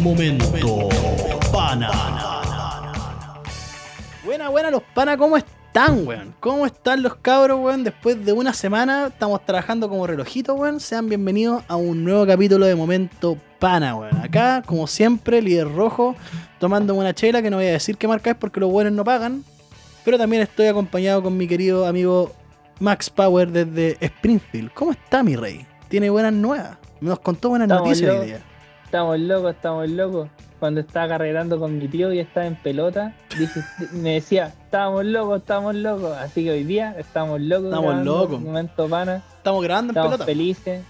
Momento Pana. Buena, buena los panas, ¿cómo están, weón? ¿Cómo están los cabros, weón? Después de una semana estamos trabajando como relojito, weón. Sean bienvenidos a un nuevo capítulo de Momento Pana, weón. Acá, como siempre, líder rojo, tomando una chela que no voy a decir qué marca es porque los buenos no pagan. Pero también estoy acompañado con mi querido amigo Max Power desde Springfield. ¿Cómo está, mi rey? ¿Tiene buenas nuevas? Nos contó buenas Estamos noticias hoy locos. día. Estamos locos, estamos locos. Cuando estaba carrerando con mi tío y estaba en pelota, dice- me decía, estamos locos, estamos locos. Así que hoy día estamos locos. Estamos grabando locos. Momento pana, Estamos grabando en estamos pelota. felices.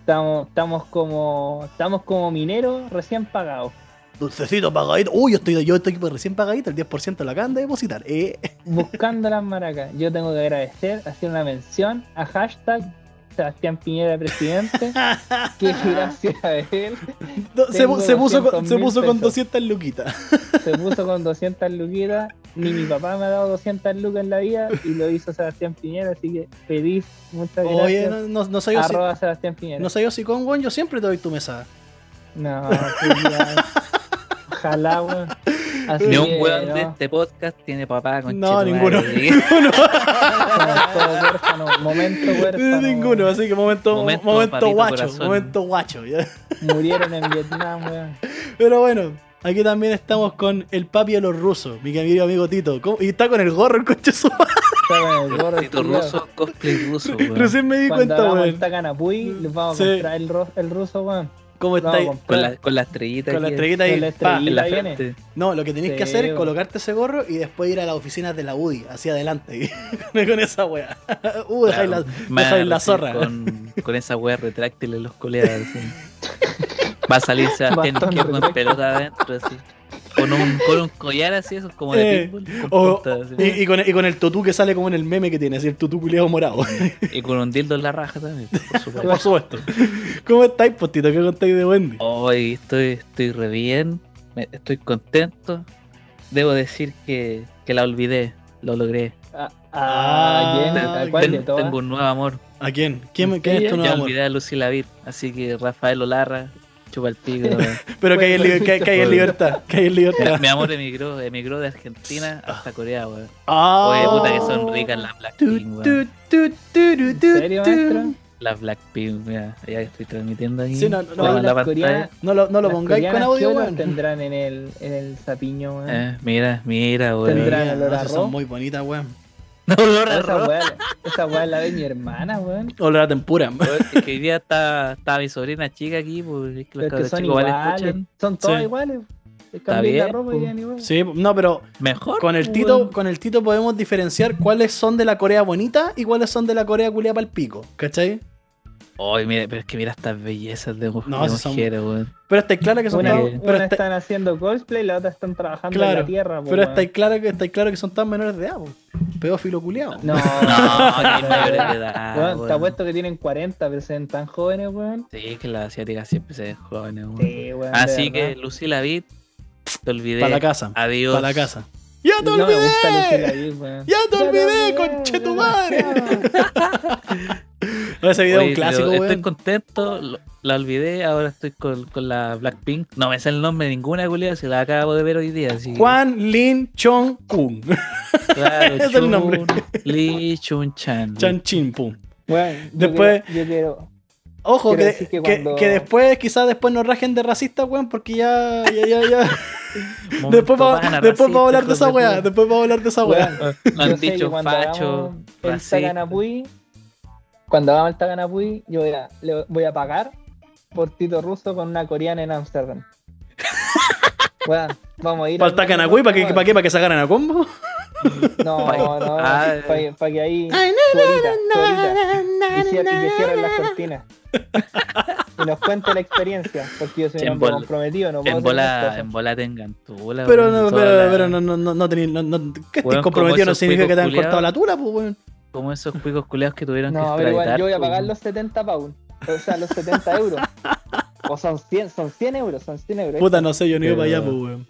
Estamos, estamos como estamos como mineros recién pagados. Dulcecito pagadito. Uy, yo estoy, yo estoy recién pagadito, el 10% lo acaban de depositar. Eh. Buscando las maracas. Yo tengo que agradecer, hacer una mención a hashtag Sebastián Piñera presidente. que gracias a él Do- se, Tengo pu- se puso, con, 200.000 se puso con pesos. 200 luquitas. se puso con 200 luquitas. Ni mi papá me ha dado 200 lucas en la vida y lo hizo Sebastián Piñera, así que feliz, muchas gracias. Oye, no, no, no soy yo si- Arroba Sebastián Piñera. no No, soy yo si con weón, yo siempre te doy tu mesada. culiao. ojalá, weón. Así Ni que, un weón no, de este podcast tiene papá con No, ninguno. somos todos huérfanos, momento huérfano. Ninguno, así que momento, momento, Momento, papito guacho, corazón. momento guacho. ya. Murieron en Vietnam, weón. Pero bueno, aquí también estamos con el papi de los rusos, mi querido amigo Tito. ¿Cómo? Y está con el gorro el coche su madre. Está con el gorro, Tito culiao. ruso, cosplay ruso, weón. Recién me di Cuando cuenta, hagamos weón. Mm, el Takanapui, les vamos a Sí. comprar el, ro- el ruso, weón. ¿Cómo Vamos a estáis? comprar Con la, con la estrellita Con la aquí estrellita ahí. Con la pa. estrellita. en la Ahí viene. frente. No, lo que tenéis que Sí, hacer es weón. colocarte ese gorro y después ir a las oficinas de la UDI, hacia adelante, con esa wea. Uh, dejáis la, Man, dejáis la sí, zorra. Con, con esa weá retráctil en los colegas. así. Va a salir Sebastián Bastón Izquierdo en retráctil. pelota adentro, así. Con un, con un collar así, eso, como Eh, de pitbull. o- Con punta, así. Y, y con, y con el tutú que sale como en el meme que tiene, así el tutú culiado morado. y, con un dildo en la raja también, por supuesto. Por supuesto. ¿Cómo estáis, postito? ¿Qué contáis de Wendy? Hoy estoy, estoy re bien, me- estoy contento. Debo decir que, que la olvidé, lo logré. Ah, ah, ¿quién? Ah, ¿A cuál ten- de Ten- todas? tengo un nuevo amor. ¿A quién? ¿Quién, quién es tu nuevo Ya amor? olvidé a Lucy Lavir, así que Rafael Olarra, chupa el pico. Pero que hay, en li- que hay- que hay en libertad. Que hay en libertad. Mi amor emigró, emigró de Argentina hasta Corea, weón. Ah. Oye, puta que son ricas las Tu, Blackpink, tu, weón. tu, tu, tu, ¿En tu, serio, tu. maestro? Las Blackpink, mira, ya que estoy transmitiendo aquí. Sí, no, no, con Oye, no, la las coreanas- pantalla. No lo, no lo Las pongáis con coreanas, audio, ¿qué olor weón. tendrán en el, en el sapiño, weón? Eh, mira, mira, weón. Tendrá- Mira, olor a esas arroz. Son muy bonitas, weón. No, olor a Esa ropa. weá, esa weá es la de mi hermana, weón. Olor a tempura. Weón, es que hoy día está, está mi sobrina chica aquí, pues es que Pero es los que cabros son chicos igual iguales. escuchan. Son todas Sí. iguales. Les cambian la bien, ropa y pues. quedan iguales. Sí, no, pero Mejor. con el pues, Tito, weón. con el Tito podemos diferenciar cuáles son de la Corea bonita y cuáles son de la Corea culia pal pico, ¿cachai? Ay, mira, pero es que mira estas bellezas de, mu- No, de esas son- mujeres, weón. Pero estáis claro que son Una, tan, bien. pero una está- están haciendo cosplay, la otra están trabajando en Claro, la tierra, po, pero weón. estáis claro que estáis claro que son tan menores de edad, po. pedófilo culiado. No, No, ni weón, mayores de edad, weón, Te weón. apuesto que tienen 40, pero se ven tan jóvenes, weón. Sí, que las asiáticas siempre se ven jóvenes, weón. Sí, weón. de Así que, verdad. Lucy Vid, te olvidé. Para la casa, Eh, Adiós. para la casa. Ya te No me olvidé. gusta Lucila Bill, weón. Ya te olvidé, conche tu madre. No, ese video es Oye, un clásico, pero Estoy weón. contento, lo- la olvidé, ahora estoy con, con la Blackpink. No me sé el nombre de ninguna, culiao, si la acabo de ver hoy día. así que- Juan Lin Chong Kun. claro, es el Chun nombre. Lee Chun Chan. Chan Chin Pum. Weón, yo Después- quiero- yo quiero. Ojo, Quiero que, decir que que- cuando- que después, quizás después nos rajen de racista, weón, porque ya, ya, ya, ya. Momento después va, pana, después va a racista, hablar de hijo esa weá, puta. después va a hablar de esa Weón, weá. Me han Yo sé que dicho cuando facho, hagamos el racista. Taganapui, cuando hagamos el Taganapui, yo voy a, le voy a pagar por Tito Russo con una coreana en Ámsterdam. Weón, vamos a ir. Falta Canagüey, ¿para qué? ¿Para qué? ¿Para que sacaran a combo? No, no, no, Ah, para que ahí. Ay, Corita, Y, cier- y que cierren las cortinas. Y nos cuente la experiencia, porque yo soy un En hombre bol- comprometido, no puedo En hacer las bola, cosas. en bola tengan tula. Pero weón, no, toda pero, la- pero no, no, no, no tenés, no, no, que estés Weón, comprometido como no esos significa que te han cuicos cortado la tula, pues, weón. Como esos cuicos culeados que tuvieron No, que pero igual, extraditar, yo voy a pues, pagar los 70 pounds. O sea, los 70 euros. O son 100, son 100 euros, son 100 euros. Puta, no sé, yo no iba para allá, Pero- pues, weón.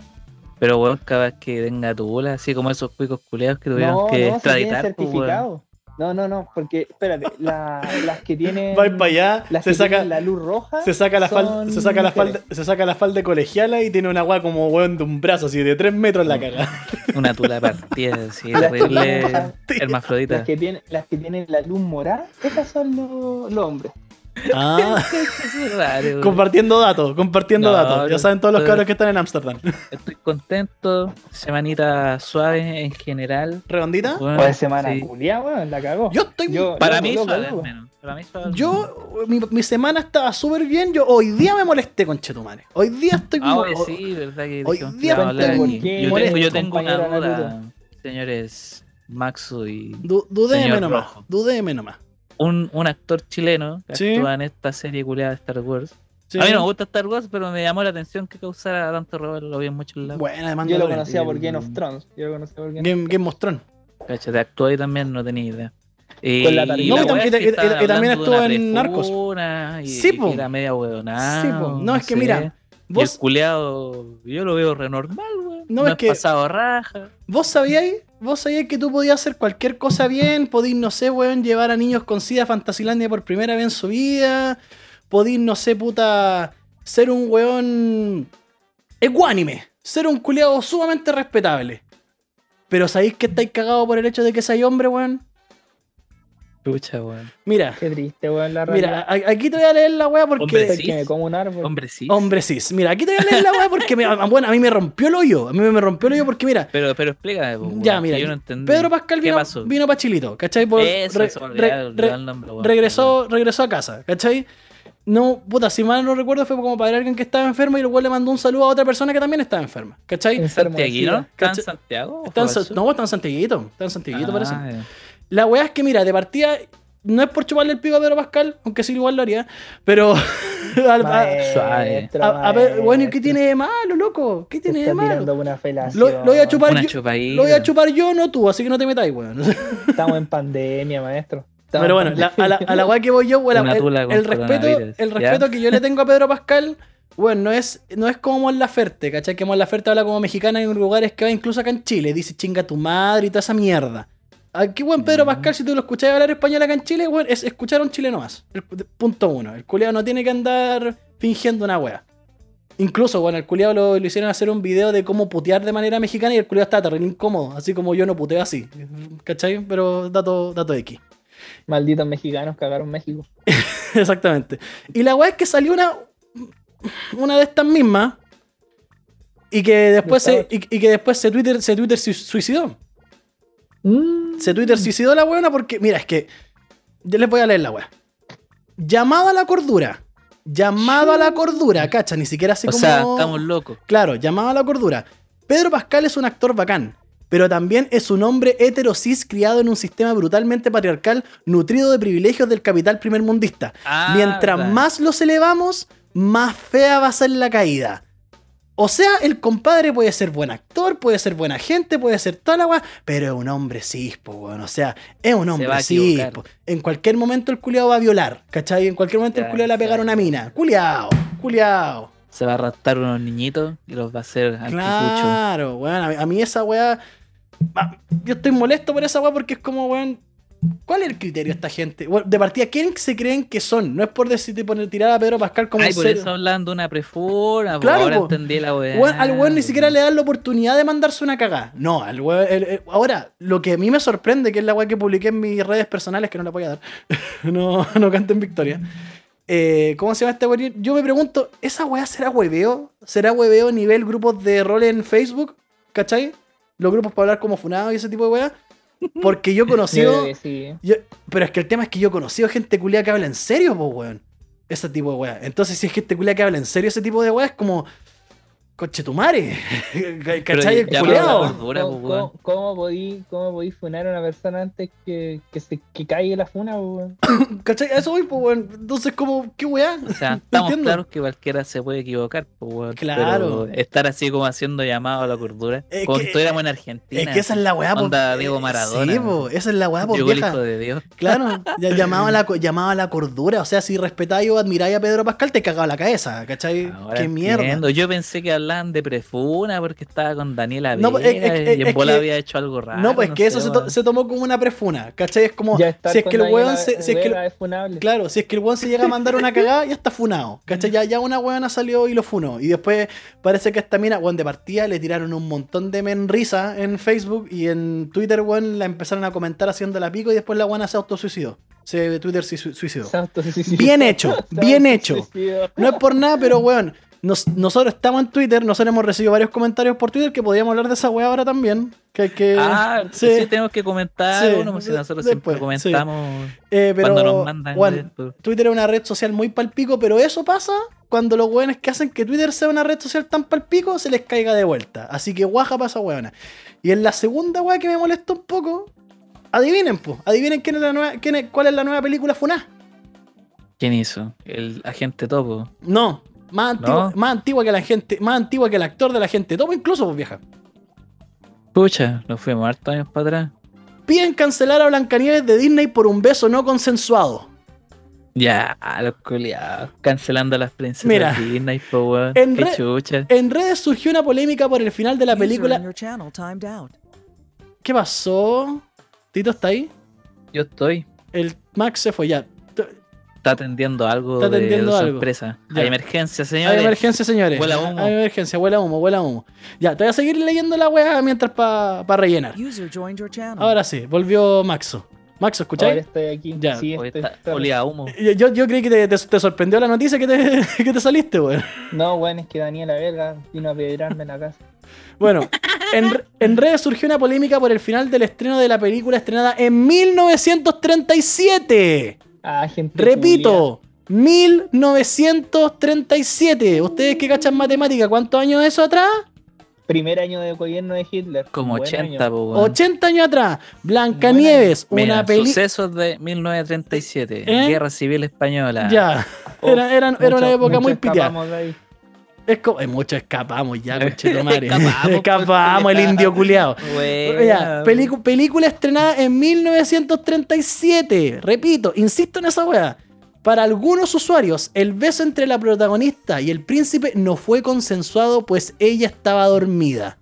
Pero weón, cada vez que tenga tu bola, así como esos cuicos culeados que tuvieron no, no, que si tiene extraditar, pues, weón. certificado. No, no, no, porque espérate, la- las que tienen. Va para allá, eh, Las se que saca, tienen la luz roja. se saca la falda, son se saca la mujeres. falda, se saca la falda colegiala y tiene una agua como weón de un brazo así de 3 metros en la cara. Una tula partida, sí, Las que terrible. tienen- Hermafrodita. Las que, tienen, las que tienen la luz morada, esas son los, los hombres. Ah, Es raro. compartiendo datos, compartiendo No, datos. Ya no, saben todos los no. cabros que están en Ámsterdam. Estoy contento. Semanita suave en general. ¿Redondita? Bueno, Pues semana sí. culiá, weón, la cagó. Yo estoy Para yo, mí loco, suave, al loco. menos. Para mí suave. al menos. Yo, mi, mi semana estaba súper bien. Yo hoy día me molesté con Chetumare. Hoy día estoy Ah, como- oye, sí, verdad que hoy dijimos que día íbamos a hablar tengo aquí. el que Yo tengo, yo molesto, tengo una compañero duda, señores Maxo y du- dudéme Señor nomás. Rojo. Dudéme nomás. un, un actor chileno que Sí. actúa en esta serie culiada de Star Wars. Sí. A mí no me gusta Star Wars, pero me llamó la atención que causara tanto revuelo, lo vi en muchos lados. Buena demanda. Yo lo Loren. conocía por Game of Mm. Thrones. Yo lo conocía por Game Game, Game of Thrones. Cachate, actuó ahí también, no tenía idea. Y, Con la tarima. la No, y wea es también- y- y- y estaban también hablando de estuvo una en Narcos. trifuna Y, Sí, y que po. era media hueonada. Sí, po. No, es que mira, Vos... ¿Vos, el culeado, yo lo veo re normal, weón. No, No, es es que- pasado raja. ¿Vos sabíais? ¿Vos sabíais que tú podías hacer cualquier cosa bien? Podías, no sé, weón, llevar a niños con SIDA a Fantasilandia por primera vez en su vida. Podías, no sé, puta, ser un weón ecuánime. Ser un culiado sumamente respetable. Pero ¿sabéis que estáis cagados por el hecho de que seáis hombre, weón? Chucha, weón. Mira, Qué triste, weón, la mira, realidad. a- aquí te voy a leer la weá porque... Hombre, Es sí. que me como un árbol. Hombre, sí. Hombre cis. Mira, aquí te voy a leer la weá porque me- bueno, a mí me rompió el hoyo. A mí me rompió el hoyo porque, mira, Pero, pero explícame, po, weón, Ya, que mira, yo no entendí. Pedro Pascal ¿Qué vino, pasó? vino pa' Chilito, ¿cachai? Por- Eso, re- eso, re- olvidaba- re- olvidaba el nombre, weón, regresó, regresó a casa, ¿cachai? No, puta, si mal no recuerdo, fue como para alguien que estaba enfermo y luego le mandó un saludo a otra persona que también estaba enferma, ¿cachai? perdón. ¿Santiaguino? ¿cachai? ¿Está en Santiago? Están ¿O fue sa- al sur? no, están santiguitos, están santiguitos, parece. Ah, ya. La weá es que, mira, de partida, no es por chuparle el pico a Pedro Pascal, aunque sí igual lo haría, pero. al- a- Maestro, a- a ver, bueno, ¿y qué maestro. tiene de malo, loco? ¿Qué tiene de Está tirando malo? una felación. Lo, lo voy a chupar Una yo, chupadita. lo voy a chupar yo, no tú, así que no te metáis, weón. Estamos en pandemia, maestro. Estamos Pero en bueno, la- a la, a la weá que voy yo, weón, Una el, tula con el respeto, coronavirus, el ¿ya? respeto que yo le tengo a Pedro Pascal, bueno, no es, no es como Mon Laferte, ¿cachai? Que Mon Laferte habla como mexicana en lugares que va incluso acá en Chile, dice chinga tu madre y toda esa mierda. Aquí, weón, Pedro Ya. Pascal, si tú lo escuchás hablar español acá en Chile, weón, es escuchar a un chileno más. El- punto uno. El culiado no tiene que andar fingiendo una wea. Incluso, bueno, el culiado lo, lo hicieron hacer un video de cómo putear de manera mexicana y el culiado estaba terrible incómodo, así como yo no puteo así. ¿Cachai? Pero dato, dato X. Malditos mexicanos cagaron México. Exactamente. Y la weá es que salió una. Una de estas mismas. Y que después se. Y, y que después se Twitter, se Twitter sui- suicidó. Se Twitter Mm. suicidó la weona porque. Mira, es que. Yo les voy a leer la weá. Llamado a la cordura. Llamado a la cordura, cacha, ni siquiera así O como. sea, estamos locos. Claro, llamado a la cordura. Pedro Pascal es un actor bacán, pero también es un hombre hetero cis criado en un sistema brutalmente patriarcal, nutrido de privilegios del capital primermundista. Ah, Mientras verdad. más los elevamos, más fea va a ser la caída. O sea, el compadre puede ser buen actor, puede ser buena gente, puede ser toda la weá, pero es un hombre cispo, weón. O sea, es un va hombre a equivocar. cispo. En cualquier momento el culiao va a violar, ¿cachai? En cualquier momento el Ya, culiao le va a pegar ya. una mina. Culiao, culiao. Se va a arrastrar unos niñitos y los va a hacer anticucho. Claro, weón. A, a mí esa weá. ah, Yo estoy molesto por esa weá porque es como, weón. ¿Cuál es el criterio de esta gente? Bueno, de partida, ¿quién se creen que son? No es por decirte poner tirar a Pedro Pascal como Ay, un por cero. eso hablando una prefura. Claro, Claro, ahora po. entendí la weá. Weón, al weón ni siquiera le dan la oportunidad de mandarse una cagada. No, al weón. el- el- ahora, lo que a mí me sorprende, que es la weá que publiqué en mis redes personales, que no la voy a dar. no, no canten victoria. Eh, ¿Cómo se llama este weón? Yo me pregunto, ¿esa weá será hueveo? ¿Será hueveo nivel grupos de rol en Facebook? ¿Cachai? Los grupos para hablar como funado y ese tipo de weá. Porque yo he Yo conocido. creo que sí. Yo- pero es que el tema es que yo he conocido gente culia que habla en serio, pues, weón. Ese tipo de weá. Entonces, si es gente culia que habla en serio ese tipo de weá, es como. Conchetumare. ¿Cachai? El ya culiao. hablamos. Dura, ¿Cómo- pues, weón. cómo- ¿Cómo podí cómo podí funar a una persona antes que, que, se, que caiga la funa, pues, weón? ¿Cachai? A eso voy, pues, weón. Entonces, como, ¿qué weá? O sea, estamos Entiendo. claros que cualquiera se puede equivocar, po, weón, Claro. pero estar así como haciendo llamado a la cordura, Es como que- que estuviéramos en Argentina. Es que esa es la weá, pues. Onda Diego Maradona. Sí, po, Esa es la weá, pues, Llegó el vieja. hijo de Dios. Claro. ya- llamado, a la, co- llamado a la cordura. O sea, si respetáis o admiráis a Pedro Pascal, te cagaba la cabeza, ¿cachai? Ahora Qué mierda. entiendo. Yo pensé que hablaban de Prefuna porque estaba con Daniela Vera No, pues, es- es- y es en bola que- había hecho algo raro. no, pues es que sé, eso se, weón. to- se tomó como una prefuna, ¿cachai? Es como, Ya estar si es con que el Daniela weón se, si es que el- Vera es funable. Claro, si es que el weón se llega a mandar una cagada, ya está funado. ¿Cachai? Ya, ya una weona salió y lo funó. Y después parece que a esta mina, weón, de partida le tiraron un montón de men risa en Facebook y en Twitter, weón, la empezaron a comentar haciendo la pico y después la weona se autosuicidó. Se, Twitter se sui- suicidó. Santo suicidio. Bien hecho, Santo bien hecho. suicidio. No es por nada, pero weón, nos- nosotros estamos en Twitter, nosotros hemos recibido varios comentarios por Twitter que podíamos hablar de esa weá ahora también. Que, que, Ah, sí, tenemos que comentar. Sí, bueno, pues si nosotros de- siempre después, sí. comentamos Eh, pero, cuando nos mandan. weón, de esto. Twitter es una red social muy palpico, pero eso pasa cuando los weones que hacen que Twitter sea una red social tan palpico se les caiga de vuelta. Así que guaja pasa weona. Y en la segunda weá que me molesta un poco, adivinen, pues, adivinen quién es la nueva, quién es- cuál es la nueva película Funá. ¿Quién hizo? El agente topo. No, más antigua, No. más antigua que la gente, más antigua que el actor de la gente. Topo incluso, pues vieja. Pucha, nos fuimos hartos años para atrás. Piden cancelar a Blancanieves de Disney por un beso no consensuado. Ya, los culiados. Cancelando a las princesas Mira, Disney, po, weón. en Qué re- chucha. En redes surgió una polémica por el final de la User in película. your channel timed out. ¿Qué pasó? ¿Tito está ahí? Yo estoy. El Max se fue ya. Está atendiendo algo Está atendiendo de algo. sorpresa. Ya. Hay emergencia, señores. Hay emergencia, señores. Huela humo. Hay emergencia, huela humo, huela humo. Ya, te voy a seguir leyendo la weá mientras para rellenar. User joined your channel. Ahora sí, volvió Maxo. Maxo, Ahora ¿escucháis? estoy aquí. Ya. pues, Sí, este Hoy estoy, está- estoy- olía a humo. Yo, yo- yo creí que te, te- te sorprendió la noticia que te, que te saliste, weón. No, bueno, es que Daniela Verga vino a pedrarme en la casa. Bueno, en, re- en redes surgió una polémica por el final del estreno de la película estrenada en 1937. Ah, gente. Repito, 1937. ¿Ustedes que cachan matemática? ¿Cuántos años es eso atrás? culia. Primer año de gobierno de Hitler. Como Buen 80, año. po, weón. 80 años atrás. Blancanieves, una Mira, película. sucesos de 1937, ¿Eh? Guerra Civil Española. Ya, Oh, era, era- era una mucho- época mucho muy piteada. escapamos de ahí. Es como, eh, mucho escapamos ya, conchetumare. Escapamos, escapamos, el pues, indio culiado. Eh, Weón. Ya, pelicu- película estrenada en 1937. Repito, insisto en esa wea. Para algunos usuarios, el beso entre la protagonista y el príncipe no fue consensuado, pues ella estaba dormida.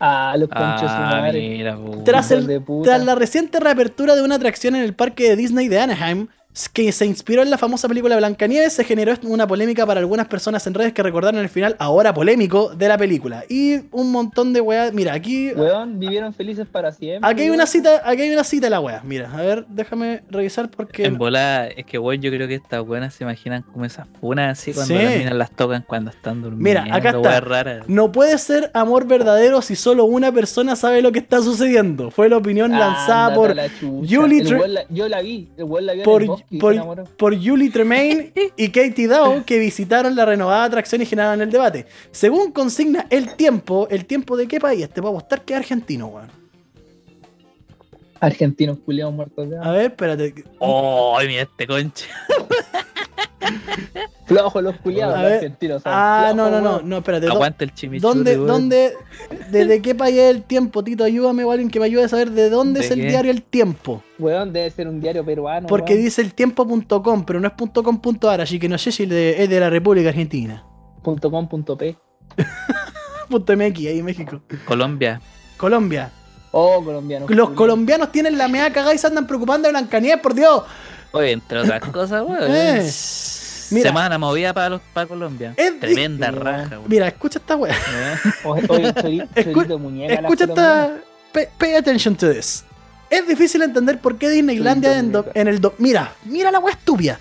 Ah, los conchos de Ah, madre. mira, po, Tras, Hijos el- de puta. tras la reciente reapertura de una atracción en el parque de Disney de Anaheim, s- que se inspiró en la famosa película Blancanieves, se generó una polémica para algunas personas en redes que recordaron el final ahora polémico de la película. Y un montón de weas. Mira, aquí. Weón, vivieron felices para siempre. Aquí hay weón. una cita, aquí hay una cita de la wea. Mira, a ver, déjame revisar porque. En volada, es que weón, yo creo que estas buenas se imaginan como esas funas así cuando Sí. las minas las tocan cuando están durmiendo. Mira, acá está. weas raras. No puede ser amor verdadero si solo una persona sabe lo que está sucediendo. Fue la opinión Ah, lanzada ándate a por, la chucha. Julie El Tre- weón la- Yo la vi. El weón la vio en el por, bosque y se por- enamoró. por Julie Tremaine y Katie Dow que visitaron la renovada atracción y generaron el debate. Según consigna El Tiempo, ¿el tiempo de qué país? Te puedo apostar que es argentino, weón. Argentinos culiados muertos de A hambre. ver, espérate. Oh, mira este concha. Flojos los culiados. A los ver. argentinos son Ah, no, flojos, no, no, weón. no, espérate. Do- Aguanta el chimichurri. ¿Dónde, weón. dónde, desde qué país es el tiempo, Tito? Ayúdame o alguien que me ayude a saber de dónde ¿De es el qué? diario El Tiempo. Weón, debe ser un diario peruano. Porque weón. dice el tiempo.com, pero no es .com.ar, así que no sé si el de- es de la República Argentina. Punto com, punto P. Punto .mx, ahí en México. Colombia. Colombia. Oh, Los colombianos. culiados. colombianos tienen la meada cagada y se andan preocupando de Blancanieves, por Dios. Oye, entre otras cosas, weón. Eh, mira. Semana movida para, los, para Colombia. Es di- Tremenda Mira. raja, weón. Mira, escucha esta wea. Oh, Oye, oye, chori- Escu- chorito muñeca. las Escucha colombianas. esta. Pay, pay attention to this. Es difícil entender por qué Disneylandia en, do- Dominica. en el. do- mira, mira la wea estúpida.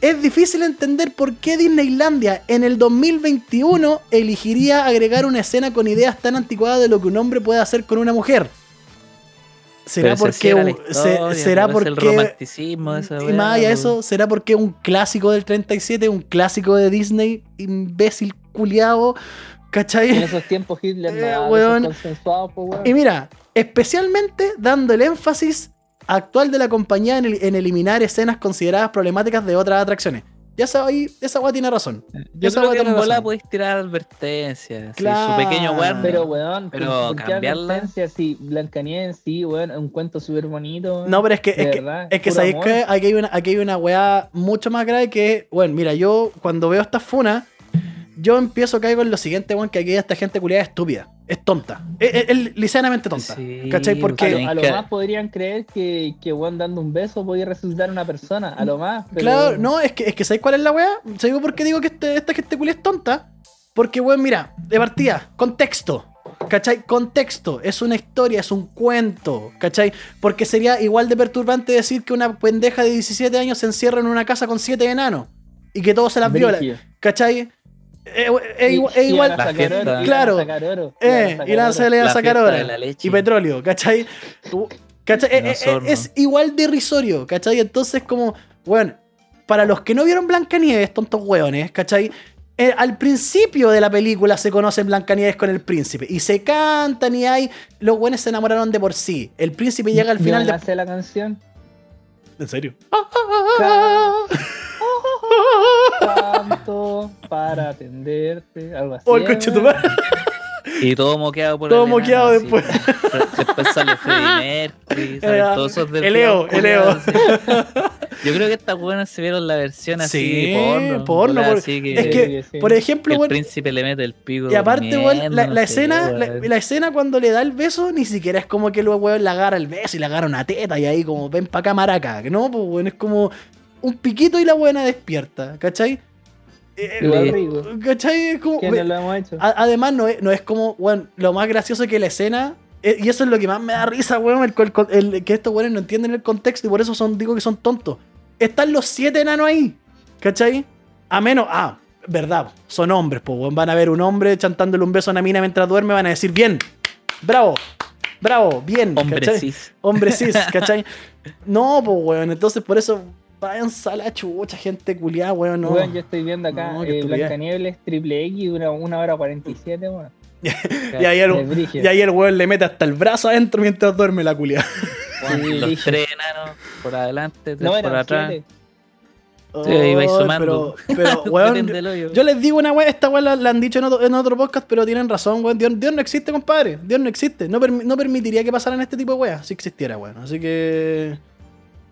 Es difícil entender por qué Disneylandia en el 2021 elegiría agregar una escena con ideas tan anticuadas de lo que un hombre puede hacer con una mujer. ¿Será Pero se porque, cierra la un- se- historia, será pues, el porque romanticismo de esa Y weá, pues. más allá de weón. eso, ¿será porque un clásico del 37, un clásico de Disney, imbécil culiado, En ¿cachai? esos tiempos Hitler no Eh, daba weón. esos consensuados, po, weón. Y mira, especialmente dando el énfasis actual de la compañía en, el- en eliminar escenas consideradas problemáticas de otras atracciones. Ya sabes, ahí esa guay tiene razón. Yo Esa creo weá que tiene en bola razón. podéis tirar advertencias. sí, Claro. su pequeño weón. Pero, weón, Pero ¿por qué cambiarla. advertencia si Blancanieves, sí, weón, es un cuento súper bonito. weón? No, pero es que, De es que, verdad, es que puro sabéis amor. que aquí hay, una, aquí hay una weá mucho más grave que, bueno, mira, yo cuando veo estas funas, yo empiezo caigo en lo siguiente, weón, que aquí esta gente culiada es estúpida. Es tonta. Es, es- es ligeramente tonta. Sí, ¿Cachai? Porque- A lo, tenés a lo que- más podrían creer que, que weón dando un beso podía resucitar a una persona. A lo más. pero- Claro, no, es que, es que ¿sabéis cuál es la weá? ¿Sabéis por qué digo que este- esta gente culia es tonta? Porque, weón, mira, de partida, contexto. ¿Cachai? Contexto. Es una historia, es un cuento. ¿Cachai? Porque sería igual de perturbante decir que una pendeja de 17 años se encierra en una casa con 7 enanos y que todos se las violan. Brígido. ¿Cachai? Eh, we- Es Y- igual. y es igual- van a La sacar fiesta. oro, y van a Claro. sacar oro, y van a eh, sacar y la oro. se le va a La sacar fiesta ahora. de la leche. Y petróleo, ¿cachai? U- ¿cachai? Eh, eh, eh, Inosorno. es igual de irrisorio, ¿cachai? Entonces, como, bueno, para los que no vieron Blancanieves, tontos hueones, ¿cachai? Eh, al principio de la película se conocen Blancanieves con el príncipe y se cantan y hay. Los hueones se enamoraron de por sí. El príncipe llega al Yo final me de. la sé la canción. ¿En serio? Ah. Tanto para atenderte, algo así. Oh, el era. coche de tu madre. Y todo moqueado por Todo el enano, moqueado así. después. Fre- Después sale Freddie Mercury, salen Era- todos esos del el Leo, culiao, el Leo. así. Yo creo que estas buenas se vieron la versión así Sí, porno. porno, bolas por- así Es que, Sí, sí. por que ejemplo, el weón, príncipe le mete el pico. Y aparte, weón, durmiendo, la, no la sé, escena, la, weón. la escena cuando le da el beso, ni siquiera es como que el weón le agarra el beso y le agarra una teta y ahí como ven pa' acá maraca. que No, pues weón, es como un piquito y la buena despierta, ¿cachai? Eh, Igual eh, rico. ¿Cachai? Es como. ¿Quiénes lo hemos hecho? A- Además, no es, no es como, weón, lo más gracioso que la escena, eh, y eso es lo que más me da risa, weón, el, col- col- el- que estos weones no entienden el contexto y por eso son, digo que son tontos. Están los siete enanos ahí, ¿cachai? A menos, ah, verdad, son hombres, pues, weón, van a ver un hombre chantándole un beso a una mina mientras duerme, van a decir, bien, bravo, bravo, bien, Hombre ¿cachai? cis. Hombre cis, ¿cachai? No, pues, weón, entonces por eso váyanse a la chucha, gente culiada, weón, no. Weón, yo estoy viendo acá No, qué eh, estupidez. Blancanieves triple X, una, una hora 47, weón. y ahí el, Es brígido. y ahí el weón le mete hasta el brazo adentro mientras duerme la culia. Weón, Sí, los dije. tres enanos por adelante, tres No, por eran atrás. siete. Sí, ahí vais Ay, sumando. Pero, pero Meten weón, del hoyo. yo, yo les digo una weá, esta weá la, la han dicho en otro, en otro podcast, pero tienen razón, weón. Dios, Dios no existe, compadre. Dios no existe. No, permi- no permitiría que pasaran este tipo de weas si existiera, weón. Así que.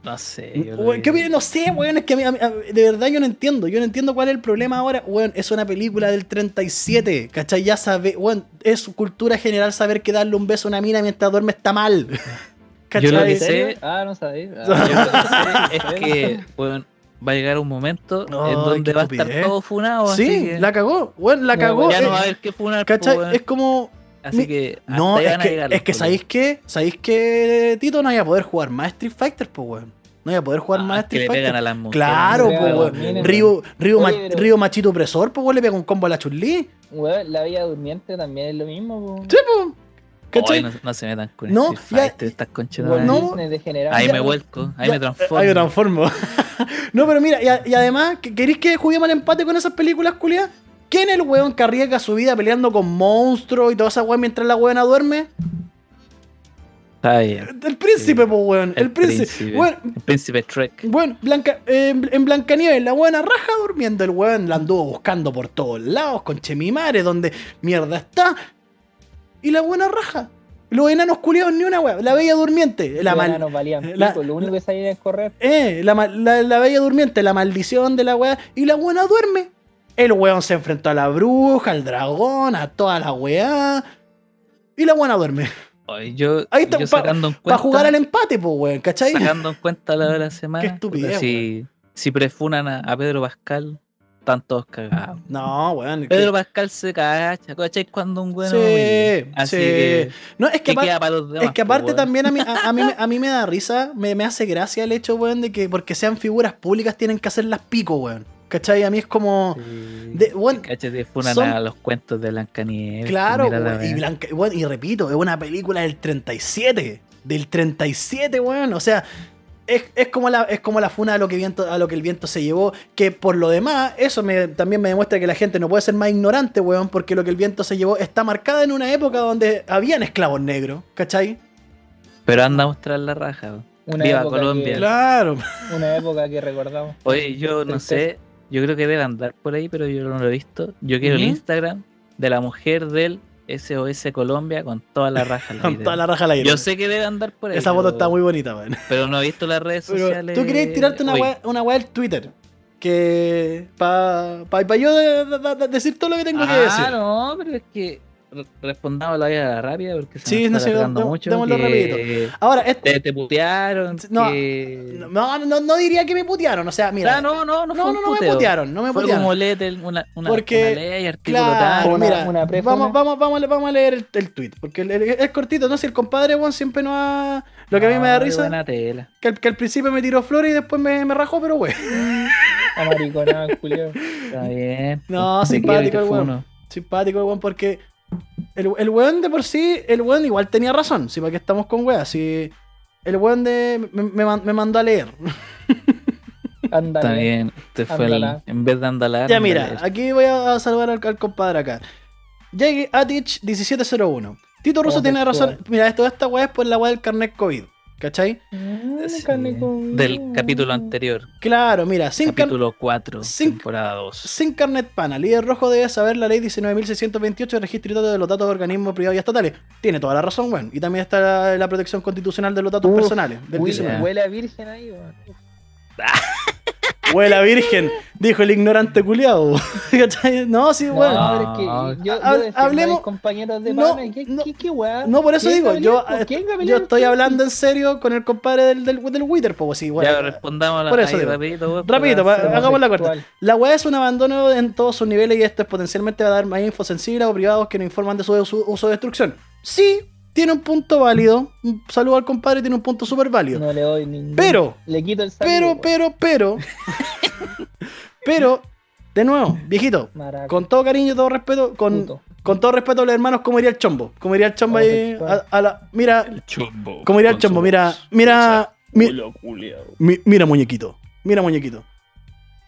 No sé. yo lo Weón, ¿Qué vi. opinan? No sé, weón. Es que a mí- a mí- a- de verdad yo no entiendo. Yo no entiendo cuál es el problema ahora. Weón, es una película del 37. ¿Cachai? Ya sabe. Weón, es cultura general saber que darle un beso a una mina mientras duerme está mal. Yo lo que ¿En ¿Cachai? serio? sé- Ah, no sabéis. Ah, Yo yo lo que pensé, sé es ¿sabéis? que bueno, va a llegar un momento Ay, en donde qué va a estar estupidez. todo funado. Oh, así Sí, que la cagó. Weón, la No, cagó. ya no Eh, va a haber que funar. po, ¿Cachai? weón. Es como. mi- Así que hasta No, ahí es van a que, llegar es los que problemas. sabéis que, sabéis que Tito no iba a poder jugar más Street Fighter, pues weón. No iba a poder jugar Ah, más es que Street le pegan Fighter. a las mujeres. Claro, no pues sé, Claro, weón. miren, Río, Río, Oye, Ma- pero- Río Machito Opresor, pues weón, le pega un combo a la Chun-Li. Weón, la vida durmiente también es lo mismo, weón. Sí, pues. Ay, ¿Cachai? no, no se metan con No, no, ya- estas conchas. de Walt madre. no, Disney degenerado. ahí Ya, me vuelco, ahí Ya, me transformo. Ahí me transformo. no, pero mira, y, a- y además, ¿que- ¿queréis que juguemos al empate con esas películas, culiadas? ¿Quién es el weón que arriesga su vida peleando con monstruos y toda esa weón mientras la weona duerme? Está bien. El príncipe, Sí. pues weón. El, El príncipe. príncipe. Weón, El príncipe Trek. Bueno, Blanca, eh, en Blancanieves, la buena raja durmiendo, el weón la anduvo buscando por todos lados, con Chemimare, donde mierda está. Y la buena raja. Los enanos culiados ni una weá. La bella durmiente. La los mal- enanos valían la- pico, lo único que sabían es correr. eh, la, ma- la- la bella durmiente, la maldición de la weá. Y la buena duerme. El weón se enfrentó a la bruja, al dragón, a toda la weá. Y la buena duerme. Ay, Yo, Ahí está, yo pa- sacando en cuenta. Para jugar al empate, pues weón, ¿cachai? Sacando en cuenta la hora de la semana. Qué estupidez, puta, Si, si prefunan a, a Pedro Pascal, están todos cagados. No, weón. Pedro Pascal se cacha, ¿cachai? Cuando un bueno. Sí, Así sí. que. No, es que ¿qué aparte- queda para los demás, Es que po, aparte weón? también a mí, a, a mí, me- a mí me da risa, me, me hace gracia el hecho, weón, de que porque sean figuras públicas tienen que hacerlas pico, weón. ¿Cachai? A mí es como... Sí. de- weón, Cachai, te funan son- a los cuentos de Blancanieves. claro, mira la weón, y, weá. Blanca- weón, y repito, es una película del 37. Del 37, weón. O sea, es, es como, la, es como la funa a lo, que viento, a lo que el viento se llevó. Que por lo demás, eso me, también me demuestra que la gente no puede ser más ignorante, weón, porque lo que el viento se llevó está marcada en una época donde habían esclavos negros, ¿cachai? Pero anda a mostrar la raja. weón. Una Viva época Colombia. que- Claro. Una época que recordamos. Oye, yo no Tristeza. sé, yo creo que debe andar por ahí, pero yo no lo he visto. Yo quiero Ujú. el Instagram de la mujer del SOS Colombia con toda la raja. al Con aire. toda la raja al aire. Yo sé que debe andar por ahí. Esa pero- foto está muy bonita, weón. Pero no he visto las redes Pero sociales. tú querías tirarte una Uy, weá, una weá del Twitter. Que. Para pa, pa yo de- de- de- decir todo lo que tengo que decir. Ah, no, pero es que re- respondamos la vida a la rabia porque se Sí, me no está sé, alargando dam- mucho. démoslo que Ahora, este. te, te putearon. No, que- No, no, no diría que me putearon. O sea, mira. Ah, no, no, no, no, fue un no, no me puteo. putearon. No me Fue putearon. como leer el- una, una, Porque, una ley, artículo Claro, tal. Una- mira, una prefuna. vamos, vamos, vamos, a le- vamos a leer el, el tweet, porque el- el- es cortito, ¿no? Si el compadre, weón, siempre no ha... Lo que a mí me da Ah, qué risa, buena tela. que, al- que al principio me tiró flores y después me, me rajó, pero weón. Amariconado, culiao. Está bien. No, Te quiero y te simpático el weón. funo. Simpático el weón, porque el, el weón de por sí, el weón igual tenía razón, si para qué estamos con weas, si... El weón de... Me, me man- me mandó a leer. Ándale. Está bien. Este fue el, Andalá. en vez de andalar. ya mira, andalar. aquí voy a salvar al, al compadre acá. Jake Atich 1701. Tito Russo Oh, tiene por razón. favor. Mira, esto esta wea es por la wea del carnet COVID. ¿Cachai? Mm, Sí, carne con- Del capítulo anterior, Claro, mira, sin, car- capítulo 4, sin- temporada 2. sin carnet pana, líder rojo debe saber la ley 19.628 de registro de los datos de organismos privados y estatales. Tiene toda la razón, weón. Y también está la, la protección constitucional de los datos Uf, personales. Del Uy, 19. huele a virgen ahí, weón. Huela virgen, dijo el ignorante culiado. ¿Cachai? No, sí, weón. No, pero es que yo, yo Hab- defiendo a mis hablemos- compañeros de no, pana, ¿qué- no. qué- qué weá? No, por eso ¿Quién digo, va a yo, eh, pelear? ¿Por quién va a yo pelear? estoy hablando en serio con el compadre del, del, del Wither, po, pues, sí, weón. ya respondamos por eso digo. rapidito. vos, Rapidito, para- pa- hagamos la corta. La web es un abandono en todos sus niveles y esto es potencialmente va a dar más info sensible o privados que no informan de su, su uso de destrucción. Sí, tiene un punto válido. Un saludo al compadre, tiene un punto súper válido. No le doy ningún. Pero, Le quito el saludo, pero, weón. pero, pero, pero, de nuevo, viejito, Maraca, con todo cariño y todo respeto, con, puto. con todo respeto a los hermanos, como iría el chombo. Como iría el chombo ahí a, a la. Mira, Chombo. como iría el chombo, mira, mira. mi- Mi- mira, muñequito. Mira, muñequito.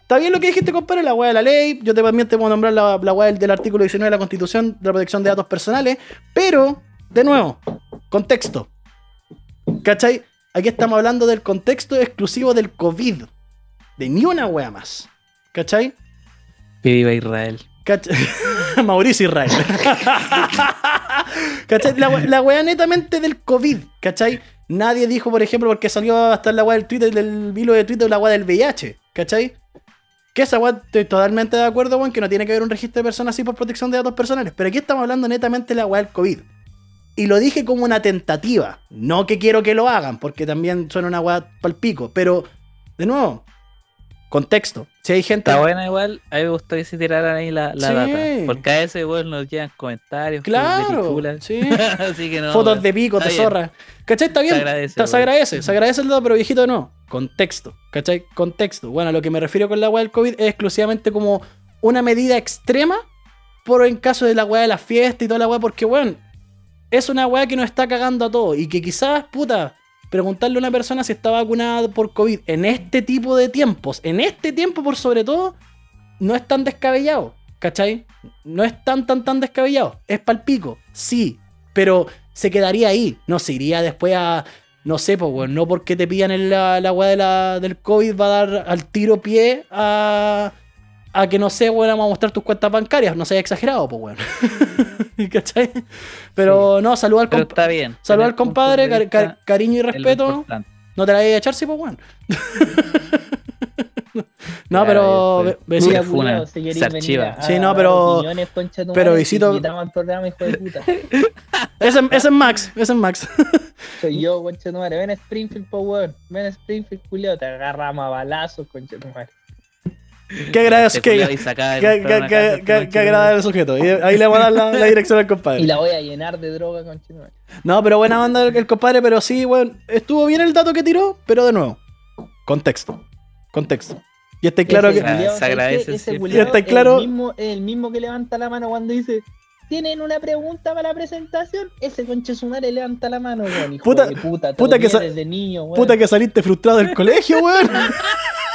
Está bien lo que dijiste, compadre, la weá de la ley. Yo te, también te puedo nombrar la, la weá del, del artículo 19 de la Constitución de la protección de datos personales. Pero, de nuevo, contexto. ¿Cachai? Aquí estamos hablando del contexto exclusivo del COVID. De ni una weá más. ¿Cachai? Que viva Israel. Cach- Mauricio Israel. ¿Cachai? La, we- la weá netamente del COVID, ¿cachai? Nadie dijo, por ejemplo, porque salió hasta la weá del Twitter, del hilo de Twitter, la weá del VIH, ¿cachai? Que esa weá estoy totalmente de acuerdo, weón, que no tiene que haber un registro de personas así por protección de datos personales. Pero aquí estamos hablando netamente de la weá del COVID. Y lo dije como una tentativa. No que quiero que lo hagan, porque también suena una weá palpico. Pero, de nuevo, contexto. Si hay gente. Está buena igual, a mí me gustaría que se tiraran ahí la, la Sí. data. Porque a veces igual nos llegan comentarios, fotos de claro. películas. Sí. Así que no. fotos weón. de pico, Está de bien. zorra. ¿Cachai? Está bien. Se agradece, Está- se weón. agradece, se agradece el dato, pero viejito no. Contexto, ¿cachai? Contexto. Bueno, a lo que me refiero con la weá del COVID es exclusivamente como una medida extrema por en caso de la weá de la fiesta y toda la weá, porque weón, es una weá que nos está cagando a todos y que quizás, puta, preguntarle a una persona si está vacunada por COVID en este tipo de tiempos, en este tiempo por sobre todo, no es tan descabellado, ¿cachai? No es tan, tan, tan descabellado. Es palpico, sí, pero se quedaría ahí. No se iría después a. No sé, pues, weón, no porque te pillan en la, la weá de la- del COVID va a dar al tiro pie a. A que no sé, weón, vamos a mostrar tus cuentas bancarias. No seas exagerado, pues, weón. ¿Cachai? Pero no, saludar al Pero compa- está bien. Salud Tener al compadre, puntos de cari- cari- vista cariño y es lo respeto. importante. No te la vayas a echar, sí, pues, weón. no, Claro, pero. yo estoy- be- pues. Mira, besito. Mira, culiao, si queréis se venir archiva. a- Sí, a no, dar pero- opiniones, concha tu pero madre, te Isito- invitamos al programa, hijo de puta. Ese, ese es Max, ese es Max. Soy yo, concha tu madre. Ven a Springfield, po, weón. Ven a Springfield, culiao. Te agarramos a balazos, concha tu madre. Qué agradable Este que, culiao y que, sacaba de que, comprar una casa que, esta que- noche, que agradable el sujeto. Y ahí le voy a dar la, la dirección al compadre. Y la voy a llenar de droga, concha tu madre. No, pero buena onda el, el compadre, pero sí, weón. Estuvo bien el dato que tiró, pero de nuevo. Contexto. Contexto. Y está claro Ese que. Ah, culiao, se ¿sabes qué? agradece, Ese sí. culiao Ya está es el claro. mismo- Es el mismo que levanta la mano cuando dice. ¿Tienen una pregunta para la presentación? Ese conche su madre levanta la mano, weón. Hijo Puta- de puta, puta puta que que sa- desde niño, weón. Puta que saliste frustrado del colegio, weón.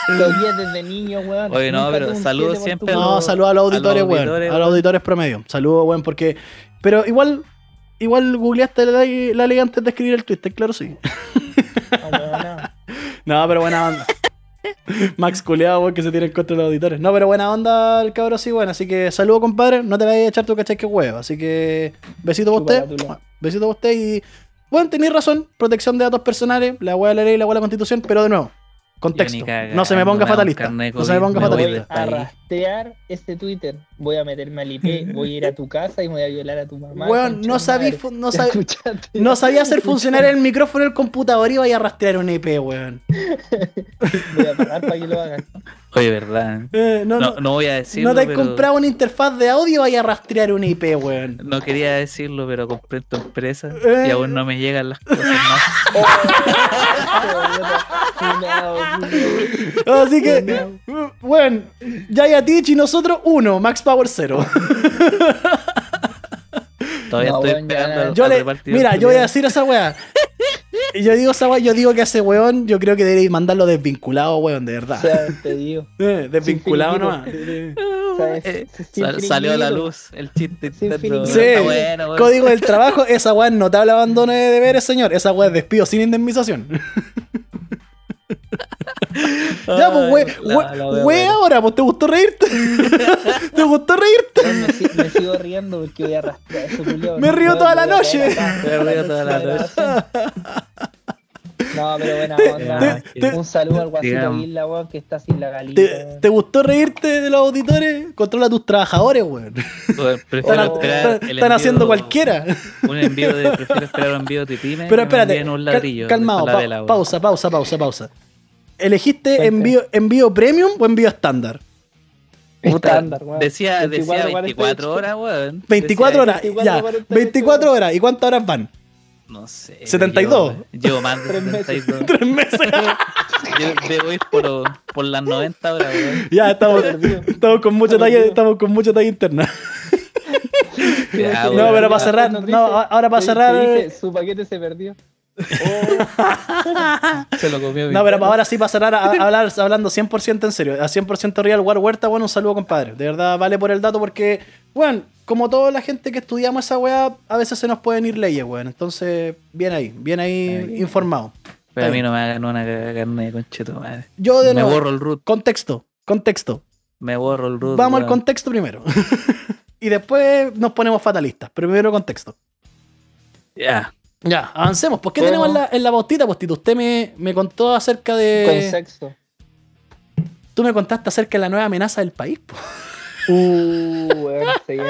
Lo vi desde niño, weón. Oye, no, Nunca pero tuve un saludos siete con siempre tu- a No, los- saludos a los a los auditores, weón. auditores, A los weón. auditores promedio. Saludos, weón, porque. Pero igual. Igual googleaste la, ley- la ley antes de escribir el Twitter, claro sí. No, weón, no. No, pero buena onda. Max culeado, weón, que se tiene en contra de los auditores. No, pero buena onda el cabro sí, bueno. Así que saludo, compadre. No te la vayas a echar tu cachai que huevo. Así que besito a usted. Chúpala, Besito a usted y. Bueno, tenéis razón. Protección de datos personales, la hueá de la ley, la hueá de la constitución, pero de nuevo. Contexto. Yo ni cagando, No se me ponga me hago un fatalista. carnet No se me COVID, ponga me Voy voy fatalista. del a país. rastrear este Twitter. Voy a meterme al IP, voy a ir a tu casa y me voy a violar a tu mamá. Weón, concha no de sabí, madre. fu- no sabí- Escuchate. no sabía hacer funcionar el micrófono el computador y vaya a rastrear un IP, weón. Voy a pagar para que lo hagan. Oye, verdad. Eh, no, No, no, no voy a decirlo. no te has pero- comprado una interfaz de audio y vaya a rastrear un IP, weón. No quería decirlo, pero compré tu empresa Eh. y aún no me llegan las cosas más. Oh, qué bueno. Así que, bueno, Yaya Teach y nosotros uno, Max Power cero. Todavía No, estoy weón, ya. esperando. al- Yo al le, repartidor mira, yo voy a culiao. decir esa weá. Yo digo esa weá, yo digo que a ese weón, yo creo que debería mandarlo desvinculado, weón, de O verdad. sea, te digo. Eh, desvinculado sin nomás. ¿sabes? Eh, Sin sal- salió a la fringuido. luz el chiste. Sin interno, fringuido. weón, Sí, está bueno, weón. código del trabajo, esa weá es notable abandono de deberes, señor. Esa weá es despido sin indemnización. ya, pues, we, Ay, Ah, la- we- la wea we buena. ahora, pues, ¿te gustó reírte? ¿Te gustó reírte? Weón, Me, si- me sigo riendo porque voy a rastrear eso, culiao. Me río Weón, toda la voy a noche. caer acá, Me toda río toda la grabación. No, pero buena Te- onda. te- Un saludo al guasito Eh, Digamos. Villa, weón, que está sin la galita. ¿Te, weón. te gustó reírte de los auditores? Controla a tus trabajadores, weón. Weón, prefiero Están, Oh. esperar están- el están envío- haciendo cualquiera. Un envío de. Prefiero esperar un envío de Pyme. Pero espérate, En un cal- ladrillo. calmado, de pa- Falabella, weón. pausa, pausa, pausa, pausa. ¿Elegiste Vente. envío, envío premium o envío estándar? Puta, Estándar, weón. Decía, decía 24, 24 horas, weón. 24 Decía- horas, 24, ya, 48 24 horas. ¿Y cuántas horas van? No sé. 72. Yo, yo más de Tres meses. 72. Tres meses. Yo debo ir por, por las 90 horas, weón. ya, estamos, Perdido. estamos con mucha Perdido. talla, estamos con mucha talla interna. Ya, No, weón. pero para cerrar, Nos no, dice- ahora para te- cerrar- te dice, su paquete se perdió. Oh. Se lo comió mi- No, pero ahora sí, para cerrar, a- hablar, hablando 100% en serio, a 100% real, War Huerta, bueno, un saludo, compadre. De verdad, vale por el dato porque, bueno, como toda la gente que estudiamos esa weá, a veces se nos pueden ir leyes, weón. Entonces, bien ahí, bien ahí informado. Pero a mí no me hagan una cagada carne de concheto, madre. Yo de Me nuevo, borro el root. contexto, contexto. Me borro el root. Vamos al weón. contexto primero. y después nos ponemos fatalistas. pero Primero contexto. Ya. Ya, avancemos. ¿Por qué ¿Cómo? tenemos en la, en la postita, postito? Usted me, me contó acerca de. Con sexo. Tú me contaste acerca de la nueva amenaza del país, po. Uh, weón, se viene.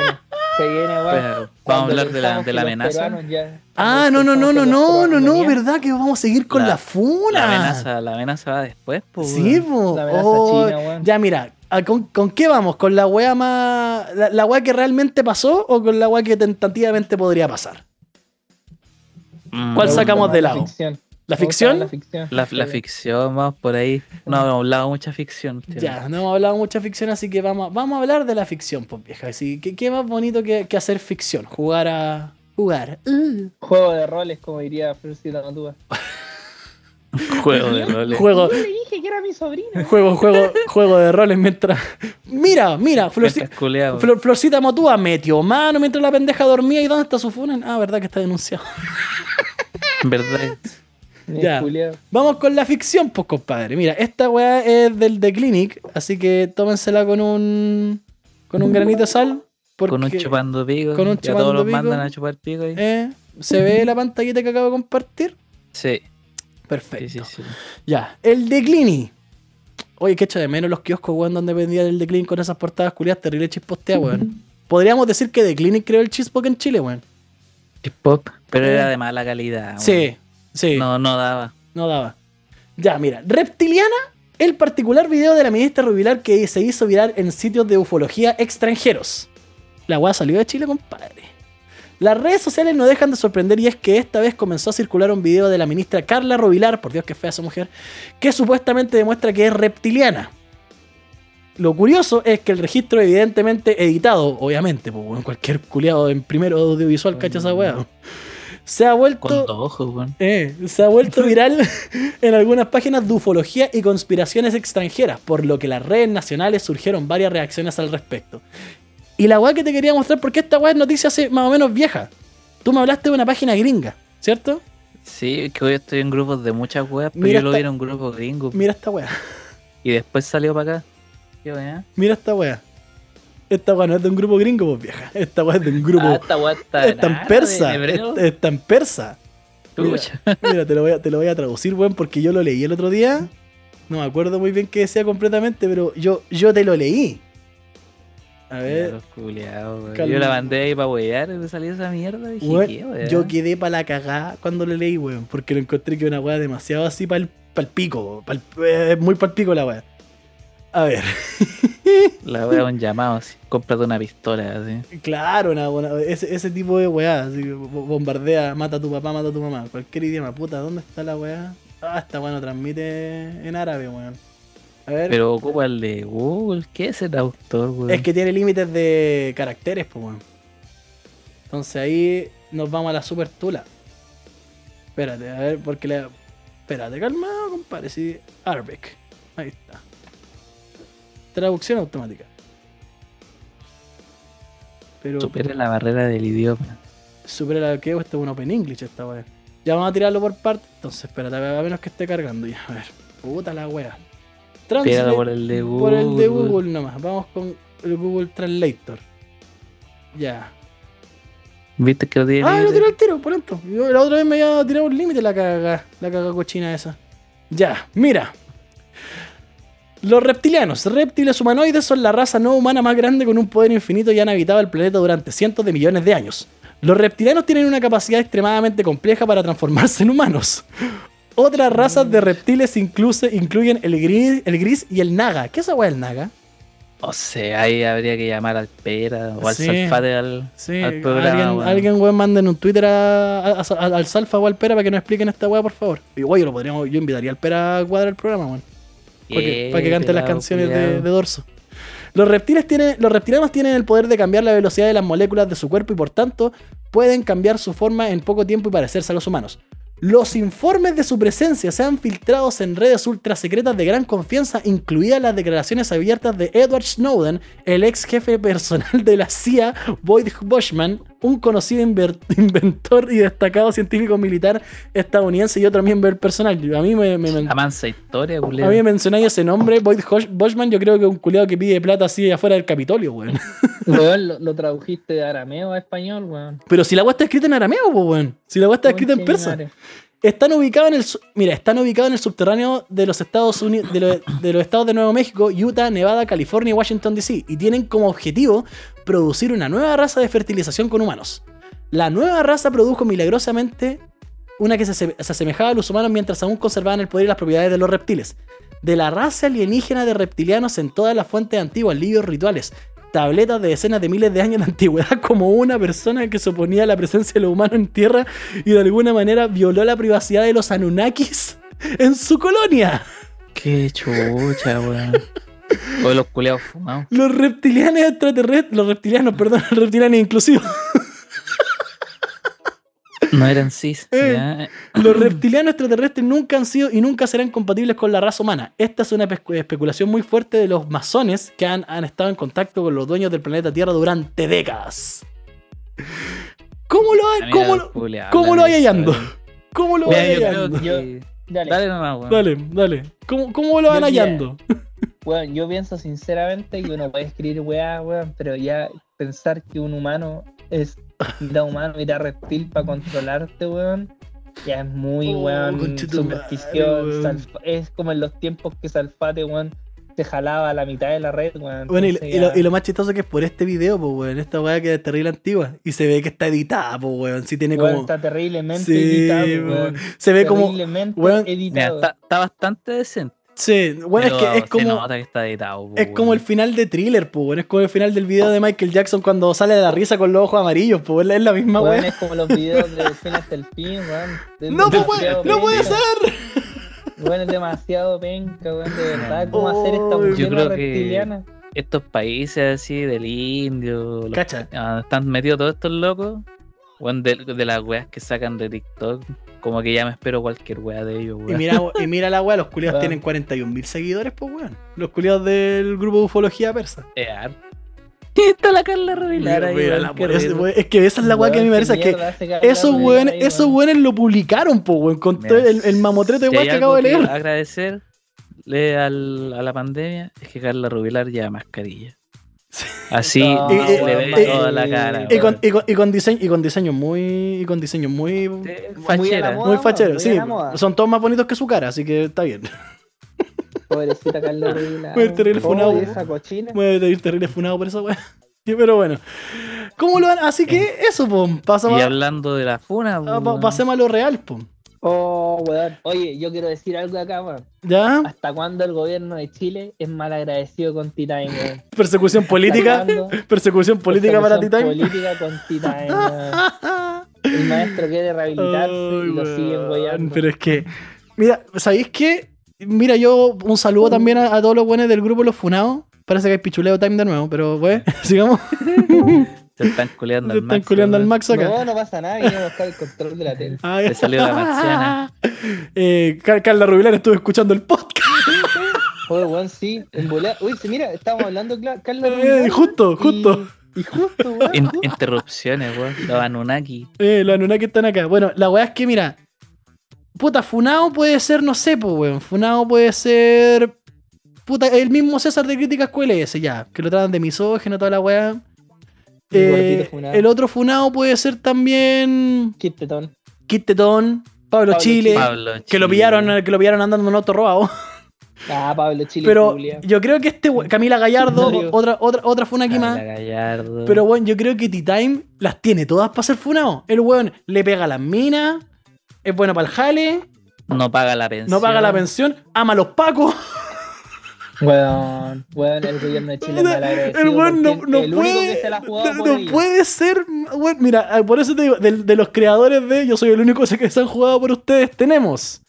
Se viene, weón. Pero Cuando vamos a hablar de la, pensamos de que la los amenaza. peruanos ya- Ah, no, no, cuando no, no, pensamos que los no, no, peruanos no, venían, ¿verdad? Que vamos a seguir con la, La- funa. La amenaza, la amenaza va después, pues. Sí, po. La amenaza Oh, china, weón. ya, mira, ¿a ¿con, con qué vamos? ¿Con la wea más. La, la wea que realmente pasó o con la wea que tentativamente podría pasar? ¿Cuál Me gusta sacamos más de la lado? ficción. ¿La Me gusta más La ficción? ficción. Mm, La, la Sí. ficción, vamos por ahí. No, hemos hablado mucha ficción. tío. Ya, no hemos hablado mucha ficción, así que vamos, vamos a hablar de la ficción, pues vieja. Así, ¿qué, ¿Qué más bonito que, que hacer ficción? Jugar a. Jugar. Uh. Juego de roles, como diría Florcita Matúa. Juego de roles. Juego, Yo le dije que era mi sobrino. juego, juego, juego de roles mientras. Mira, mira, Florci- Estás culeado. Flor- Florcita Motúa metió mano mientras la pendeja dormía. ¿Y dónde está su funen? Ah, verdad que está denunciado. En verdad. Ni Ya. culiao. Vamos con la ficción, pues, compadre. Mira, esta weá es del The Clinic, así que tómensela con un. con un granito de sal. Porque... Con un chupando pico. con un ya todos chupando los pico. mandan a chupar pico ahí. Eh, ¿Se ve la pantallita que acabo de compartir? Sí, Perfecto. sí, sí, sí. Ya, el Declini. Oye, que echo de menos los kioscos, weón, donde vendían el Declini con esas portadas culiadas terrible chispostea, weón. Podríamos decir que Declini creó el chispo en Chile, weón. Hip hop, pero era de mala calidad. weón. Eh, Sí, sí, no. No, no daba. daba. Ya, mira, Reptiliana, el particular video de la ministra Rubilar que se hizo viral en sitios de ufología extranjeros. La weá salió de Chile, compadre. Las redes sociales no dejan de sorprender y es que esta vez comenzó a circular un video de la ministra Carla Rubilar, por Dios que fea esa mujer, que supuestamente demuestra que es reptiliana. Lo curioso es que el registro evidentemente editado, obviamente, pues bueno, cualquier culiado en primero audiovisual cacha esa weá. Se ha vuelto... Mm. Con dos ojos, weón. Eh, se ha vuelto viral en algunas páginas de ufología y conspiraciones extranjeras, por lo que las redes nacionales surgieron varias reacciones al respecto. Y la weá que te quería mostrar, porque esta weá es noticia hace más o menos vieja. Tú me hablaste de una página gringa, ¿cierto? Sí, que hoy estoy en grupos de muchas weas, pero Mira yo lo esta- vi en un grupo gringo. Mira esta weá, Y después salió para acá. ¿Qué wea? mira esta weá. Esta weá no es de un grupo gringo, pues vieja. Esta weá es de un grupo. Ah, esta wea está. es tan árabe, persa. Este, en hebreo. Es, es tan persa. Chucha. Mira, te lo voy a, te lo voy a traducir, weón, porque yo lo leí el otro día. No me acuerdo muy bien qué decía completamente, pero yo, yo te lo leí. A ver. Los culiados, weón. Calma. Yo la mandé ahí para huear y me salió esa mierda. Dije, Weón, ¿qué, weón? yo quedé para la cagada cuando lo leí, weón, porque lo encontré que era una weá demasiado así para el pico, pa'l- eh, muy para pico la weá. A ver, La wea un llamado así. Cómprate una pistola así. claro, una, buena- ese, ese tipo de weá, así que bo- bombardea, mata a tu papá, mata a tu mamá, cualquier idioma, puta, ¿dónde está la weá? Ah, esta weá no transmite en árabe, weón. A ver, Pero ocupa el de Google, ¿qué es el autor, weón? es que tiene límites de caracteres, pues, weón. Entonces ahí nos vamos a la super tula. Espérate, a ver, porque la. Espérate, calmado, compadre. Sí, Arabic. Ahí está. Traducción automática. Pero. supera la barrera del idioma. Supera la que esto es un Open English esta weá. Ya vamos a tirarlo por parte. Entonces, espérate, a menos que esté cargando ya. A ver. Puta la wea. Pégalo Translate- por el de Google. por el de weón. Google nomás. Vamos con el Google Translator. Ya. ¿Viste que lo tiene? Ah, lo libre? tiré al tiro, por esto. Yo la otra vez me había tirado un límite la caga, la caga cochina esa. Ya, mira. Los reptilianos, reptiles humanoides, son la raza no humana más grande con un poder infinito y han habitado el planeta durante cientos de millones de años. Los reptilianos tienen una capacidad extremadamente compleja para transformarse en humanos. Otras razas de reptiles incluso incluyen el gris, el gris y el naga. ¿Qué es esa weá el naga? O sea, ahí habría que llamar al Pera o al Sí. Salfate al, Sí, al programa. alguien, weón. alguien, weón, manden un Twitter a- a- a- al Salfa o al Pera para que nos expliquen esta weá, por favor. Y weón, yo lo podríamos, yo invitaría al Pera a cuadrar el programa, weón. Para que, Eh, para que cante las pelado, canciones de, culiao. de Dorso. Los reptiles tienen, los reptilianos tienen el poder de cambiar la velocidad de las moléculas de su cuerpo y por tanto pueden cambiar su forma en poco tiempo y parecerse a los humanos. Los informes de su presencia se han filtrado en redes ultrasecretas de gran confianza, incluidas las declaraciones abiertas de Edward Snowden, el ex jefe personal de la CIA, Boyd Bushman, un conocido inver- inventor y destacado científico militar estadounidense y otro miembro del personal. A mí me, me, me- La mansa historia, a culero. mí me mencionáis ese nombre, Boyd Hosh- Boschman, yo creo que un culiado que pide plata así afuera del Capitolio, weón. Weón, lo, lo tradujiste de arameo a español, weón. Pero si la weá está escrita en arameo, po, weón. Si la weá está escrita en Conche persa. madre. Están ubicados en el su- mira, están ubicados en el subterráneo de los Estados Unidos, de, lo- de los estados de Nuevo México, Utah, Nevada, California y Washington DC y tienen como objetivo producir una nueva raza de fertilización con humanos. La nueva raza produjo milagrosamente una que se, ase- se asemejaba a los humanos mientras aún conservaban el poder y las propiedades de los reptiles. De la raza alienígena de reptilianos en todas las fuentes antiguas, libros rituales, tabletas de decenas de miles de años de antigüedad, como una persona que se oponía a la presencia de los humanos en tierra y de alguna manera violó la privacidad de los Anunnakis en su colonia. Qué chucha, weón. O los culeados fumados. Los reptilianos extraterrestres, los reptilianos, perdón, los reptilianos inclusivos. No eran cis. Eh. ya. Los reptilianos extraterrestres nunca han sido y nunca serán compatibles con la raza humana. Esta es una pescu- especulación muy fuerte de los masones que han, han estado en contacto con los dueños del planeta Tierra durante décadas. ¿Cómo lo, Mira, hay, cómo los lo- culeados, cómo la lo hay mierda, hallando? weón. ¿Cómo lo van Mira, yo creo hallando? que- Yo- Dale, Dale nomás, weón. Dale, dale. ¿Cómo, cómo lo van Yo- hallando? weón, yo pienso sinceramente que uno puede escribir weá, weón, pero ya pensar que un humano es mitad humano, mitad reptil para controlarte, weón, ya es muy, Oh, weón, conchetumare, superstición. weón. salf- Es como en los tiempos que Salfate, weón, te jalaba a la mitad de la red, weón. Bueno, y, entonces y lo, ya- y lo más chistoso que es por este video, pues, weón. Esta weá que es terrible antigua. Y se ve que está editada, pues, weón. Sí tiene weón, como. está terriblemente Sí, editado, weón. weón. Se ve como. Terriblemente weón, Mira, editado. está, está bastante decente. Sí, bueno, es pero que es se como. nota que está editado, po, Es como el weón. final de thriller, pues, weón. Es como el final del video de Michael Jackson cuando sale de la risa con los ojos amarillos, pues, es la misma Weón, weá. es como los videos de fin hasta el fin, weón. Es No, pues, demasiado weón, no puede penca. ser. Bueno, es demasiado penca, weón, de verdad. ¿Cómo hacer esta Yo bullena creo que- reptiliana? Estos países así del indio, los- Cacha. a donde ah, están metidos todos estos locos, weón, de, de las weas que sacan de TikTok, como que ya me espero cualquier wea de ellos, Y weón. mira, y mira la weá, los culiados Weón. tienen 41.000 seguidores, pues, weón. Los culiados del grupo de ufología persa. Es harto. Y está la Carla Revilar Mira, ahí, mira weón, la qué weá, ese, risa. weón. Es que esa es la weá que a mí me parece que. Esos weón, weones, esos weones lo publicaron, pues, weón, con Mira, todo el, el mamotreto de si weá hay que acabo algo de leer. Agradecerle al- a la pandemia es que Carla Rubilar lleva mascarilla. Así No, Y- se y- le ve y- toda y- la cara. Y con, weón. y, con, y con diseño, y con diseño muy. Y con diseño muy. Eh, Muy a la Fachera. moda. Muy fachero, muy sí. a la moda. Son todos más bonitos que su cara, así que está bien. Pobrecita Carla Rubilar. Voy a tener el Pobre funado. esa cochina. Voy a ir terrible funado por esa weá. Sí, Pero bueno. ¿Cómo lo van? Así que Eh. eso, pum. Y Pasamos, a- hablando de la funa, a- weón. Ah, pa- pasemos a lo real, pum. Oh, weón. Oye, yo quiero decir algo acá, weón. ¿Ya? ¿Hasta cuándo el gobierno de Chile es malagradecido con T-Time, weón? Persecución política. ¿Hasta cuándo? Persecución política para Titán. Persecución Política con T-Time, weón. El maestro quiere rehabilitarse Ay, y lo weón, siguen weyando. Pero es que, mira, ¿sabéis qué? Mira, yo un saludo también a, a todos los buenos del grupo Los Funados. Parece que hay pichuleo time de nuevo, pero bueno, sigamos. Se están culeando Se al están Max, culeando al weón. Max acá. No, no pasa nada, yo no buscar el control de la tele. Ah, Le salió la marciana. eh, Car- Carla Rubilar estuvo escuchando el podcast. Joder, weón, sí, en volea. Uy, sí, mira, estábamos hablando, cla- Carlos. Eh, Rubilar, justo, y- justo. Y, justo, weón. In- justo. interrupciones, weón. Los Anunnaki. Eh, los Anunnaki están acá. Bueno, la weá es que, mira. Puta, Funao puede ser, no sé, pues, weón. Funao puede ser. Puta, el mismo César de Críticas QLS, ya. Que lo tratan de misógino, toda la weá. Y Eh, gordito funado. el otro Funao puede ser también. Qué tetón. Kit Tetón, Pablo, Pablo Chile. Chile. Pablo. Que lo Chile. pillaron, que lo pillaron andando en un auto robado. Ah, Pablo Chile. Pero Julia. yo creo que este we- Camila Gallardo, No, digo. otra, otra, otra funa aquí Carla más. Gallardo. Pero bueno, yo creo que T-Time las tiene todas para ser funado. El weón le pega a las minas, es bueno para el jale, no paga la pensión. no paga la pensión, ama a los pacos. Weón, weón, el gobierno de Chile es malagradecido. el weón no, porque no el único que puede. se la ha jugado No, por no ellos. puede ser. weón, mira, eh, por eso te digo, del- de, los creadores de Yo soy el único que se han jugado por ustedes, tenemos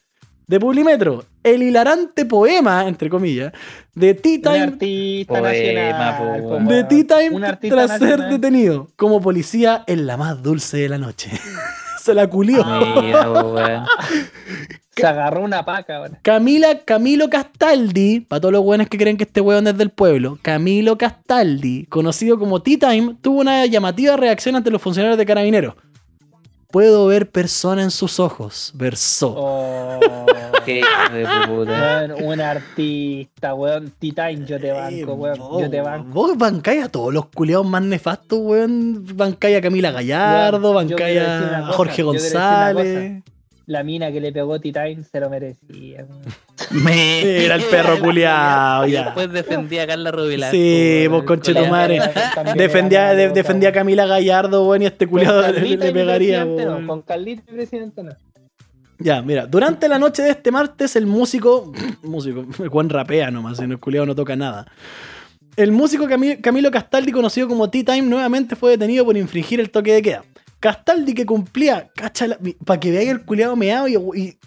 de Publimetro el hilarante poema, entre comillas, de Un T-Time artista Poema, po, nacional. weón. de Tea Un Time artista tras ser nacional. detenido como policía en la más dulce de la noche. Se la culió. Mira, weón. Se agarró una paca, weón. Camila, Camilo Castaldi, para todos los buenos que creen que este weón es del pueblo, Camilo Castaldi, conocido como Tea Time, tuvo una llamativa reacción ante los funcionarios de carabineros. Puedo ver persona en sus ojos, versó. Oh, Qué hijo de puta. weón, un artista, weón. Titan, Eh, yo te banco, weón. Yo te banco. Eh, Vos bancáis a todos los culiados más nefastos, weón. Bancáis a Camila Gallardo, Weón, yo bancáis quiero decir una a cosa, Jorge yo quiero decir una González. La mina que le pegó Titan se lo merecía, weón. Era Mira, el perro culiao, ya. Después defendía a Carla Rubilar. Sí, po, vos weón. conchetumare. También Defendía, era de- loca, defendía a weón. Camila Gallardo, weón, y a este culiado Con le, le Carlita y pegaría, presidente no, weón. Con Carlita y presidente no. Ya, mira, durante la noche de este martes, el músico. Músico, Juan rapea nomás, si no el culiado no toca nada. El músico Cami- Camilo Castaldi, conocido como Tea Time, nuevamente fue detenido por infringir el toque de queda. Castaldi que cumplía, cacha, para que veáis el culiado meado y, y-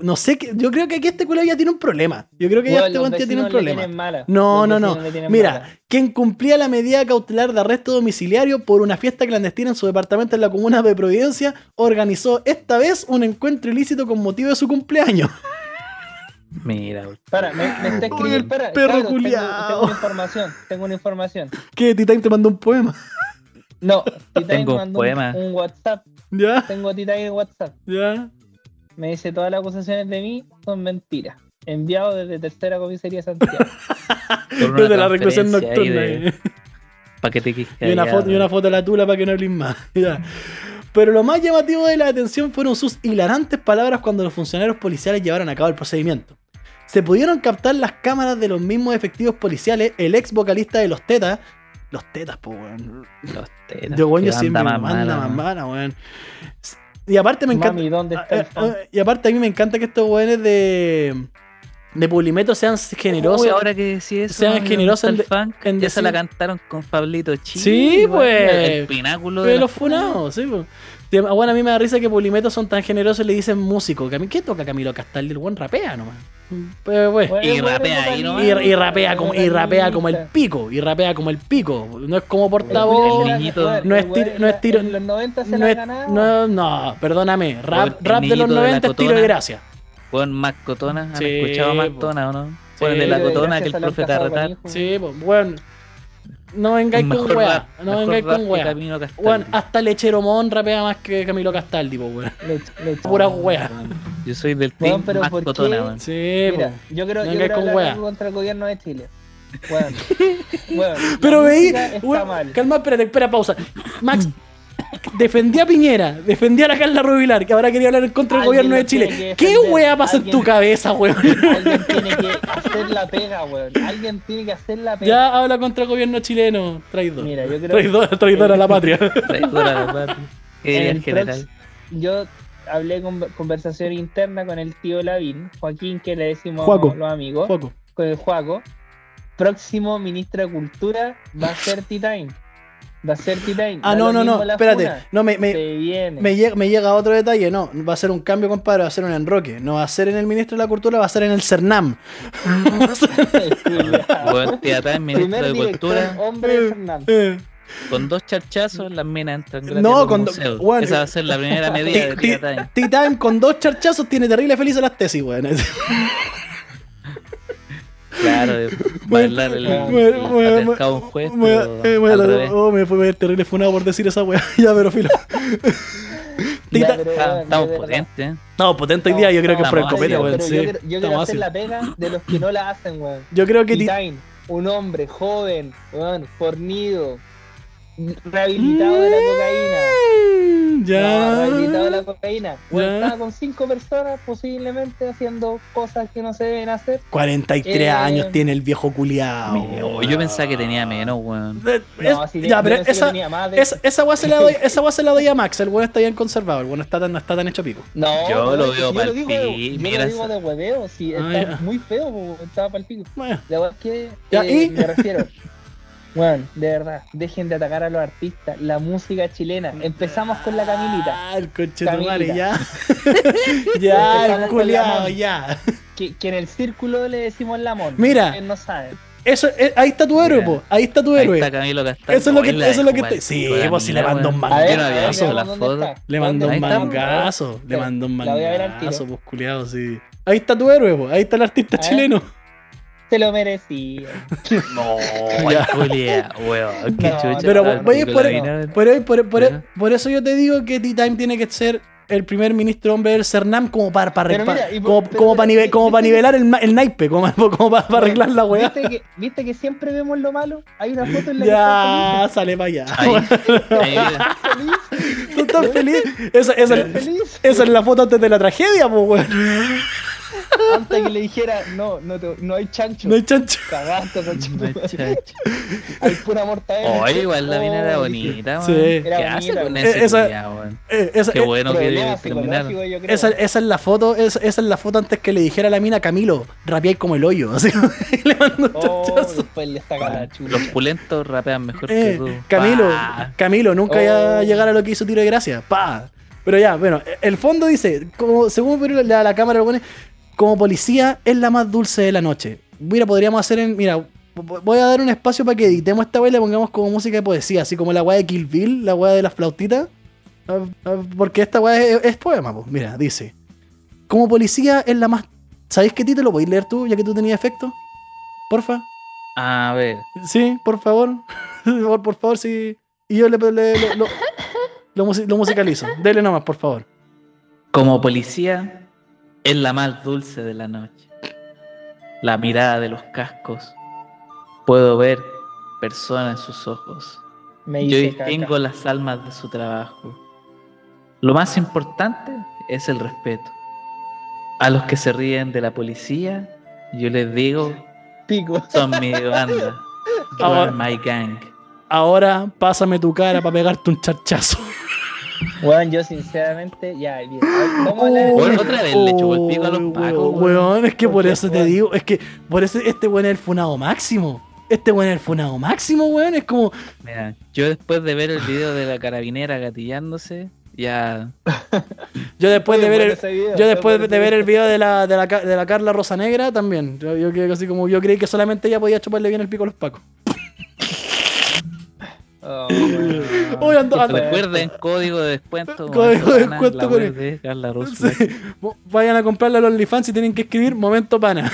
No sé, qué- yo creo que aquí este culiado ya tiene un problema. Yo creo que ya Weón, este los weón ya tiene vecinos un le problema. tienen mala. No, Los no, no. vecinos le tienen Mira, mala. quien cumplía la medida cautelar de arresto domiciliario por una fiesta clandestina en su departamento en la comuna de Providencia, organizó esta vez un encuentro ilícito con motivo de su cumpleaños. Mira, weón. Para, me, me está Uy, el escribiendo. Para, perro cabros, tengo, culiao. tengo una información. Tengo una información. Que T-Time te mandó un poema. No, Titan Tengo un mandó poema. Un, WhatsApp. ¿Ya? Tengo a Titan en WhatsApp. ¿Ya? Me dice: Todas las acusaciones de mí son mentiras. Enviado desde Tercera Comisaría de Santiago. Por una Desde la reclusión transferencia ahí nocturna. de- eh. Pa' que te Y una, foto, y una foto de la tula para que no hables más. Ya. Pero lo más llamativo de la detención fueron sus hilarantes palabras cuando los funcionarios policiales llevaron a cabo el procedimiento. Se pudieron captar las cámaras de los mismos efectivos policiales, el ex vocalista de Los Tetas. Los Tetas, po, weón. Los tetas, Yo, weón, qué yo siempre banda me más manda mala, más weón. mala, weón. Y aparte me encanta. Mami, ¿dónde está el Ah, ah, eh, fan? ah, y aparte a mí me encanta que estos weones de. de Publimetro sean generosos. Uy, ahora que decís eso, Sean me generosos gusta en el de- funk. en ya se la decir- cantaron con Pablito Chile. Sí, weón, pues. El pináculo de de los la- funados, sí, po. Sí, Bueno, a mí me da risa que Pulimeto son tan generosos y le dicen músico. que a mí- ¿Qué toca Camilo Castaldi? El buen rapea nomás. Pero, pues, Weón, Y weón, rapea es ahí, ¿no? y, vocalista, y rapea como, y es rapea como el vocalista. pico. Y rapea como el pico. No es como El portavoz. niño- niñito. No es tiro- no es tiro- En los 90 se No, la es- ganaba. no, no, perdóname. Rap, El rap de los niñito de la 90 es tiro de cotona. gracia. Weón, más cotona. ¿Han Sí, escuchado más po. cotona o no? Sí. Weón, de la Yo Pero cotona gracias que el a la profe casado con Tarratar. hijo. Sí, pues, bueno. No vengáis con Mejor weá. rap, No mejor vengáis rap con que weá. ah. Camilo Castaldi. Bueno, hasta Lechero Mon rapea más que Camilo Castaldi, pues, weón. Le- le- Pura weá. Yo soy del Weón, team pero más ¿por qué? cotona, weón. Sí, Mira, po. No yo creo yo vengáis quiero con hablar wea. algo contra el gobierno de Chile. Weón. Weón, la Pero veí, música está weón, mal. calma, espérate, espera, pausa. Max, defendí a Piñera, defendí a la Carla Rubilar, que ahora quería hablar en contra del Alguien gobierno lo de Chile. tiene que ¿Qué defender, wea pasa en tu alguien. cabeza, weón? Alguien tiene que hacer la pega, weón. Alguien tiene que hacer la pega. Ya habla contra el gobierno chileno, traidor. Mira, yo creo Traidor, traidor a la patria. Traidora, papá. ¿Qué diría En el el general? yo hablé con conversación interna con el tío Lavín, Joaquín, que le decimos Juaco. los amigos, Poco. con el Juaco. Próximo ministro de Cultura va a ser T-Time. Va a ser T-Time. Ah, Da no, lo no, mismo no, la espérate. funa. No, me, me, Se viene. me llega, me llega otro detalle, no. Va a ser un cambio, compadre, va a ser un enroque. No va a ser en el ministro de la Cultura, va a ser en el CERNAM. Bueno, tía Tan, ministro Primer de director, Cultura, hombre de Fernández. Eh, con dos charchazos las minas entran gratis No, a los con do- museos. bueno, Esa va a ser la primera medida de Ti- tía Tan. Tea Time con dos charchazos tiene terrible feliz las tesis, weón. Claro, de bailar el, Bueno, el Bueno, bueno, patriarcado un juez, me- pero eh, bueno, al revés. oh, me fue me- terrible funado por decir esa weá. ya, pero filo. Tea Ya, Time- pero, Está- weón, Ah, Estamos de verdad. potentes. ¿eh? No, potente idea, yo creo que es por el Estamos copete, ácidos, weón. Pero sí. yo quiero, yo quiero Estamos hacer ácidos. la pega de los que no la hacen, weón. Yo creo que. Tea- Titain, un hombre joven, weón, fornido, rehabilitado de la cocaína. Mm, No, rehabilitado de Ya. la cocaína. Weón, Ya. estaba con cinco personas posiblemente haciendo cosas que no se deben hacer. 43 Eh, años tiene el viejo culiao. Oh, yo pensaba que tenía menos, weón. Eh, No, es- así ya, pero esa, tenía más de... esa, esa weá se la doy, esa weá se la doy a Max, el weón está bien conservado, el weón está tan, no está tan hecho pico. No, Yo weón, lo es que veo si pa'l digo, pi, de- yo mira lo digo esa- de hueveo, sí, Ah, está ya. muy feo, weón, estaba para el pico. Bueno, La verdad es que Ya, eh, ¿y? me refiero. Bueno, de verdad, dejen de atacar a los artistas, la música chilena. Empezamos con la Camilita. Ah, el coche de tu Camilita. madre, ya. ya, el Empezamos con la culiao, mami. ya. Que, que en el círculo le decimos la mon. Mira. Él no sabe. Eso, eh, ahí está tu héroe, Mira. po. Ahí está tu Ahí héroe. está Camilo Castaño. Eso es lo que- Ahí la eso es lo que dejó te- mal, Sí, weón, pues, si le mira, mando un weón. mangazo. Ah, Yo no había A ver, visto eso, la ¿dónde foto. está? Le mandó un ¿Dónde está? mangazo, le Ya, mandó un la voy a ver al mangazo, tiro. pues culiao, sí. Ahí está tu héroe, po. Ahí está el artista A ver. chileno. Se lo merecía. No, Ya. ya. Julia, weón, qué No, chucha. Pero Ahora voy a Nicolás por, Vidal. por, hoy- por, por- Mira. por eso yo te digo que T-Time tiene que ser el primer ministro hombre del CERNAM como para para Pero arreglar- mira, y por- como, pero como mira, para nive- ¿viste- como para viste- nivelar el, ma- el naipe, como, como para, para arreglar la weá. ¿Viste que, ¿Viste que siempre vemos lo malo? Hay una foto en la Ya, sale para allá. Ahí, ahí, que está feliz. Tú estás feliz. Esa, esa- Feliz, feliz. esa es la foto antes de la tragedia, pues weón. Antes que le dijera, no, no, te- no hay chancho. No hay chancho. Cagaste, chancho. muchacho. Hay pura mortadela. Oye, igual la mina era Oh, bonita, Sí. weón. ¿Qué Era hace bonita. con Eh, ese esa- culiao, weón? Eh, esa, Qué eh, bueno Problema que terminaron. psicológico, yo creo. Esa, esa es la foto, esa, esa es la foto antes que le dijera a la mina Camilo, rapeáis como el hoyo. Así, le mando un Oh, chanchazo. después le saca la chula. Los pulentos rapean mejor Eh, que tú. Camilo, Pa. Camilo, nunca ya Oh. llegar a lo que hizo Tiro de Gracia. Pa. Pero ya, bueno, el fondo dice, como según pero la, la cámara lo pone, como policía es la más dulce de la noche. Mira, podríamos hacer en. Mira, vo- voy a dar un espacio para que editemos esta weá y le pongamos como música de poesía, así como la weá de Kill Bill, la weá de las flautitas. Ah, ah, Porque esta weá es, es poema, pues. Mira, dice. Como policía es la más. ¿Sabéis qué título? ¿Podéis leer tú, ya que tú tenías efecto? Porfa. A ver, Sí, por favor. por, por favor, sí. Y yo le, le- lo, lo- lo musi- lo musicalizo. Dele nomás, por favor. como policía, es la más dulce de la noche. La mirada de los cascos. Puedo ver personas en sus ojos. Me Yo hice caca. distingo las almas de su trabajo. Lo más importante es el respeto. A los que se ríen de la policía, yo les digo, Pico. son mi banda. You Ahora- are my gang. Ahora, pásame tu cara para pegarte un charchazo. Weón, yo sinceramente, ya, bien. Vamos a hablar. Bueno, otra vez le chupó el pico a los Uy, pacos, weón, weón. Oh, weón, es que por Porque, eso te weón. digo, es que por eso este weón es el funado máximo. Este weón es el funado máximo, weón. Es como, Mira, yo después de ver el video de la carabinera gatillándose, ya yo después Oye, de ver bueno el, ese video, yo fue después bueno de ese ver el video. video de la, de la, Ca- de la Carla Rosanegra también. Yo, yo creo que así como yo creí que solamente ella podía chuparle bien el pico a los pacos. Oh, weón. Uy, ando- ando- recuerden código de descuento. Código de momento pana, descuento la con web el- de Carla Russo. Sí. Vo- Vayan a comprarle a los OnlyFans y tienen que escribir momento pana.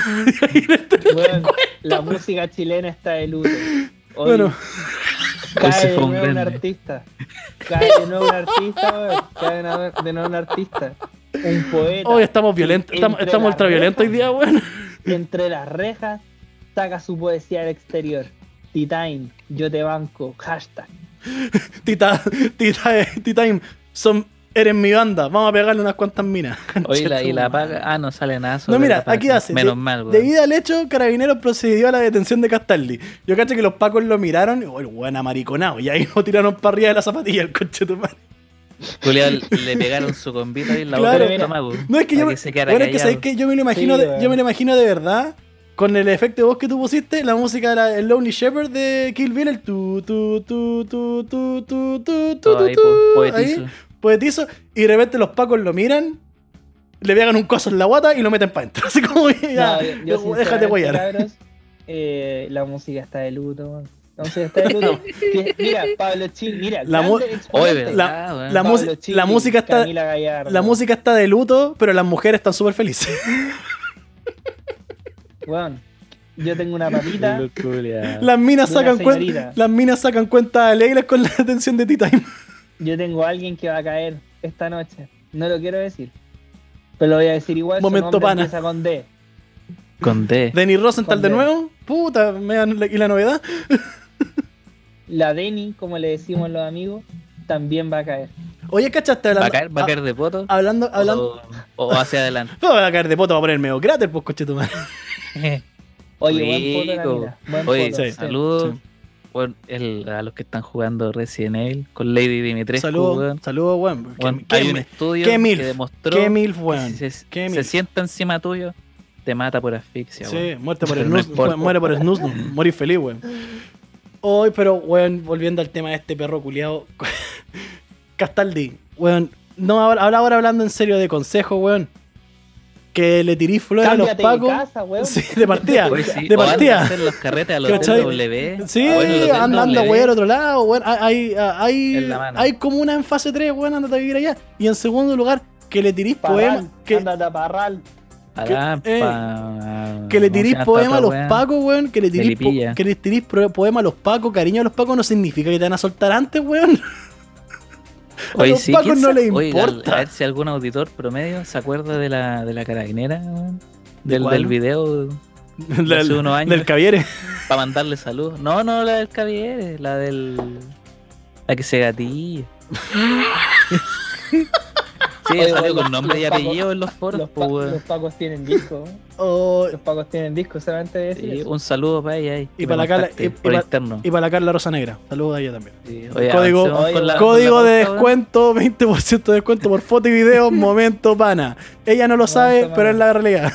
Weón, la música chilena está de luto. Hoy bueno, cae hoy se de fue un nuevo un grande. artista. Cae de nuevo un artista, weón. Cae de nuevo- de nuevo un artista. Un poeta. hoy estamos violentos, estamos, Entre estamos las ultraviolentos hoy día, weón. Entre las rejas, saca su poesía al exterior. T-Time, yo te banco. Hashtag. Tita, tita, T-Time, son, eres mi banda, vamos a pegarle unas cuantas minas. Oye, la, y la Conchetumare. paga. Ah, no sale nada. sobre No, mira, la paga. aquí hace. Menos de- mal, weón. Debido al hecho, Carabineros procedió a la detención de Castaldi. Yo cacho que los pacos lo miraron y, bueno, buena mariconao. Y ahí lo tiraron para arriba de la zapatilla el coche tu madre. Julián, le pegaron su combita y en la Claro. boca del Mira, estómago. No es que para yo. me- se quedara bueno, es que callado. sabéis que yo me lo imagino, Sí, de, weón. yo me lo imagino de verdad. Con el efecto de voz que tú pusiste, la música de la- el Lonely Shepherd de Kill Bill, el tu tu tu tu tu tu tu tu Todo tu ahí, po- tu, poetizo. ahí, poetizo, y de repente los pacos lo miran, le pegan un coso en la guata y lo meten para adentro. Así como ya, No, yo- yo déjate sinceramente, guayar. cabros, eh, la música está de luto, weón. La música está de luto. Que- mira, Pablo Chin, mira. La mu- grande Oye, exponente. ¿verdad, weón? la Pablo música- Chin, la música está- Camila Gallardo. La música está de luto, pero las mujeres están súper felices. Weón, yo tengo una papita. Ah. Las minas Buena sacan cuenta. señorita. Las minas sacan cuentas alegres con la detención de T-Time. Yo tengo a alguien que va a caer esta noche. No lo quiero decir. Pero lo voy a decir igual. su Momento nombre pana. Empieza con D. Con D. Denis Rosenthal de Con D. nuevo. Puta, mea- y la novedad. La Deni, como le decimos los amigos, también va a caer. Oye, ¿cachaste? ¿Va a Hablando, caer, va a ha- caer de poto? hablando, Ah, hablando. O, o hacia adelante. No, va a caer de poto, va a poner medio cráter, pues coche tu madre. Oye, buen Rico. foto la mina, buen Oye, foto, sí. saludos Sí. bueno, el- a los que están jugando Resident Evil con Lady Dimitrescu. Saludos, pues, weón. saludos, weón. Weón, Qué- hay un Qué, estudio qué milf, que demostró qué mil, que weón. si se, qué se mil. sienta encima tuyo, te mata por asfixia. weón. Sí, muerte por Pero el no snus, importa. weón, muere por snus, no, morir feliz, weón. Hoy, pero, weón, volviendo al tema de este perro culiado, Castaldi, weón, no, ahora, ahora- ahora hablando en serio de consejo, weón, que le tirís flores a los Cámbiate de pacos. casa, weón. Sí, de partida. Oye, sí, De o anda a partida. hacer los carretes a los ¿Cachai? W. Ah, Sí, anda, anda, weón, al otro lado, weón. Ah, Hay, hay, hay, ¿eh? En La Habana. hay comuna en fase 3, weón, andate a vivir allá. Y en segundo lugar, que le tirís poemas. Parral, Que, ándate a Parral. Ah, que- Eh, Que le tirís poema a los pacos, weón. Que le tirís, po- Melipilla. que le tirís pro- poema a los pacos, cariño a los pacos, no significa que te van a soltar antes, weón. A los pacos no les importa. a ver si algún auditor promedio se acuerda de la, de la carabinera, weón. Del, cuál? del video Del- hace unos años. Del caviere. para mandarle salud. No, no, la del Cavieres, la del. La que se gatilla. sí, Oye, salió weón, con nombre y los apellido en los foros, Los, po, pa- weón. los pacos tienen disco. ¿eh? Oh, Los pacos tienen disco, solamente de decir Sí, eso. un saludo para ella ahí. para la Carla- y- y por para- interno. y para la Carla Rosa Negra. Saludos a ella también. Sí, oye, código- avancemos con la- Código con la de pauta, descuento, 20% de descuento por foto y video, momento pana. Ella no lo sabe, Momento pero pana. es la realidad.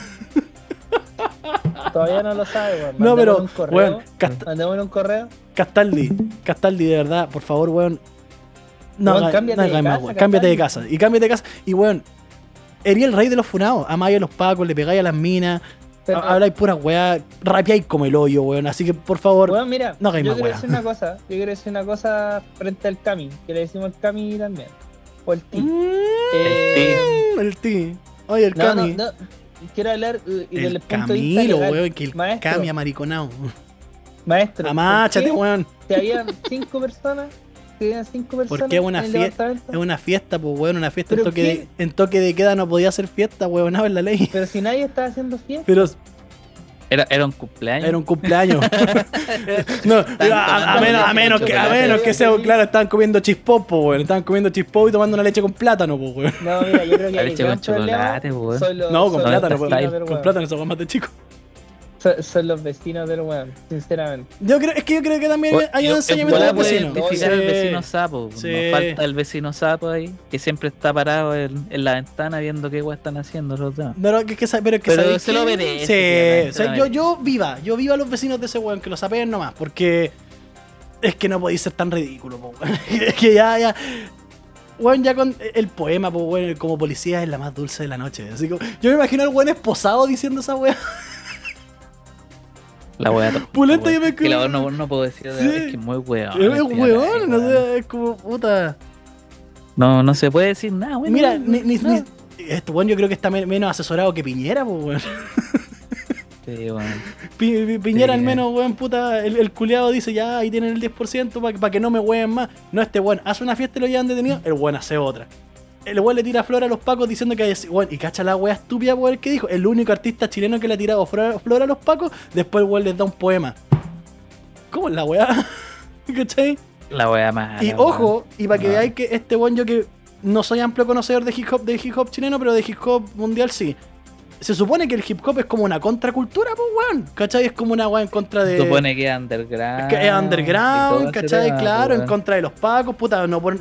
Todavía no lo sabe, weón. No, Mandémosle pero, un correo. weón, Cast- Mandémosle un correo. Castaldi, Castaldi, de verdad, por favor, weón. No, Weón, haga- cámbiate no de haga más, casa, weón. Cámbiate de Castaldi. casa. Y cámbiate de casa. Y weón, erí el rey de los funados. Amáis a los pacos, le pegáis a las minas, Pero- ha- habláis puras weá, rapeáis como el hoyo, weón. Así que por favor, Weón, mira, No hagáis yo más quiero weá. decir una cosa. Yo quiero decir una cosa frente al Cami, que le decimos el Cami también. O el Ti. Mm, Eh, el ti. Oye, el no, no, Cami. no. Quiero hablar eh, y del El punto de vista Camilo, legal. weón, que el Maestro. Cami amariconao. Maestro, ¿por Amáchate, qué weón. Que habían cinco personas. Que habían cinco personas. Porque es una en el fie- departamento? Es una fiesta, pues, weón, una fiesta en ¿Pero toque, de, en toque de queda no podía ser fiesta, weón, en la ley. Pero si nadie estaba haciendo fiesta. Pero weón. Era, era un cumpleaños. era un cumpleaños. no, a, a menos, a, menos que, a menos que sea, claro, estaban comiendo chispop, po, weón. Estaban comiendo chispop y tomando una leche con plátano, pues, weón. No, mira, yo creo que. La el leche con gran problema chocolate, weón. son los- No, con son los plátano, no, po, vecinos style, del Con weón. plátano, son más de chico. Son, son los vecinos del weón, sinceramente. Yo creo, es que yo creo que también Oye, hay un yo- enseñamiento yo del puedo vecino. identificar al Sí. vecino sapo. Sí. Nos falta el vecino sapo ahí, que siempre está parado en, en la ventana viendo qué weón están haciendo los demás. No, no, que, que sa- pero es que Pero sabéis se lo que- merece, Sí, tío, o sea, se lo yo, merece. yo viva, yo viva a los vecinos de ese weón, que lo sapeen nomás, porque es que no podéis ser tan ridículo, po, weón. Es que ya, ya. Weón, ya con el poema, po, weón, como policía es la más dulce de la noche. Así que yo me imagino al weón esposado diciendo esa weá. La wea tonta, Pulenta, weón. yo me Es Que la acuerdo. wea no, no puedo decir, Sí. es que es muy weón. es al final, ay, weón, no weón. sé, es como puta. No, no se puede decir nada, weón. Mira, no, ni, ni, no. ni- este weón yo creo que está men- menos asesorado que Piñera, po, weón. Sí, weón. Pi- Pi- Piñera Sí. al menos, weón, puta, el, el culiado dice, ya, ahí tienen el 10% para que no me hueven más. No, este weón hace una fiesta y lo llevan detenido, el weón hace otra. El weón le tira flor a los pacos diciendo que hay... Weón, y cacha la wea estúpida, weón, que dijo. El único artista chileno que le ha tirado flor, flor a los pacos, después el weón les da un poema. ¿Cómo es la weá? ¿Cachai? La wea más. Y ojo, y para que veáis que este weón, yo que no soy amplio conocedor de hip hop, de hip hop chileno, pero de hip hop mundial sí. Se supone que el hip hop es como una contracultura, pues weón. ¿Cachai? Es como una weón en contra de. Supone que eh, es underground. que es ah, y underground, todo ese ¿cachai? tema, claro, pues, en contra de los pacos, puta, no por.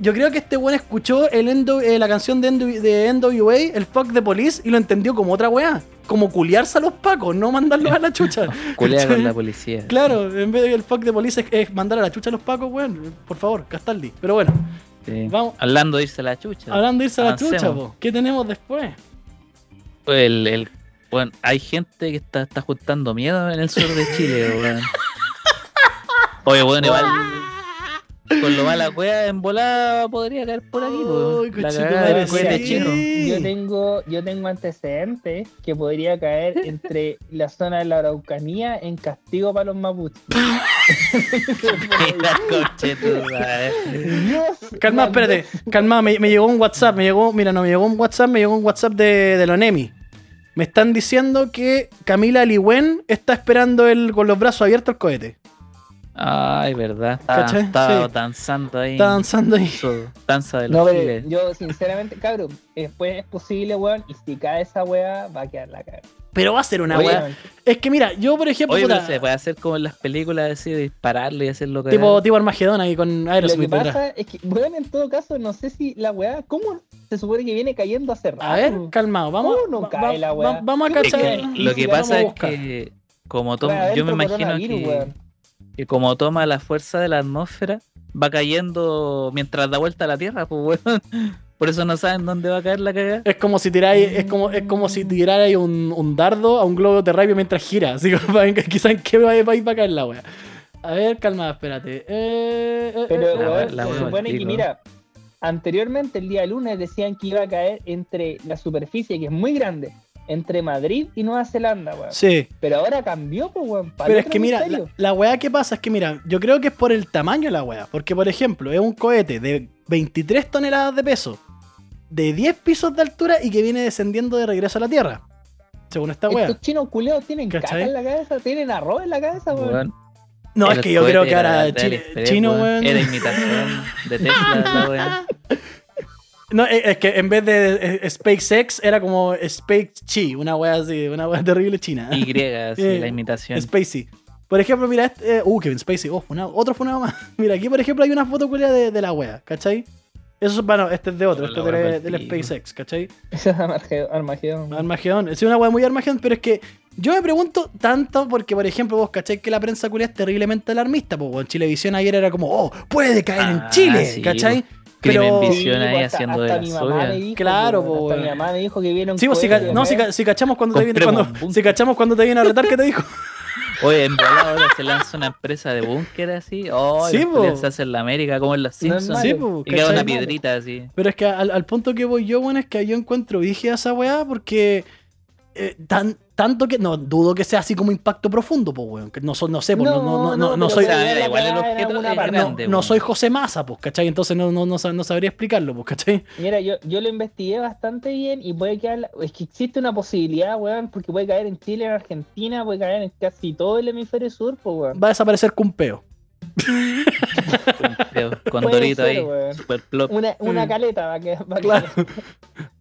Yo creo que este weón escuchó el NW eh, la canción de, NW de NWA, el fuck the police, y lo entendió como otra weá. Como culiarse a los pacos, no mandarlos a la chucha. Culea con ¿cachai? la policía. Claro, en vez de el fuck the police es, es mandar a la chucha a los pacos, weón. Por favor, Castaldi. Pero bueno, Sí. Vamos. Hablando de irse a la chucha. hablando de irse a la Avancemos. chucha, po, ¿qué tenemos después? El, el- bueno, hay gente que está, está juntando miedo en el sur de Chile, weón. Oye, bueno, igual. Con lo mala wea en volada podría caer por aquí, Uy, weón. La cochito cagada madre, de cohete sí. chino. Yo tengo, yo tengo antecedentes que podría caer entre la zona de la Araucanía en castigo para los mapuches. Mira, conchetumare. Dios, Calma, maldito. espérate, calma, me, me llegó un WhatsApp, me llegó, mira, no, me llegó un WhatsApp, me llegó un WhatsApp de, de Lonemi. Me están diciendo que Camila Liwen está esperando el, con los brazos abiertos el cohete. Ay, verdad. Estaba, ¿Cachai? estaba Sí. danzando ahí. Está danzando ahí. Su danza de los No, pero giles. yo sinceramente, cabrón, después es posible, weón, y si cae esa weá, va a quedar la cara. Pero va a ser una Oye, weá. Es que mira, yo por ejemplo, Oye, pero puta, se puede hacer como en las películas, así, de dispararle y hacerlo caer. tipo, tipo Armagedón ahí con Lo que Aerosmith detrás. pasa es que, weón, en todo caso, no sé si la weá, ¿cómo se supone que viene cayendo hace rato? A ver, calmado, vamos, no va- cae uh, la va- weá? va- vamos a Es que Es cachar. que lo que ya vamos a pasa es buscar. que como Weón, toma, yo me adentro imagino coronavirus, que, weón. que como toma la fuerza de la atmósfera, va cayendo mientras da vuelta a la Tierra, pues weón. Por eso no saben dónde va a caer la cagada. Es como si tiráis, es como, es como si tiráis un, un dardo a un globo terráqueo mientras gira. Así como para ver quizás en qué va va a ir para acá la wea. A ver, calma, espérate. Eh, eh, Pero, eh, La weón, la se weá supone que, maldito. mira, anteriormente, el día lunes, decían que iba a caer entre la superficie, que es muy grande, entre Madrid y Nueva Zelanda, weón. Sí. Pero ahora cambió, pues, weón. para Pero es otro que mira, la, hemisferio. la weá que pasa es que mira, yo creo que es por el tamaño de la weá. Porque, por ejemplo, es un cohete de 23 toneladas de peso, de 10 pisos de altura y que viene descendiendo de regreso a la Tierra. Según esta Estos weá. chinos culeos tienen caca ¿Cachai? en la cabeza, tienen arroz en la cabeza, weón. Weón, No, el es que yo creo cohete que era ahora de Chile- AliExpress, chino, weón. pues, Era imitación de Tesla, la weón. No, es es que en vez de eh, SpaceX era como Space Chi, una wea así, una wea terrible china. Y, así, Eh, la imitación. Spacey. Por ejemplo, mira, este, eh, uh, Kevin Spacey, oh, funado, otro funado más. Mira, aquí por ejemplo hay una foto culia de, de la wea, ¿cachai? Eso, es- bueno, este es de otro, Hola, este es de- wea, del maldito. SpaceX, ¿cachai? Eso es Armagedón. Armagedón. Armagedón, es una wea muy Armagedón, pero es que yo me pregunto tanto porque, por ejemplo, vos, ¿cachai? Que la prensa culia es terriblemente alarmista, pues en Chilevisión ayer era como, oh, puede caer en Ah, Chile, sí, ¿cachai? Crimen Pero... visión. visión ahí hasta- haciendo hasta de mi la mamá suya. le dijo, Claro, weón, po, hasta mi weón. mamá me dijo que vieron Sí, pues, si, ca- cohetes, no, si, weón. ca- si cachamos cuando te viene, Compremos cuando, un búnker. si cachamos cuando te viene a retar, ¿qué te dijo? Oye, en volada ahora se lanza una empresa de búnker así. Oh, Sí, sí, po. se hace en la América, como en los No es Simpsons. malo. Sí, pues, y queda una ¿cachai? piedrita así. Pero es que al, al punto que voy yo, bueno, es que yo encuentro vigía esa weá porque eh, tan, tanto que. No, dudo que sea así como impacto profundo, pues weón. que No, so- no sé, pues, no, no, no, no, pero soy. O sea, weón, era la igual el weá era objeto, una era par- no- grande. no, weón. soy José Massa, pues, ¿cachai? Entonces no, no, no, sab- no sabría explicarlo, pues, ¿cachai? Mira, yo, yo lo investigué bastante bien y puede quedar. la- Es que existe una posibilidad, weón, porque puede caer en Chile, en Argentina, puede caer en casi todo el hemisferio sur, pues, weón. Va a desaparecer Cumpeo. Pero Con Puede Dorito ser, ahí. weón. Super plop. Una, una Mm. caleta va a quedar. va a Claro. quedar.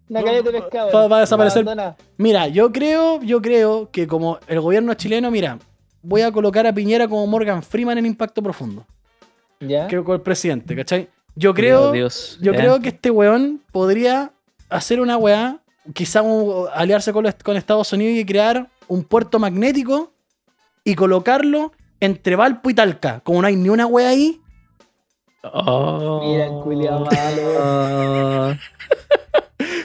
Una caleta de pescado. Va- va a desaparecer. abandonada. Mira, yo creo, yo creo que como el gobierno chileno, mira, voy a colocar a Piñera como Morgan Freeman en impacto profundo. ¿Ya? Creo que el presidente, ¿cachai? Yo creo. Dios, Yo ¿eh? creo que este weón podría hacer una weá, quizá un- aliarse con, los- con Estados Unidos y crear un puerto magnético y colocarlo entre Valpo y Talca. Como no hay ni una weá ahí, Oh. Mira el culiao Ah. malo.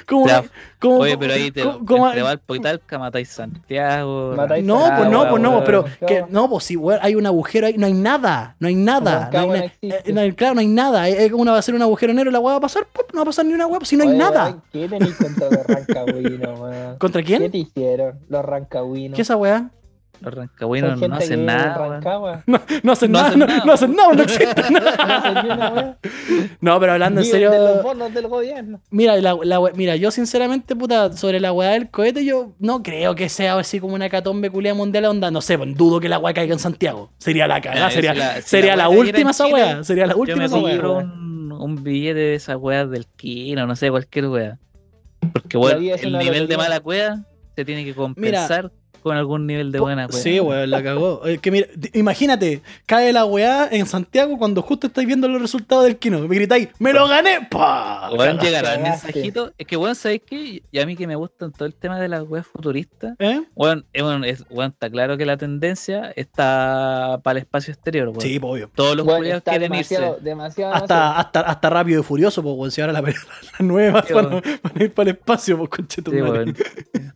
como. Ya. como- Oye, pero ahí te, como- como- entre Valpo y Talca matáis Santiago. Matáis no, Ah, pues no, weá, pues no, weá, pero weá. que no, pues sí, weón, hay un agujero ahí, no hay nada, no hay nada. No hay Rancagua na- no existe. eh, no hay- claro, no hay nada. Es es como una va a ser un agujero negro, la weá va a pasar, ¡pum! no va a pasar ni una weá, pues, si no hay Oye, nada. weón, ¿Qué tenéis con todo los rancagüinos, weón? ¿Contra ¿Qué quién? te hicieron los rancagüinos? ¿Qué esa weá? Los rancagüinos Son no gente que vive hacen en nada. weón. Rancagua. No, no hacen No nada, hacen no, nada. no hacen nada, no existen. No sé ni una wea. No, pero hablando en Viven de los serio. bonos del gobierno. Mira, la, la we- mira, yo sinceramente, puta, sobre la weá del cohete, yo no creo que sea así como una catombe culia mundial onda. No sé, pues, dudo que la weá caiga en Santiago. Sería la cagada, Mira, Ah, sería, Ah, si la- si la sería la, weá cayera en última esa Chile, weá. Sería la Yo última me esa weá. compro weá. un, un billete de esas weas del Kino, no sé, cualquier wea. Porque, La bueno, vida es el una nivel de lotería. mala wea se tiene que compensar con algún nivel de buena wea. Sí, weón, la cagó. Es que mira, di- imagínate, cae la weá en Santiago cuando justo estáis viendo los resultados del Kino. Me gritáis, ¡me lo gané! ¡Pa! Weón, llegará el Cagaste. mensajito. Es que, weón, ¿sabéis qué? Y a mí que me gustan todo el tema de las weas futuristas. ¿Eh? Weón, eh, weón, es- weón, está claro que la tendencia está para el espacio exterior, weón. Sí, pues, obvio. Todos los Bueno, culiados está quieren demasiado, irse. demasiado Hasta, hasta, hasta rápido y furioso, pues, weón. Si ahora la, la nueva Sí, van, weón. van a ir para el espacio, pues, conche tu Sí, madre. weón.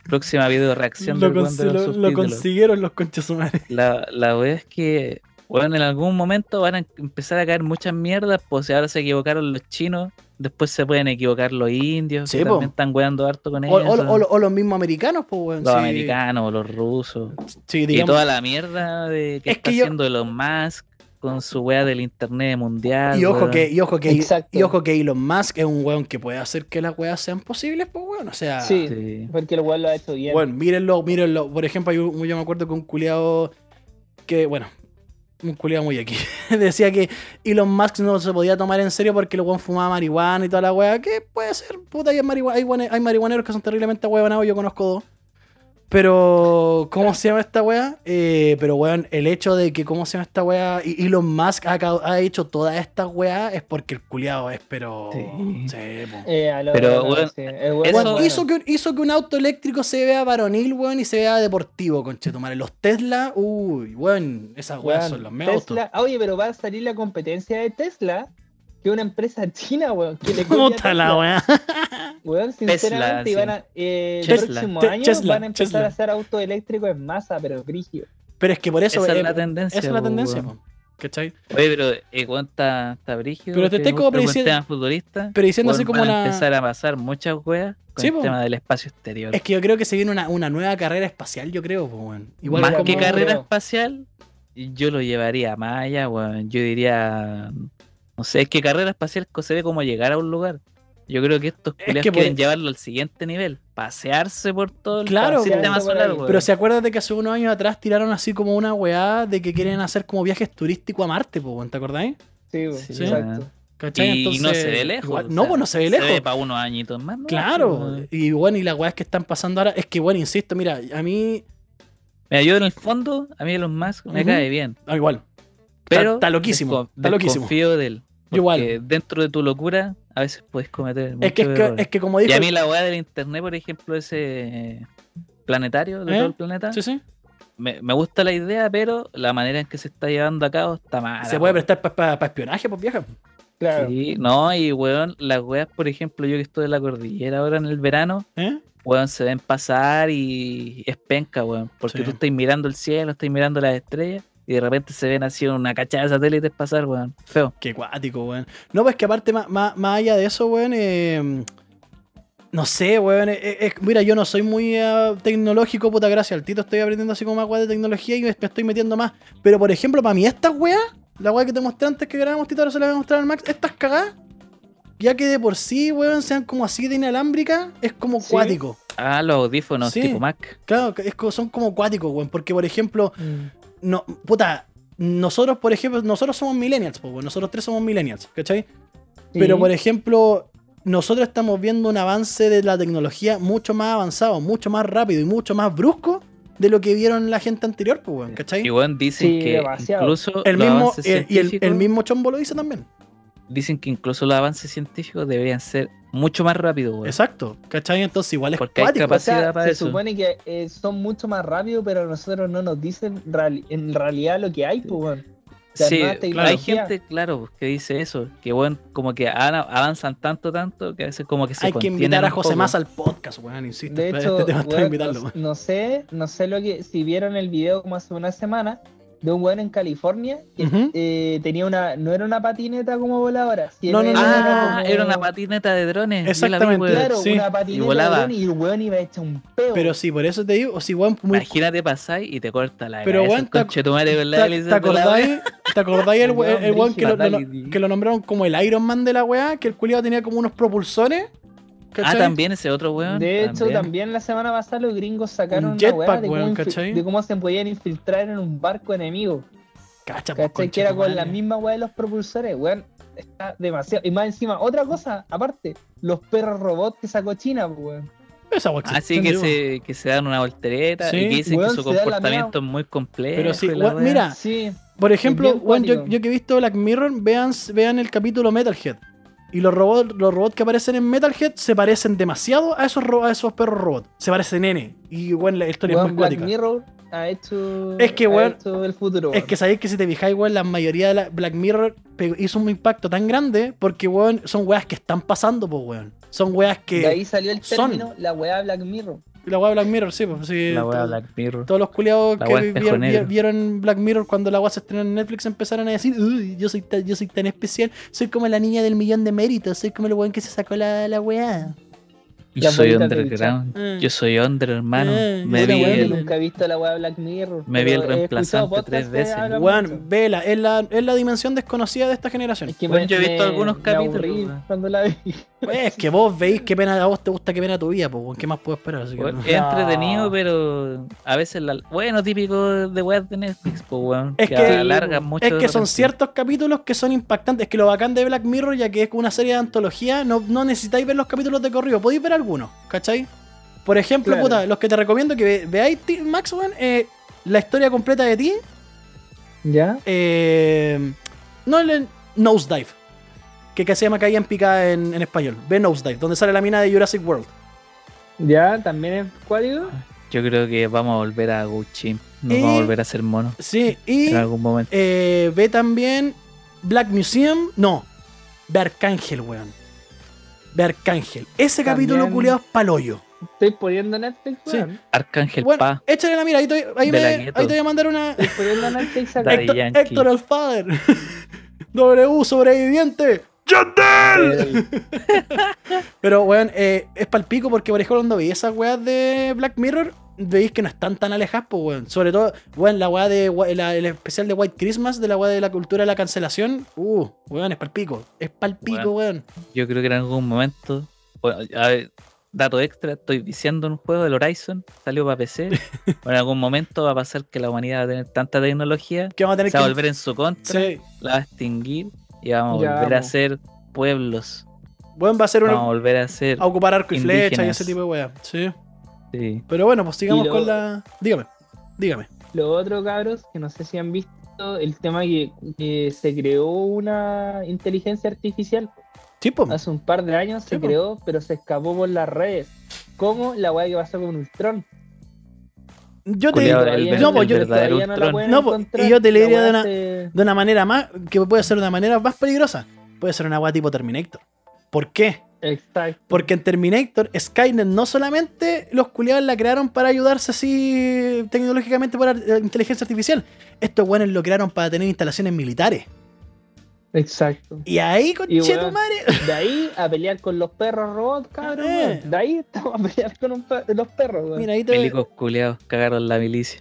Próxima video reacción Lo, del weón consi- de los lo- lo subtítulos. consiguieron los conches su madre. La, la wea es que, bueno, en algún momento van a em-, empezar a caer muchas mierdas, pues si ahora se equivocaron los chinos, después se pueden equivocar los indios, Sí, que po. también están weando harto con O, eso. o- o- o los mismos americanos, pues, weón. los sí. americanos, los rusos, Sí, y digamos. toda la mierda de que Es está que yo- haciendo Elon Musk con su wea del internet mundial. Y ojo, weón. que, y, ojo que, Exacto. y ojo que Elon Musk es un weón que puede hacer que las weas sean posibles, pues, weón. O sea, Sí. Sí. Porque el weón lo ha hecho bien. Bueno, mírenlo, mírenlo. Por ejemplo, hay un- yo me acuerdo que un culiado que, bueno, un culiado muy aquí, decía que Elon Musk no se podía tomar en serio porque el weón fumaba marihuana y toda la wea. Que puede ser, puta, hay, marihua- hay, guane- hay marihuaneros que son terriblemente huevanados, yo conozco dos. Pero, ¿cómo se llama esta wea? Eh, pero, weón, el hecho de que, ¿cómo se llama esta wea? Y Elon Musk ha, cau- ha hecho todas estas weas es porque el culiado es, pero. Sí. sí, po. Eh, a lo- Pero, a lo- weón, sí, el weón eso- es Weón, bueno. hizo, que, hizo que un auto eléctrico se vea varonil, weón, y se vea deportivo, conchetumare. Los Tesla, uy, weón, esas weas Weón, son los mega autos. Tesla, ah, oye, pero va a salir la competencia de Tesla, que es una empresa china, weón. Que le copia a Puta la Tesla. wea. Weón, sinceramente, sí. iban a, eh, el Tesla. próximo Te- año Tesla, van a empezar Tesla. a hacer autos eléctricos en masa, pero brígido. Pero es que por eso. Esa eh, es la tendencia. esa es la po, tendencia, weón. po, ¿cachai? Oye, pero eh, weón, está, está brígido. Pero te que estoy como justo con prediciendo- temas futuristas, Pero diciendo así weón, como van a una. empezar a pasar muchas weas con Sí, el po. tema del espacio exterior. Es que yo creo que se viene una, una nueva carrera espacial, yo creo, po, weón. Igual más como- que como- carrera creo. espacial, yo lo llevaría más allá, weón. Yo diría. No sé, es que carrera espacial co- se ve como llegar a un lugar. Yo creo que estos Es culiados que pues, quieren por- llevarlo al siguiente nivel. Pasearse por todo el Claro, sistema pasearse por solar, ahí. weón. Pero se acuerdan de que hace unos años atrás tiraron así como una weá de que quieren hacer como viajes turísticos a Marte, po, weón, ¿te acordáis? Sí, weón, Sí, Ah, exacto. ¿Cachai? Y no Entonces, se ve lejos. igual- o no, sea, pues no se ve lejos. Se ve para unos añitos más. ¿no? Claro, Weón. y bueno, y las weas que están pasando ahora, es que bueno, insisto, mira, a mí, Mira, yo en el fondo, a mí Elon Musk me Ujú. cae bien. ah, igual, Pero. está loquísimo, desco- está loquísimo. Desconfío de él. Yo igual. porque Dentro de tu locura, a veces puedes cometer. es que, es, muchos que, errores. es que como dijo, Y a mí la weá del internet, por ejemplo, ese eh, planetario de ¿Eh? todo el planeta, sí, sí, me, me gusta la idea, pero la manera en que se está llevando a cabo está mal. se puede prestar para espionaje, pues vieja. Claro. no, y weón, las weas, por ejemplo, yo que estoy en la cordillera ahora en el verano, ¿eh? weón, se ven pasar y es penca, weón, porque Sí. tú estás mirando el cielo, estás mirando las estrellas. Y de repente se ven así una cachada de satélites pasar, weón. Feo. Qué cuático, weón. No, pues que aparte, más, más, más allá de eso, weón, eh, no sé, weón, eh, eh, es- mira, yo no soy muy eh, tecnológico, puta gracia, al tito estoy aprendiendo así como más weas de tecnología y me, me estoy metiendo más, pero por ejemplo, para mí estas weas, la wea que te mostré antes que grabamos, tito, ahora se la voy a mostrar al Max, estas cagadas, ya que de por sí, weón, sean como así de inalámbricas, es como Sí. cuático. Ah, los audífonos Sí. tipo Mac. Claro, que es co- son como cuáticos, weón. Porque, por ejemplo, Mm. no, puta, nosotros, por ejemplo, nosotros somos millennials, po, weón. Nosotros tres somos millennials, ¿cachai? Pero, Sí. por ejemplo, nosotros estamos viendo un avance de la tecnología mucho más avanzado, mucho más rápido y mucho más brusco de lo que vieron la gente anterior, pues, weón, ¿cachai? Y weón, dicen Sí, que demasiado. incluso El los mismo, avances el- y el, el científicos- mismo chombo lo dice también. dicen que incluso los avances científicos deberían ser mucho más rápidos, weón. Exacto, ¿cachai? Entonces, igual es Porque hay cuático. O capac- sea, capacidad para se eso. supone que eh, son mucho más rápidos, pero a nosotros no nos dicen real- en realidad lo que hay, pues, weón. las nuevas Sí, claro, hay tecnologías. gente, claro, pues, que dice eso, que bueno, como que han- avanzan tanto, tanto, que a veces como que se Hay que contienen invitar a un José poco. Más al podcast, weón, insisto. De pero hecho, este tema está weón, invitarlo, no, weón. no sé, no sé lo que, si vieron el video como hace una semana, de un weón en California que Ujú. eh, tenía una. No era una patineta como voladora. No, sino no, no, no, no, Ah, como- era una patineta de drones. yo la vi, Exactamente. weón. Claro, Sí. una patineta Y volaba. weón, y el weón iba hecho un peo. Pero sí, por eso te digo, o si weón, muy Imagínate pasar y te corta la Pero, cabeza. weón, el te- conche tu madre, ¿verdad? ¿Te, Le dicen te de la wea. acordáis, ¿Te acordáis el, El we- weón el weón que lo, brígido, lo- Daily. que lo nombraron como el Iron Man de la weá? Que el culiado tenía como unos propulsores. Ah, ¿cachai? también ese otro weón. De hecho, también. la semana pasada los gringos Un sacaron una weá jetpack, de, cómo weón, infi- ¿cachai? de cómo se podían infiltrar en un barco enemigo. Cacha, pues, ¿Cachai? Que era con la conchetumare. misma weá de los propulsores, weón. Está demasiado. Y más encima, otra cosa, aparte, los perros robots que sacó China, pues, weón. Esa weá Así existe, Ah, que digo. se, que se dan una voltereta Sí. y que dicen Weón, que su se dan la comportamiento es muy complejo. Pero sí, y la weón, wea. mira, Sí, Por ejemplo, bien weón, yo, cuático. yo que he visto Black Mirror, vean, vean el capítulo Metalhead. Y los robots, los robots que aparecen en Metalhead se parecen demasiado a esos, ro- a esos perros robots. Se parecen nene. Y bueno, la historia es weón, muy Black cuática. Mirror ha hecho. Es que, ha weón, hecho el futuro. Es que sabéis que si te fijáis, weón, la mayoría de la Black Mirror pe- hizo un impacto tan grande porque, weón, son weas que están pasando, pues, weón. Son weas De que. ahí salió el son. término, la weá Black Mirror. La wea de Black Mirror, sí, pues, sí. La wea todo- Black Mirror. Todos los culiados La que wea del vieron, espejo negro. vi- vieron Black Mirror cuando la wea se estrenó en Netflix empezaron a decir, "Uy, yo soy, tan, yo soy tan especial, soy como la niña del millón de méritos, soy como el weón que se sacó la, la weá. Yo Las soy bolitas de underground. Mm. bichón. Yo soy under, hermano. Eh, me yo la vi wea Weón, yo el, del- nunca he visto la weá Black Mirror. Me vi el pero he escuchado reemplazante tres podcasts que veces. hablan mucho. Weón, vela, es la, es la dimensión desconocida de esta generación. Es que Bueno, me- yo he visto me- algunos me capítulos, aburrí weón. cuando la vi. Es que vos veis qué pena a vos te gusta, qué pena tu vida, pues, weón, ¿qué más puedo esperar? Así que weón, no. es entretenido, pero a veces la. Bueno, típico de weas de Netflix, pues weón. Es que, que- alargan mucho. Es de que son repente. ciertos capítulos que son impactantes. Es que lo bacán de Black Mirror, ya que es una serie de antología, no, no necesitáis ver los capítulos de corrido. Podéis ver algunos, ¿cachai? Por ejemplo, Claro. puta, los que te recomiendo que ve- veáis, ti- Max, weón, eh, la historia completa de ti. ¿Ya? eh, no el Nosedive, que, que se llama Caída en Picada en, en español. Ve Nosedive, donde sale la mina de Jurassic World. ¿Ya? ¿También es cuático? Yo creo que vamos a volver a Gucci. No Y- vamos a volver a ser monos Sí, y en algún momento. eh, ve también Black Museum. No, ve Arcángel, weón. Ve Arcángel. Ese capítulo También- culiado es paloyo. Estoy poniendo Netflix, Sí. weón. Arcángel Bueno, Pa. échale la mira, ahí, te- ahí De me- la ahí gueto. te voy a mandar una. Estoy poniendo Netflix acá. Daddy Héctor, Yankee. Héctor el Father. W sobreviviente. ¡Yandel! Pero, weón, eh, es palpico porque, por ejemplo, cuando veis esas weas de Black Mirror, veis que no están tan alejadas, pues, weón. Sobre todo, weón, la wea de. wa- la- el especial de White Christmas, de la wea de la cultura de la cancelación. Uh, weón, es palpico. Es palpico, weón. Yo creo que en algún momento. bueno, a ver, dato extra, estoy diciendo un juego del Horizon, salió para PC. en algún momento va a pasar que la humanidad va a tener tanta tecnología Que vamos a tener se va a que. volver en su contra, Sí, la va a extinguir y vamos Ya, a volver a po. ser pueblos. weón, va a ser Vamos a uno. volver a ser. A ocupar arco y flecha y Indígenas. ese tipo de wea. Sí. sí. Pero bueno, pues sigamos Y lo- con la. Dígame. Dígame. Lo otro, cabros, que no sé si han visto el tema que, que se creó una inteligencia artificial. Tipo. Hace un par de años Sí, se po. creó, pero se escapó por las redes. Como la weá que pasó con Ultron. Yo te Culeado, digo. el Todavía ver- no, pues, el yo- verdadero todavía la Ultron. pueden No, po, y encontrar. yo te le La diría de weá una- se- de una manera más, que puede ser de una manera más peligrosa. Puede ser una agua tipo Terminator. ¿Por qué? Exacto. Porque en Terminator, Skynet no solamente los culiados la crearon para ayudarse así tecnológicamente por ar- eh, inteligencia artificial. Estos buenos lo crearon para tener instalaciones militares. Exacto. Y ahí, con Y weón, madre. De ahí a pelear con los perros robots, cabrón. Eh. weón. De ahí estamos a pelear con un per- los perros, weón. Mira, ahí te Milicos culeados cagaron la milicia.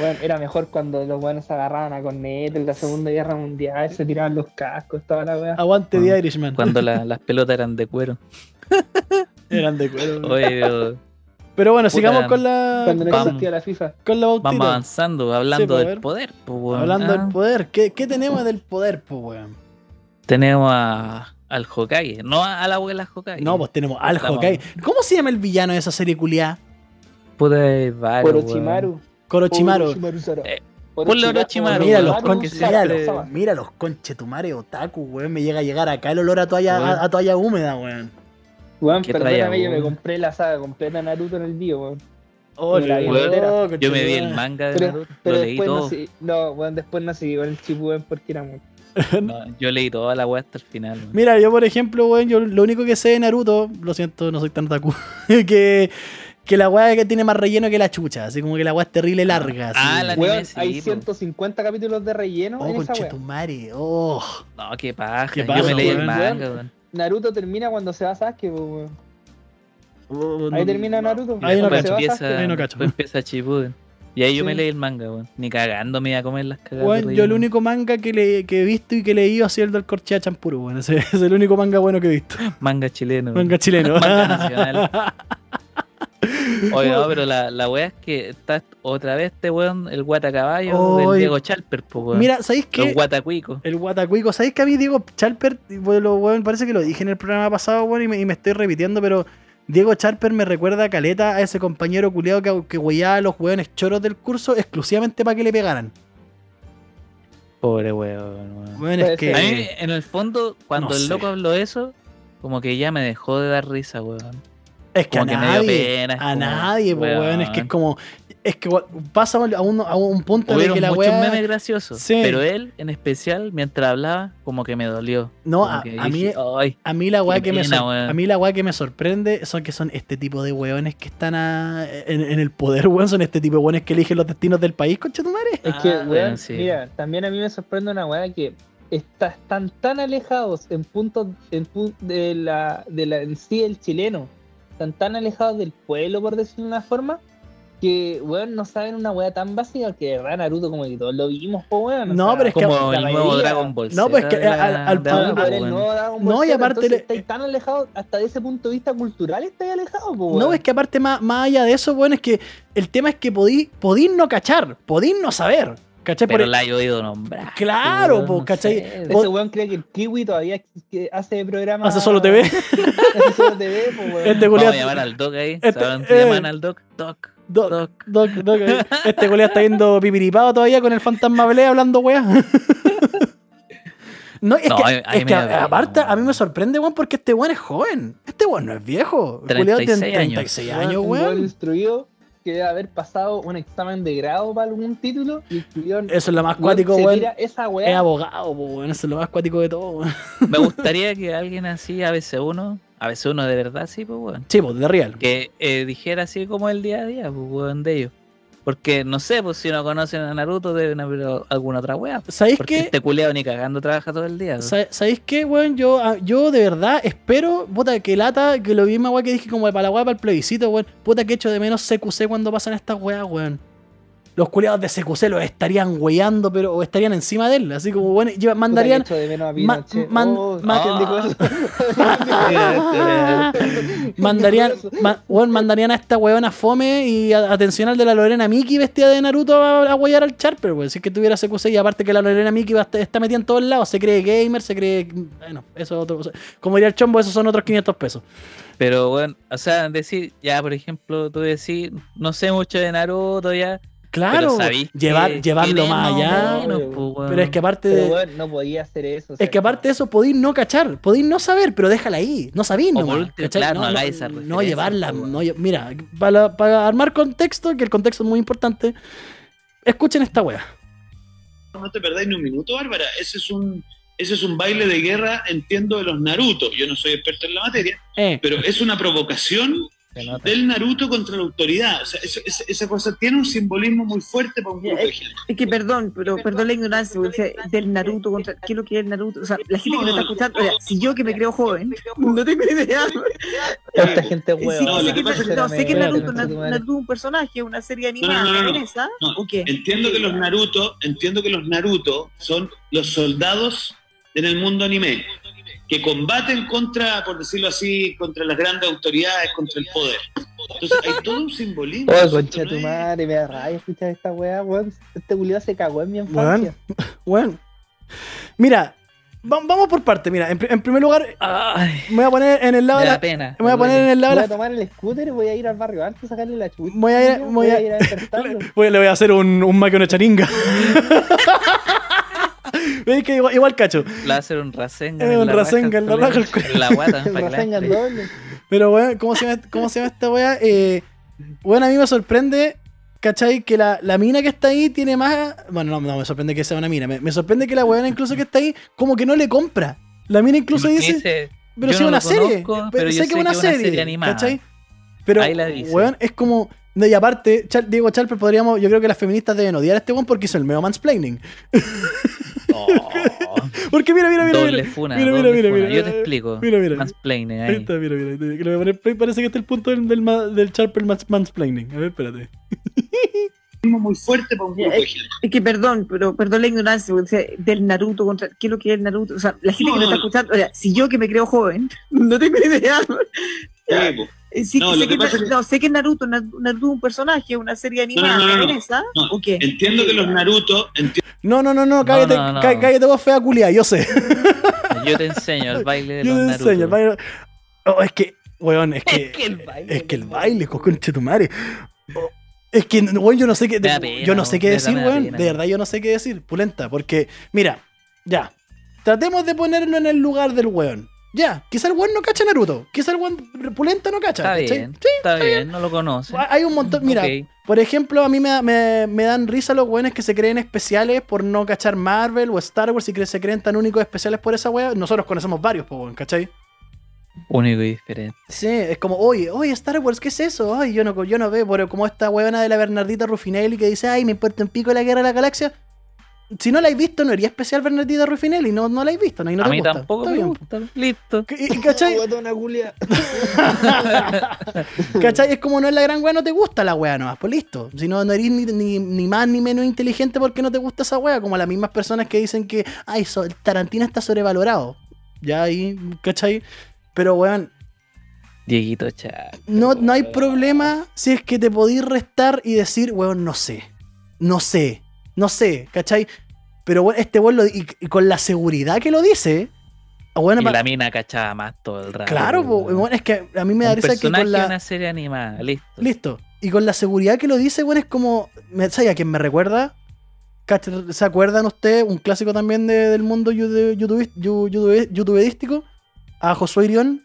Weón, era mejor cuando los buenos se agarraban a corneta en la Segunda Guerra Mundial, se tiraban los cascos, toda la weá. Aguante Cuando- de Irishman. Cuando la- las pelotas eran de cuero. Eran de cuero. Oye, pero Pero bueno, Puta, sigamos con la. Cuando no Vamos. existía la FIFA. Con la bautita. vamos avanzando, po, hablando a del ver. poder. po, weón. Hablando Ah, del poder. ¿Qué, qué tenemos del poder, pues, weón? Tenemos a, al Hokage, no a, a la abuela Hokage. No, pues tenemos al Estamos- Hokage. ¿Cómo se llama el villano de esa serie culiada? Puta, es varo, Por weón. Ochimaru. Korochimaru. Eh, ponle Orochimaru, Mira Pero los, Maru, conches, Maru, mira, siempre- los, mira los conchetumare otaku, weón. Me llega a llegar acá el olor a toalla, Weón. a, a toalla húmeda, weón. Weón, ¿Qué traía, perdóname, yo weón? me compré la saga completa de Naruto en el día, weón. Oh, Mira, loco, weón. conchetumare. Yo me vi el manga de Pero- Naruto, Pero lo leí después no todo. seguí. No, weón, después no seguí con el chip, weón, porque era muy. No, yo leí toda la weá hasta el final. weón. Mira, yo por ejemplo, weón, yo lo único que sé de Naruto, lo siento, no soy tan otaku, que que la weá que tiene más relleno que la chucha. Así como que la weá es terrible larga. Así. Ah, la- Weón, sí, hay po. 150 capítulos de relleno Oh, en esa wea. conchetumare. Oh. No, qué paja. Qué Yo paja, me leí el weón. manga, weón. Naruto termina cuando se va a Sasuke, po, weón. Oh, Ahí no- termina Naruto. Ahí no cacho. Después Cuando se va a empieza, Sasuke. Ahí no cacho. después empieza Chibuden. Y ahí yo me Sí. leí el manga, weón. Ni cagando me iba a comer las cagadas. Weón, de yo el relleno. único manga que, le, que he visto y que he leído ha sido el del Corchea Champuru, weón. Ese es el único manga bueno que he visto. Manga chileno. weón. Manga chileno. Mm. Manga nacional. Oye, no, pero la, la weá es que está otra vez este weón, el guatacaballo Oy. del Diego Chalper, po, weón. Mira, ¿sabéis Los qué? guatacuicos. El guatacuico, ¿sabéis que a mí Diego Charper, bueno, weón, parece que lo dije en el programa pasado, weón, y me, y me estoy repitiendo, pero Diego Charper me recuerda a Caleta, a ese compañero culeado que, que huellaba a los weones choros del curso exclusivamente para que le pegaran. Pobre weón. weón. Weón, Puede es que... A mí, en el fondo, cuando Eh, No el sé. loco habló eso, como que ya me dejó de dar risa, weón. Es que a Como que me dio nadie, pena, es a como, nadie, po, weón, es que es weón. como... Es que weón, pasa a un, a un punto en el Hubieron que la muchos weá... memes graciosos, Sí. pero él, en especial, mientras hablaba, como que me dolió. No, Como a, que a mí... dije, "Ay". A mí la weá Qué que me pena, sor- weón. a mí la weá que me sorprende son que son este tipo de weones que están a- en, en el poder, weón, son este tipo de weones que eligen los destinos del país, conchetumare. Es que, Ah, weón, bueno, sí. mira, también a mí me sorprende una weá que está- están tan alejados en puntos en pu- de la, de la en sí el chileno, están tan alejados del pueblo, por decirlo de una forma, que, weón, no saben una weá tan básica que de verdad Naruto como que todos lo vimos, po, weón. o No, pero es que- como la el nuevo mayoría- Dragon Ball No, pues que Z de la- al- al- de al- ahora, Ah, po, pero el weón. nuevo Dragon No, Ball y Z, aparte entonces le- estáis tan alejados hasta de ese punto de vista cultural estáis alejados, po, No, weón. es que aparte más, más allá de eso, weón, es que el tema es que podí, podí no cachar, podí no saber. ¿Cachai? Por Pero el- la he oído nombrar. Claro, weón, po, no ¿cachai? sé. este Ese weón cree que el Kiwi todavía ex- que hace programa. Hace solo TV. Hace solo TV, po, weón. Este Vamos culiao- a llamar al Doc ahí. Este- ¿Saben eh. te llaman al Doc? Doc. Doc, Doc. doc, doc, eh. Este culiao está viendo pipiripado todavía con el fantasma Belé hablando, weá. No, es No, que, ahí- ahí es que me da pena, aparte a mí weón. me sorprende, weón, porque este weón es joven. Este weón no es viejo. El culiao tiene 36 36 Weón, años. años, un Este weón. weón instruido que debe haber pasado un examen de grado para algún título y el culión, Eso es lo más weón, cuático, se weón. tira esa Es weá. abogado, po, weón. Eso es lo más cuático de todo, weón. Me gustaría que alguien así, a veces uno, a veces uno de verdad, sí, pues, weón. Sí, po, de real. que eh, dijera así como el día a día, pues, weón, de ellos. Porque no sé, pues si no conocen a Naruto, deben haber o- alguna otra wea. pues, ¿Sabéis Porque qué? este culeado ni cagando trabaja todo el día. pues. Sa- ¿Sabéis qué, weón? Yo, ah, yo de verdad espero, puta, que lata, que lo misma weá que dije como de para la weá, para el plebiscito, weón. Puta, que echo de menos CQC cuando pasan estas weas, weón. Los culiados de CQC los estarían weyando, pero o estarían encima de él. Así como, weón, lleva- Puta, que mandarían. echo de menos a ma- Pinochet. man- Oh, ma- grande cosa. mandarían, ma- weón, mandarían a esta weona fome y a- atención al de la Lorena Miki vestida de Naruto a, a weyar al Charper, weón. Si es que tuviera CQC y aparte que la Lorena Miki va a estar- está metida en todos lados, se cree gamer, se cree. Bueno, eso es otro. Como diría el chombo, esos son otros 500 pesos. Pero bueno, o sea, decir, ya por ejemplo, tú decís, no sé mucho de Naruto ya. Claro, pero sabís que- llevar, que llevarlo eres más más o allá. menos, pues, weón. Pero es que aparte Pero de, weón, no podía hacer eso. o sea, es que aparte de eso podéis no cachar, podéis no saber, pero déjala ahí, no sabéis O nomás, por último, ¿cachai? claro, no no, hagáis esa no referencia, llevarla, pues, weón. no lle- mira, para, para armar contexto, que el contexto es muy importante, escuchen esta wea. no te perdáis ni un minuto, Bárbara. Ese es un, ese es un baile de guerra, entiendo, de los Naruto. Yo no soy experto en la materia, Eh, pero es una provocación Se nota. del Naruto contra la autoridad. O sea, eso- esa- esa cosa tiene un simbolismo muy fuerte para un grupo de gente. Es que perdón, pero perdón la ignorancia, o sea, del Naruto contra. ¿Qué es lo que es el Naruto? O sea, la gente que me está escuchando, o sea, si yo que me creo joven, no tengo idea. Cuánta gente Sí, weón. no, sé lo que- que pasa es que- no, sé que Espérate, Naruto, Naruto, Naruto es un personaje, una serie animada, no, no, no. ¿es esa? No, ¿O qué? Entiendo que los Naruto, entiendo que los Naruto son los soldados en el mundo anime que combaten contra, por decirlo así, contra las grandes autoridades, contra el poder. Entonces hay todo un simbolismo. Oh, Esto concha no tu es- madre, me da rabia escuchar esta weá, weón. Este culiado se cagó en mi weón, infancia. weón. Mira, va- vamos por parte, mira, en, pri- en primer lugar, Ay, me voy a poner en el lado me de da la, pena. me voy a me poner en duele. el lado de Voy la a tomar el scooter y voy a ir al barrio alto a sacarle la chucha. Voy a ir- weón, voy a- ir a despertarlo. Voy a- le voy a hacer un, un maque una charinga. Veis que igual, igual cacho. Le va a hacer un Rasengan. Eh, en un la raja, Rasengan en la culiao. raja, el culiao. En la guata, El pa' que la Rasengan entre. doble. Pero, weón, ¿cómo se llama, cómo se llama esta weá? Eh, bueno, a mí me sorprende, ¿cachai? Que la, la mina que está ahí tiene más. Bueno, no, no me sorprende que sea una mina. Me, me sorprende que la weona incluso que está ahí, como que no le compra. La mina incluso Porque dice. dice, Pero yo si es no una lo serie. conozco, pero sé que es una serie. animada. ¿Cachai? Pero, Ahí la dice. weón, es como. No, y aparte, Char- Diego Charper podríamos. Yo creo que las feministas deben odiar a este weón porque hizo el medio mansplaining. Oh, Porque mira, mira, mira. doble mira. funa, mira, doble mira, funa. mira. Yo te explico. Mira, mira. Mansplaining Ahí ahí. está, mira, mira. que le voy a poner play, Parece que este es el punto del, del, ma- del Charper mans- mansplaining. A ver, espérate. muy fuerte para un grupo de gente. Es que perdón, pero perdón la ignorancia, o sea, del Naruto contra qué es lo que es el Naruto, o sea, la gente No, que me no, está no. escuchando, o sea, si yo que me creo joven, no tengo ni idea. Ya. Sí, po. Eh, sí, No, sé lo que que pasa es que- no, sé que Naruto, Na- Naruto es un personaje, una serie animada no, no, no. japonesa, No, ¿o qué? Entiendo que los Naruto, entiendo No, no, no, no, cállate, no, no. cá- cállate vos, fea culia, yo sé. Yo te enseño el baile de Yo los te Naruto. enseño, el baile- Oh, es que, weón, es que. que el baile, Es que el baile, co- conche tu madre. Oh, Es que, weón, yo no sé qué. Me da yo pena, no sé qué weón, decir, me da weón. pena. De verdad, yo no sé qué decir, pulenta. Porque, mira, ya. Tratemos de ponerlo en el lugar del weón. Ya, quizá el weón no cacha Naruto. Quizá el weón pulenta no cacha. Está ¿cachai? bien, está bien, no lo conoce. Hay un montón. Mira, Ok. por ejemplo, a mí me, da- me- me dan risa los weones que se creen especiales por no cachar Marvel o Star Wars y que se creen tan únicos especiales por esa wea. Nosotros conocemos varios, po, weón, ¿cachai? Único y diferente. Sí, es como, oye, oye, Star Wars, ¿qué es eso? Ay, yo no, yo no veo, pero como esta huevona de la Bernardita Ruffinelli que dice, ay, me importa un pico la guerra de la galaxia. Si no la has visto, no haría especial Bernardita Ruffinelli, no, no la has visto, no, y no a te mí gusta. tampoco Está me bien. gusta. Listo. ¿Qué- y- y ¿Cachai? Guatona culia. Mm. ¿Cachai? Es como no es la gran wea, no te gusta la wea nomás, pues listo. Si no, no eres ni, ni- ni más ni menos inteligente porque no te gusta esa wea, como las mismas personas que dicen que, ay, so- Tarantino está sobrevalorado. Ya ahí, ¿cachai? Pero weón, Dieguito Chá. No, no hay problema si es que te podís restar y decir, weón, no sé. No sé. No sé, ¿cachai? Pero weón, este weón, lo- y, y con la seguridad que lo dice, weón, y pa- la mina cachaba más todo el rato. claro, po, weón. weón, es que a mí me da Un risa que personaje con la... de una serie animada, listo. Listo. Y con la seguridad que lo dice, weón, es como... ¿me- ¿Sabes a quién me recuerda? ¿Cach- ¿Se acuerdan ustedes? Un clásico también de- del mundo yude- youtube- yu- youtube- youtubeístico. A Josué Irión.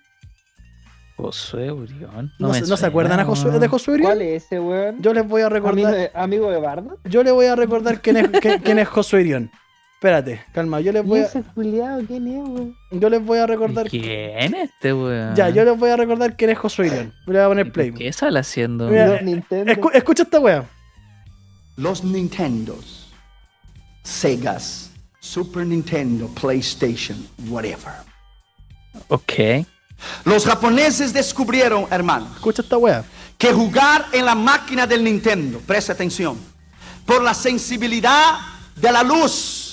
Josué Urión. ¿No, me se, no se suena, acuerdan a Josué, weón. de Josué Irión? ¿Cuál es ese weón? Yo les voy a Amigo recordar... de, amigo de Bardo. Yo le voy a recordar quién es, qué- quién es Josué Irión. Espérate, calma, yo les ¿Y voy a, ese culiado quién es, weón? yo les voy a recordar. ¿Quién es este weón? Ya, yo les voy a recordar quién es Josué Irión. Le voy a poner ¿Y play. por ¿Qué sale haciendo? Mira, Los eh, Nintendo. Escu- escucha esta wea. Los Nintendos, Segas, Super Nintendo, PlayStation, whatever. Ok. Los japoneses descubrieron, hermano, Escucha esta wea. que jugar en la máquina del Nintendo, presta atención, por la sensibilidad de la luz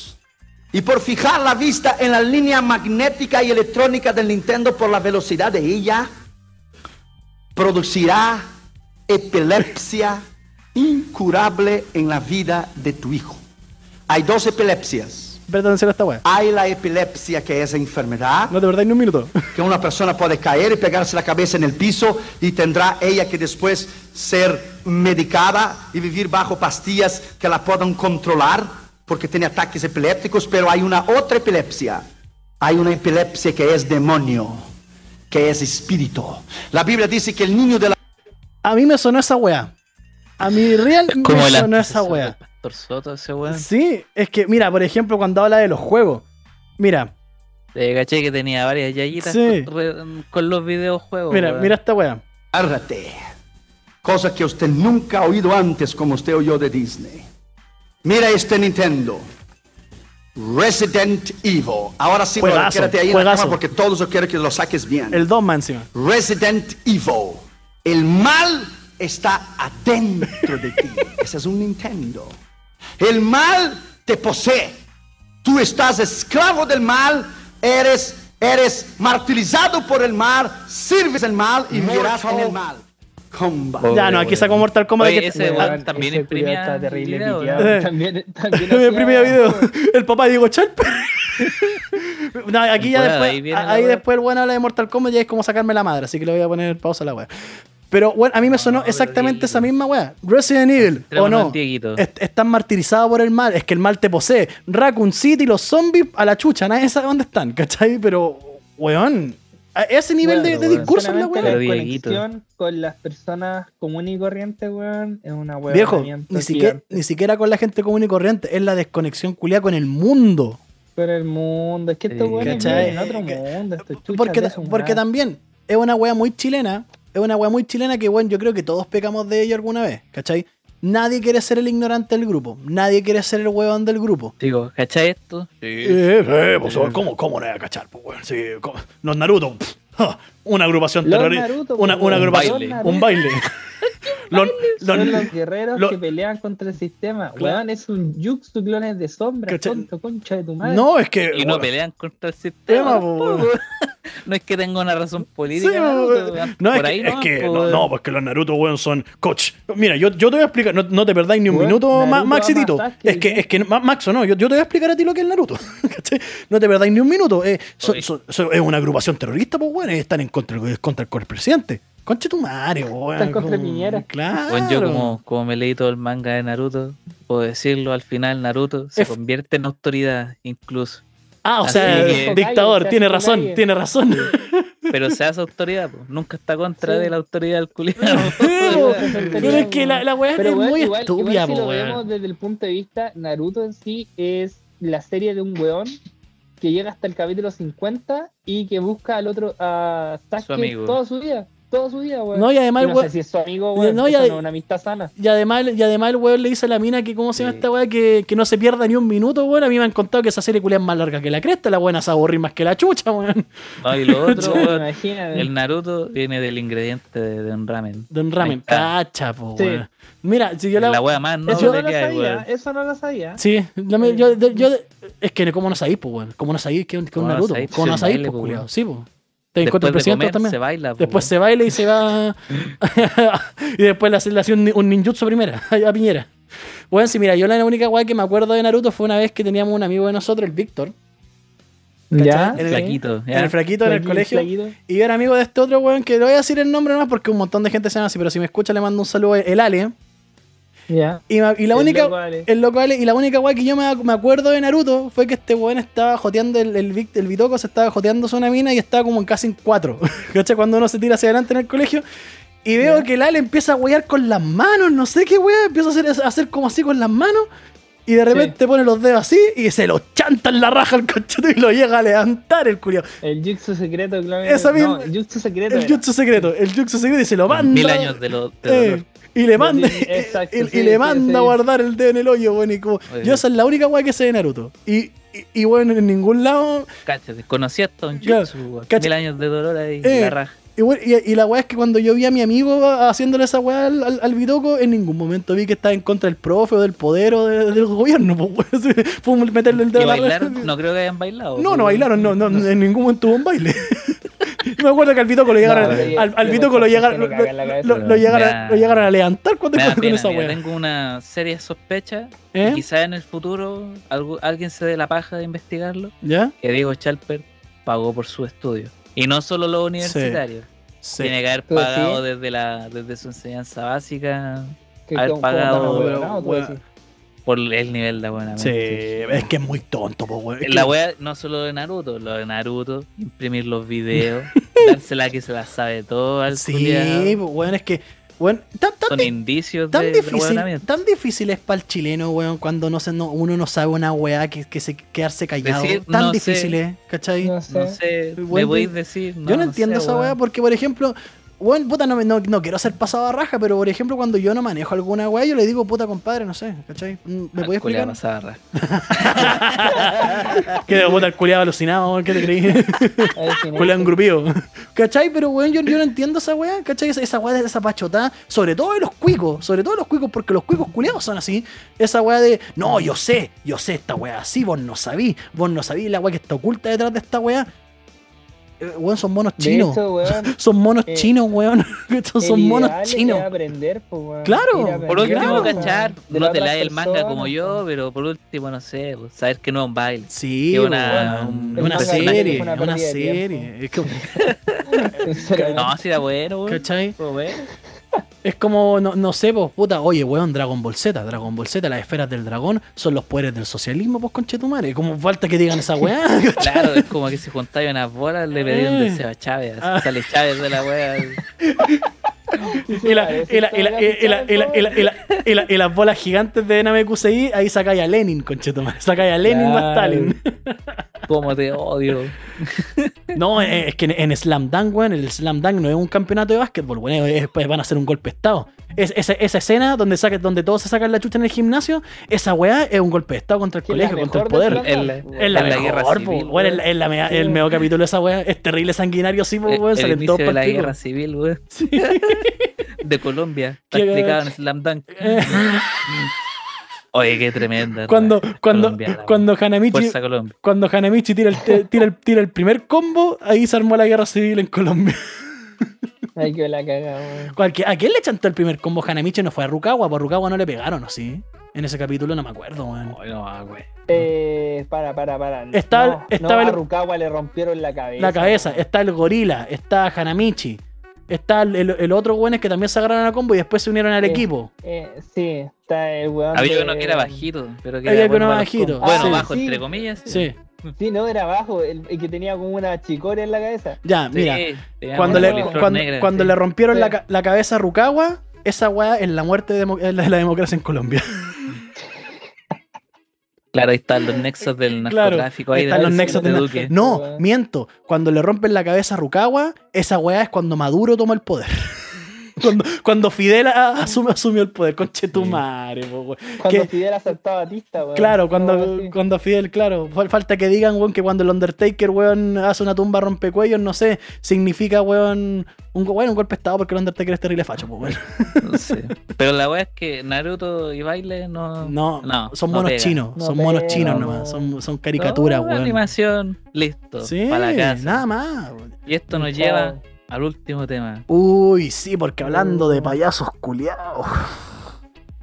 y por fijar la vista en la línea magnética y electrónica del Nintendo por la velocidad de ella, producirá epilepsia incurable en la vida de tu hijo. Hay dos epilepsias. Espérate atención a esta wea. Hay la epilepsia que es enfermedad No, de verdad, en un minuto. que una persona puede caer y pegarse la cabeza en el piso y tendrá ella que después ser medicada y vivir bajo pastillas que la puedan controlar porque tiene ataques epilépticos, pero hay una otra epilepsia. Hay una epilepsia que es demonio, que es espíritu. La Biblia dice que el niño de la A mí me sonó esa wea. A mí real me Como el sonó esa antecesor del wea. Pastor Soto, ese weón. Sí, es que, mira, por ejemplo, cuando habla de los juegos. Mira, Eh, caché que tenía varias yayitas Sí. con, re- con los videojuegos. mira, weón. mira esta wea. Árrate. Cosa que usted nunca ha oído antes, como usted oyó de Disney. Mira este Nintendo. Resident Evil. Ahora sí, Juegazo, bueno, quédate ahí en la juegazo. cama porque todos yo quiero que lo saques bien. El 2 más encima. Resident Evil. El mal está adentro de ti. Ese es un Nintendo. El mal te posee. Tú estás esclavo del mal, eres, eres martirizado por el mal, sirves el mal y vivirás en el mal. Combat. Oh. Ya, no, aquí sacó Mortal Kombat. Oye, que- ese Ah, weón también ese culiao imprimía Está terrible video, piteado. ¿no? También, En también el hacía- primer video, el papá de Diego Charper. No, aquí ya Bueno, después, ahí ahí, viene la wea. después el bueno habla de Mortal Kombat y es como sacarme la madre, así que le voy a poner pausa a la wea. Pero bueno, a mí me sonó pero exactamente Dieguito. esa misma wea. Resident Evil, o Entrémonos no, en Dieguito. Est- están martirizados por el mal, es que el mal te posee. Raccoon City, los zombies a la chucha, nadie sabe dónde están, ¿cachai? Pero, weón, a ese nivel de- Bueno, de, weón, discurso en la solamente wea. Pero la Dieguito. conexión con las personas común y corriente, weón, es una weón. Viejo, ni siquiera, ni siquiera con la gente común y corriente, es la desconexión culia con el mundo. Pero el mundo, es que estos Sí, weones ¿cachai? viven en otro Eh, mundo, estos chuchas porque, de ta- su porque madre. también es una wea muy chilena es una weá muy chilena que, bueno, yo creo que todos pecamos de ello alguna vez, ¿cachai? Nadie quiere ser el ignorante del grupo, nadie quiere ser el huevón del grupo. Digo, ¿cachai esto? Eh, eh, pues, ¿cómo, ¿Cómo no voy a cachar? Pues, weón? Sí, ¿cómo? Los Naruto, pf, ja, una agrupación Los terrorista, Naruto, una, una pues, weón. agrupación, Los Naruto. un baile. Los- los- Son los guerreros lo- que pelean contra el sistema. Claro. Weón, es un yuxu clones de sombra. ¿Cachai? Tonto, concha de tu madre. no, es que... Y no weón, pelean contra tema, el sistema. po, po, weón. weón. No es que tenga una razón política. Eh, Sí, Naruto, weón. weón. no, es Por que, ahí es no, que po, no, weón. no, pues que los Naruto, weón, son coach. Mira, yo, yo te voy a explicar, no, no te perdáis ni un Weón, minuto, Ma- Naruto Maxi ama Tito. Sasuke, Es que, weón. es que, Ma- Maxo, no, yo, yo te voy a explicar a ti lo que es el Naruto. ¿cachai? no te perdáis ni un minuto. Eh, so- Oye. so- so- es una agrupación terrorista, pues, weón, están en contra, del- contra el cor- presidente. Conche tu madre, weón. Están contra como- Piñera. Claro. Bueno, yo como, como me leí todo el manga de Naruto, puedo decirlo, al final Naruto se Es- convierte en autoridad incluso. Ah, o Así sea, que- dictador, Hokage, tiene Hokage. razón, tiene razón. Pero se hace autoridad, po. nunca está contra Sí. de la autoridad del culiado. Pero es que la, la weá Pero es weón, muy igual, estúpida, igual si po, lo weón. vemos desde el punto de vista, Naruto en sí es la serie de un weón que llega hasta el capítulo 50 y que busca al otro, a Sasuke, Su amigo. toda su vida. Toda su vida, weón. No, y además, Y el no weón- sé si es su amigo, weón. No, y eso ade- no es una amistad sana. Y además, y además el weón le dice a la mina que, ¿cómo se llama Sí. esta weá? Que, que no se pierda ni un minuto, weón. A mí me han contado que esa serie culia es más larga que la cresta. La buena se va a aburrir más que la chucha, weón. No, y lo otro, Bueno, weón, imagínate. el Naruto viene del ingrediente de, de un ramen. Don Ramen, Ahí está. cacha, po, Sí. weón. Mira, si yo la. La wea más Eso Yo no noble lo que hay, sabía, weón. eso no lo sabía. Sí, la me- yo, de- yo- Es que, ¿cómo no sabéis, po, weón? ¿Cómo no sabéis que es un que es un ¿Cómo no Naruto? sabéis? ¿Cómo no Se sabéis, baile, po, po, culiao? weón. Sí, po. Te encuentro Después el de presidente comer, también. se baila. pues, po, Después weón. se baila y se va. y después le hace, le hace un, ni- un ninjutsu primera, a Piñera. Bueno, sí, mira, yo la única weá que me acuerdo de Naruto fue una vez que teníamos un amigo de nosotros, el Víctor. Ya. En el- Flaquito, ya. En el fraquito, en el Flaquito, colegio. flaquito. Y yo era amigo de este otro weón que le voy a decir el nombre nomás porque un montón de gente se llama así, pero si me escucha le mando un saludo, el Ale. Ya. Y, ma- y la El única. loco Ale. El loco Ale. Y la única weá que yo me, ac- me acuerdo de Naruto fue que este weón estaba joteando, el, el, Vic- el Bitoco se estaba joteando una mina y estaba como en casi en cuatro. ¿Cachai? Cuando uno se tira hacia adelante en el colegio. Y veo que el Ale empieza a wear con las manos, no sé qué weá, empieza a hacer, a hacer como así con las manos. Y de repente pone los dedos así y se lo chanta en la raja al conchito y lo llega a levantar el culiao. El jutsu secreto, claro. Esa misma- No, el jutsu secreto. El era. jutsu secreto, el jutsu secreto y se lo manda. Mil años de, lo, de Eh, dolor. y le manda, Exacto, y, y sí, le sí, manda sí. a guardar el dedo en el hoyo, bueno, y como, Oye. yo esa es la única weá que sé de Naruto. Y, y, y, bueno, en ningún lado. Cacha, conocí a Tom Claro, Jutsu, weón. cacha. Mil años de dolor ahí, Eh. la raja. Y, bueno, y- y la weá es que cuando yo vi a mi amigo haciéndole esa weá al, al, al Bitoco, en ningún momento vi que estaba en contra del profe o del poder o de- del gobierno. pues, weón. Fue un- meterle el dedo ¿Y en la bailaron? No creo que hayan bailado. No, po, no weón. bailaron, no, no, en ningún momento hubo un baile. me acuerdo que al Bitoco lo llegaron, No, pero al, al yo- Bitoco yo lo creo que llegaron, le lo, cagan la cabeza, lo- ¿no? lo llegaron, Nah. lo llegaron a levantar cuando Me da con pena, esa mira, wea. tengo una seria sospecha ¿Eh? y quizás en el futuro algu- alguien se dé la paja de investigarlo ¿Ya? que Diego Chalper pagó por su estudio y no solo los universitarios Sí. tiene que haber ¿Tú decís? pagado desde la desde su enseñanza básica Que haber como- como pagado, tan pero, ahueonado, tú weón. decís. por el nivel de buena Sí, es que es muy tonto, po, weón. Es que- la wea no solo de Naruto lo de Naruto imprimir los videos dársela que se la sabe todo al Sí, culiao. po, weón, es que. weón, tan, tan son di- indicios tan de, de difícil, hueonamiento. tan difícil es para el chileno, weón, cuando no se, no- uno no sabe una weá que, que se, quedarse callado. Decir, tan no difícil sé. es, ¿cachai? No no sé. sé me Bueno, podéis decir no, yo no, entiendo sé, esa weá weón. porque, por ejemplo, weón, puta, no, me- no, no quiero hacer pasado a raja, pero por ejemplo, cuando yo no manejo alguna weá, yo le digo, puta, compadre, no sé, ¿cachai? Mm, ¿Me Al podés culiao explicar? pasaba raja. Que puta, el culiado alucinado, weón, ¿qué te creí? Ahí tiene. Culean engrupido. ¿Cachai? Pero, weón, yo, yo no entiendo esa weá. ¿Cachai? Esa, esa weá de esa pachotada. Sobre todo de los cuicos. Sobre todo de los cuicos, porque los cuicos culeados son así. Esa weá de, no, yo sé, yo sé esta weá así. Vos no sabí. Vos no sabí la weá que está oculta detrás de esta weá. Eh, weón, son monos De chinos. hecho, weón, son monos eh, chinos, weón. Estos el son monos ideal es chinos. aprender, pues, weón. Claro. Ir aprendiendo, Por último, Claro. weón, cachar, de no las te otras lees el manga como personas, yo, weón. pero por último, no sé, pues, saber que no es un baile. Sí, Que una- weón, un- es una, un personaje serie. es una es una pérdida de serie. Es que- Sinceramente. No, si era bueno, weón. ¿Cachai? Estuvo bueno. Es como, no, no sé, pues, puta, oye, weón, Dragon Ball Z, Dragon Ball Z, las esferas del dragón son los poderes del socialismo, pues, conchetumare. Como falta que digan esa weá. ¿cachai? Claro, es como que se juntaban unas bolas, le pedí un Eh. deseo a Chávez. Ah. Sale Chávez de la wea. Y la- y la- y la- y la- y la- y la- y la- y la- y las bolas gigantes de Namekusei, ahí sacáis a Lenin, conchetumare. Sacáis a Lenin más Claro. Stalin. Cómo te odio. No, eh, es que en, en Slam Dunk, weón, el Slam Dunk no es un campeonato de básquetbol, weón, es- es- van a hacer un golpe de estado. Es, esa- esa escena donde, saca- donde todos se sacan la chucha en el gimnasio, esa weá es un golpe de estado contra el Que es la colegio, contra el mejor de poder. Slam Dunk, El- po, Es la, Es la mejor, guerra po, civil, weón, weón. Eh, es la- es la mea- el Sí. mejor capítulo de esa weá. Es terrible, sanguinario, sí, po, El, weón, el salen todos inicio de la pa'l pico. guerra civil, weón. De Colombia. Está Qué- Eh. explicado en Slam Dunk. Mm. Oye, qué tremenda. Cuando, weón. cuando, Colombiana, weón. cuando Hanamichi, Fuerza Colombia. cuando Hanamichi tira el, tira, el, tira el primer combo, ahí se armó la guerra civil en Colombia. Ay, que la caga, weón. Cualquier- ¿A quién le chantó el primer combo Hanamichi? No fue a Rukawa, por Rukawa no le pegaron, ¿o sí? En ese capítulo no me acuerdo, weón. Ay, no, ah, weón. Eh, para, para, para. Está- no, estaba no, el- a Rukawa le rompieron la cabeza. La cabeza, weón. está el gorila, está Hanamichi, está el, el- el otro weón es que también se agarraron a combo y después se unieron al Sí. equipo. Eh, sí, está el weón. Había de- uno que era bajito, pero que Había era que uno bueno para los bajito, Ah, combos. Bueno, sí. bajo Sí. entre comillas. Sí. Sí, no, era bajo, el, el que tenía como una chicoria en la cabeza. Ya, Sí, mira. tenía Cuando, una le, coliflor cuando, negra, cuando sí. le rompieron Sí. la, ca- la cabeza a Rukawa, esa weá es la muerte de, demo- es la de la democracia en Colombia. Claro, ahí están los nexos del Claro, narcotráfico. ahí Están de- los de nexos del- Duque. No, Weá. miento. Cuando le rompen la cabeza a Rukawa, esa weá es cuando Maduro toma el poder. Cuando, cuando Fidel a- asume- asumió el poder, conche tu Sí. madre, po, weón. Cuando Que- Fidel asaltó a Batista, weón. Claro, Algo cuando, así. cuando Fidel, claro. Fal- Falta que digan, weón, que cuando el Undertaker, weón, hace una tumba rompecuellos, no sé, significa, weón, un, go- bueno, un golpe de estado porque el Undertaker es terrible facho, po, weón. No sé. Pero la weá es que Naruto y baile no. No, No, son no monos pega. chinos, No son monos pega, chinos no. nomás, son, son caricaturas, No, weón. animación, listo. Sí, para la casa. nada más. weón. Y esto nos Chao. lleva al último tema. Uy, sí, porque hablando Uh. de payasos culiados.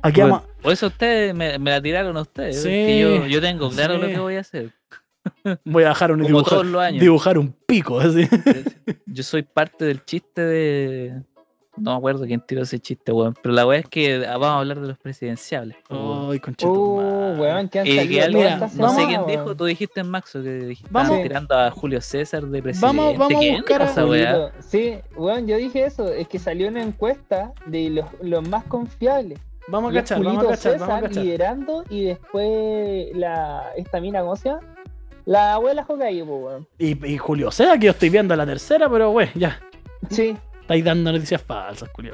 Aquí Bueno, vamos. Por eso ustedes me, me la tiraron a ustedes. Sí, porque yo, yo tengo claro sí. lo que voy a hacer. Voy a dejar un Como dibujar, todos los años. dibujar un pico, así. Yo soy parte del chiste de. No me acuerdo quién tiró ese chiste, weón. Pero la weá es que vamos a hablar de los presidenciables. weón. Ay, conchetumare. Uh, weón, que han Y que salido alguien- todas Oh, mira, estas Eh, no sé semanas, quién dijo, weón. tú dijiste en Maxo que dijiste, Vamos- estaban tirando a Julio César de presidente. Vamos- vamos a ¿Quién buscar dijo a- esa weá? Sí, weón, yo dije eso. Es que salió una encuesta de los, los más confiables. Vamos a Y es cachar, vamos a Julito cachar, vamos a César cachar. liderando y después la, esta mina, ¿cómo se llama? La abuela Hokage, po, weón. Y, y Julio César, que yo estoy viendo la tercera, pero güey, ya. Sí, Estáis dando noticias falsas, Julio.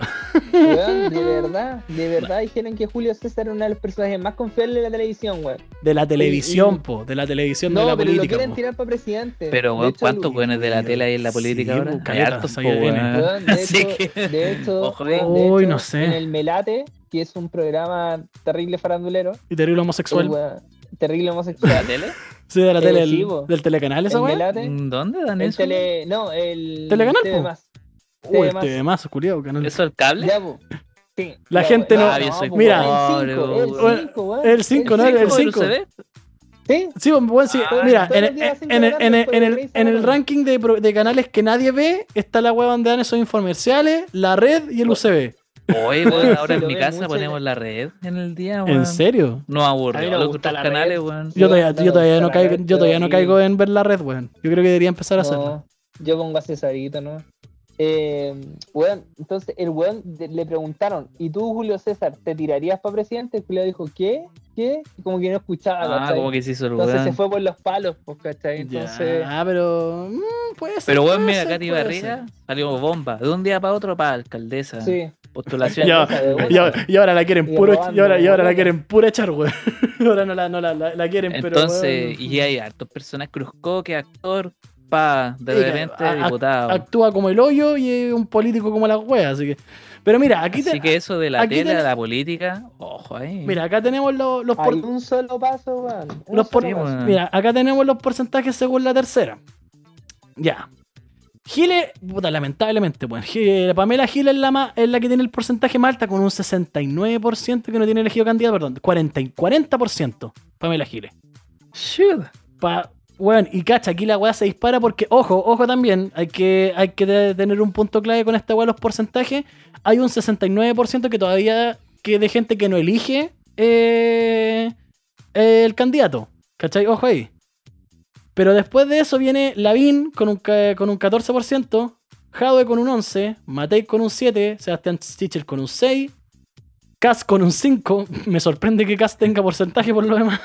weón, de verdad, de verdad dijeron que Julio César era uno de los personajes más confiables de la televisión, weón. De la televisión, y- po, de la televisión, No, de la pero lo política. quieren po. tirar para presidente. Pero, De weón, hecho, ¿cuántos Lu- weones de la tela y en la Sí, política ahora? pues, Hay caleta, hartos, soy po, yo, weón. N. Weón, de Así hecho, que- de hecho, Ojo, weón, de Uy, hecho, no sé. en el Melate, que es un programa terrible farandulero, Y terrible homosexual. el Uh, weón- Eh, terrible ¿La homosexual. tele? sí, de la el tele, del- chivo. del telecanal, esa el weá. Melate, Mm, ¿Dónde dan el eso? weón? tele, no, el Telecanal, TV po. más. Uy, Más. este más, Julio. que no- ¿Eso el cable? Ya, po. Sí, La ya, gente po. no- Ah, bien, soy po, mira. weón, el pobre, 5, weón. el 5, weón. El cinco, ¿no? El ¿Cinco del cinco. UCB? Sí, Sí, bueno, sí, Ah, mira, todos en los el, días hacen en el- en el- cagadas, en el- pues, en el revisan. ranking de, pro- de canales que nadie ve está la web donde dan esos infomerciales, la red y el UCB. Oye, weón, ahora Sí, en lo mi veo casa mucho ponemos la red en el día, weón. ¿En serio? No A mí aburre me los gusta otros la canales, red. weón. Yo Yo todavía, no yo todavía no gusta la caigo, red, yo todavía no pero sí. caigo en ver la red, weón. Yo creo que debería empezar a hacerlo. No, yo pongo a Cesarito, ¿no? Eh, weón, entonces el weón de- le preguntaron, ¿y tú, Julio César, te tirarías para presidente? Julio dijo, ¿qué? ¿Qué? Y como que no escuchaba, Ah, ¿cachai? como que se hizo el Entonces se weón. fue por los palos, pues, ¿cachai? Entonces, Ah, pero. mm, puede ser. Pero weón, puede mira, ser, Katy puede Barriga salió bomba. De un día para otro, para alcaldesa. sí. ser. Postulación. Ya, Esa de y, ahora, vuelta. y ahora la quieren Y puro robando, y ahora, y ahora la weón. quieren pura echar, weón. Ahora no la, no la, la- la quieren, pero. Entonces, weón, y hay hartos personas, Cruzco, que actor, pa, de Mira, repente a- a- diputado. actúa como el hoyo y es un político como la wea, así que. Pero mira, aquí te- Así que eso de la aquí tela, ten- la política, ojo ahí. mira, acá tenemos los, los por- Hay un solo paso, weón. un Los por- solo Sí, paso. weón. Mira, acá tenemos los porcentajes según la tercera. Ya. Gile, puta, lamentablemente, pues. Gile- Pamela Gile es la, ma- es la que tiene el porcentaje más alta con un 69% que no tiene elegido candidato, perdón, 40, y 40%. Pamela Gile. Shoot. Pa, weón, y cacha, aquí la weá se dispara porque, ojo, ojo también, hay que, hay que te- tener un punto clave con esta weá, los porcentajes. Hay un 69% que todavía que de gente que no elige eh, el candidato. ¿Cachai? Ojo ahí. Pero después de eso viene Lavín con un, ca- con un 14%, Jadwe con un 11, Matei con un 7, Sebastián Stitcher con un 6, Cass con un 5. Me sorprende que Cass tenga porcentaje por lo demás.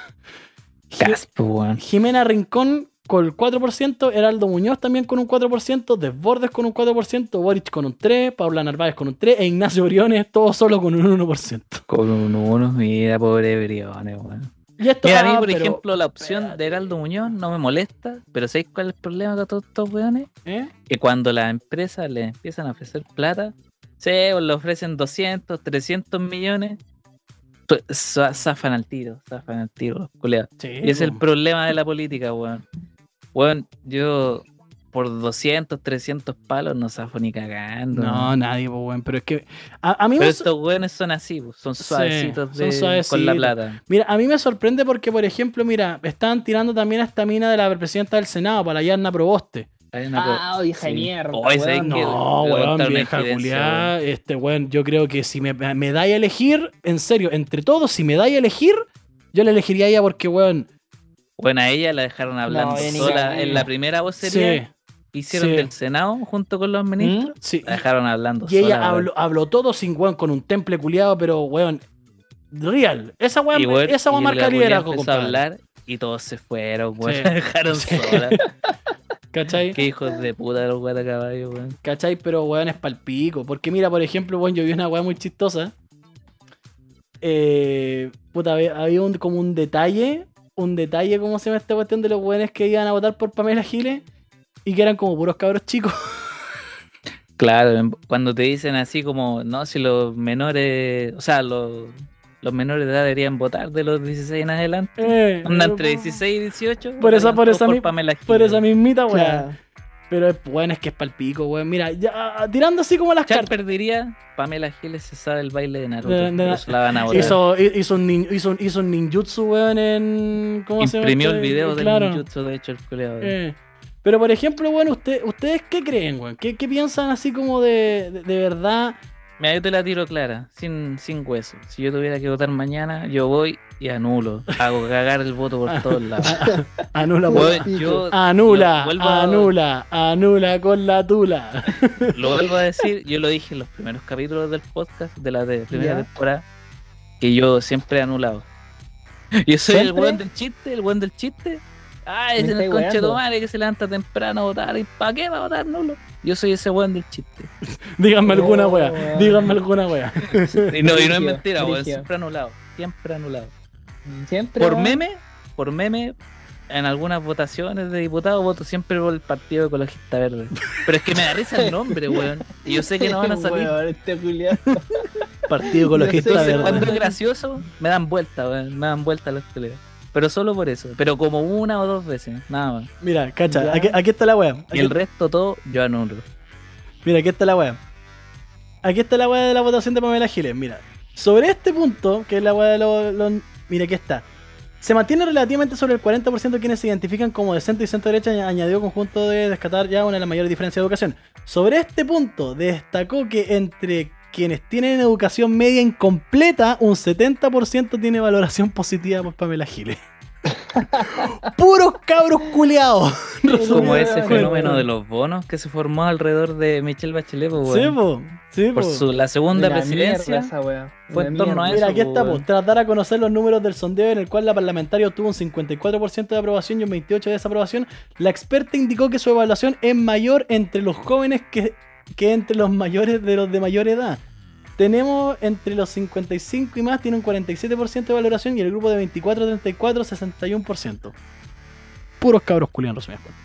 Caspo, weón. Jimena Rincón con el 4%, Heraldo Muñoz también con un 4%, Desbordes con un 4%, Boric con un 3%, Paula Narváez con un 3% e Ignacio Briones todo solo con un 1%. Con un uno, mira, pobre Briones, weón. Y esto Mira, a va, mí, por Ah, pero- ejemplo, la opción de Heraldo Muñoz no me molesta, pero ¿sabéis cuál es el problema con todos estos weones? ¿eh? que cuando las empresas les empiezan a ofrecer plata, se le ofrecen 200, 300 millones, tu- za- zafan al tiro, zafan al tiro los culeados. Sí, Y ese es el po. problema de la política, weón. Weón, yo por 200, 300 palos no zafo ni cagando. No, nadie, pues, weón. Pero es que. A, a mí Pero me, estos weones son así, po, son Sí, suavecitos, son de- con suavecitos. la plata. Mira, a mí me sorprende porque, por ejemplo, mira, estaban tirando también a esta mina de la presidenta del Senado, para la Yarna Proboste. Hay Ah, pro- vieja de mierda, Oye, ¿sabes weón. qué? Te No, voy a weón, contar una vieja infidencia, culiá. Este, weón, yo creo que si me, me dais a elegir, en serio, entre todos, si me dais a elegir, yo la elegiría a ella porque, weón, Bueno, a ella la dejaron hablando ella ni sola cagando. en la primera vocería sí, que hicieron sí. del Senado junto con los ministros. sí. La dejaron hablando. ¿Mm? Y ella sola, habló, habló todo sin weón, con un temple culiado, pero, weón, real. Esa weón, weón. Y, weón, esa weón y la marca culia liderazgo, empezó a compadre. hablar y todos se fueron, Sí. weón. La dejaron Sí. sola. ¿Cachai? Qué hijos de puta los weón caballo, weón. ¿Cachai? Pero, weón, es palpico. Porque mira, por ejemplo, weón, yo vi una weá muy chistosa. Eh, puta, había- había un, como un detalle. Un detalle, ¿cómo se llama esta cuestión de los weones que iban a votar por Pamela Giles? Y que eran como puros cabros chicos. Claro, en- cuando te dicen así como, no, si los menores, o sea, los, los menores de edad deberían votar de los 16 en adelante. Eh, Andan pero- entre 16 y 18. Por esa- votarían por todos esa mi- Pamela Por Giles. esa mismita, weón. Claro. Pero, es- weón, es que es palpico, weón. Mira, ya, tirando así como las Char cartas. perdería, Pamela Giles se sabe el baile de Naruto. De- de- por eso la van a votar. Hizo, hizo, un nin- hizo, un- hizo un ninjutsu, weón, en. ¿Cómo se llama? Imprimió el este? video Claro. del ninjutsu, de hecho, el culeado. Eh, Pero por ejemplo, bueno, usted, ¿ustedes qué creen, weón? ¿Qué, qué piensan así como de, de, de verdad? Mira, yo te la tiro clara, sin, sin hueso. Si yo tuviera que votar mañana, yo voy y anulo. Hago cagar el voto por todos lados. Anula, weón. Weón, yo Anula, lo vuelvo a- anula, anula con la tula. Lo vuelvo a decir, yo lo dije en los primeros capítulos del podcast, de la de- primera Ya. temporada, que yo siempre he anulado. Yo soy el ¿Siempre? buen del chiste, el buen del chiste. Ah, Me ese en el estáis conche weando. tu madre que se levanta temprano a votar. ¿Y para qué va a votar nulo? Yo soy ese buen del chiste. Díganme alguna No, wea, weón. díganme alguna wea. Y no, y no es Brigio, mentira, weón, brigio. siempre anulado. Siempre anulado. Siempre. Por weón. meme, por meme, en algunas votaciones de diputados voto siempre por el Partido Ecologista Verde. Pero es que me da risa el nombre, weón. Y yo sé que no van a salir. Weón, este culiao. Partido Yo ecologista sé Entonces, verdad. cuando es verde. gracioso, me dan vuelta, weón. Me dan vuelta las peleas. Pero solo por eso. Pero como una o dos veces, nada más. Mira, cacha, Ya. aquí, aquí está la wea. Y Aquí- el resto todo, yo anulo. Mira, aquí está la weá. Aquí está la weá de la votación de Pamela Giles. Mira, sobre este punto, que es la weá de los. los- mira, aquí está. Se mantiene relativamente sobre el 40% quienes se identifican como de centro y centro derecha, añ- añadió conjunto de descatar ya una de las mayores diferencias de educación. Sobre este punto, destacó que entre quienes tienen educación media incompleta, un 70% tiene valoración positiva por Pamela Giles. Puros cabros culeados. Como Resumido, ese weón. fenómeno de los bonos que se formó alrededor de Michelle Bachelet, pues, weón. Sí, pues. po. Por su, la segunda Una presidencia. mierda esa weá. fue Una en torno a mierda. eso. Mira, aquí está, weón. pues, tras dar a conocer los números del sondeo en el cual la parlamentaria obtuvo un 54% de aprobación y un 28% de desaprobación, la experta indicó que su evaluación es mayor entre los jóvenes que, que entre los mayores de los de mayor edad. Tenemos entre los 55 y más, tiene un 47% de valoración y el grupo de 24 a 34, 61%. Puros cabros culiados, resumidas cuentas.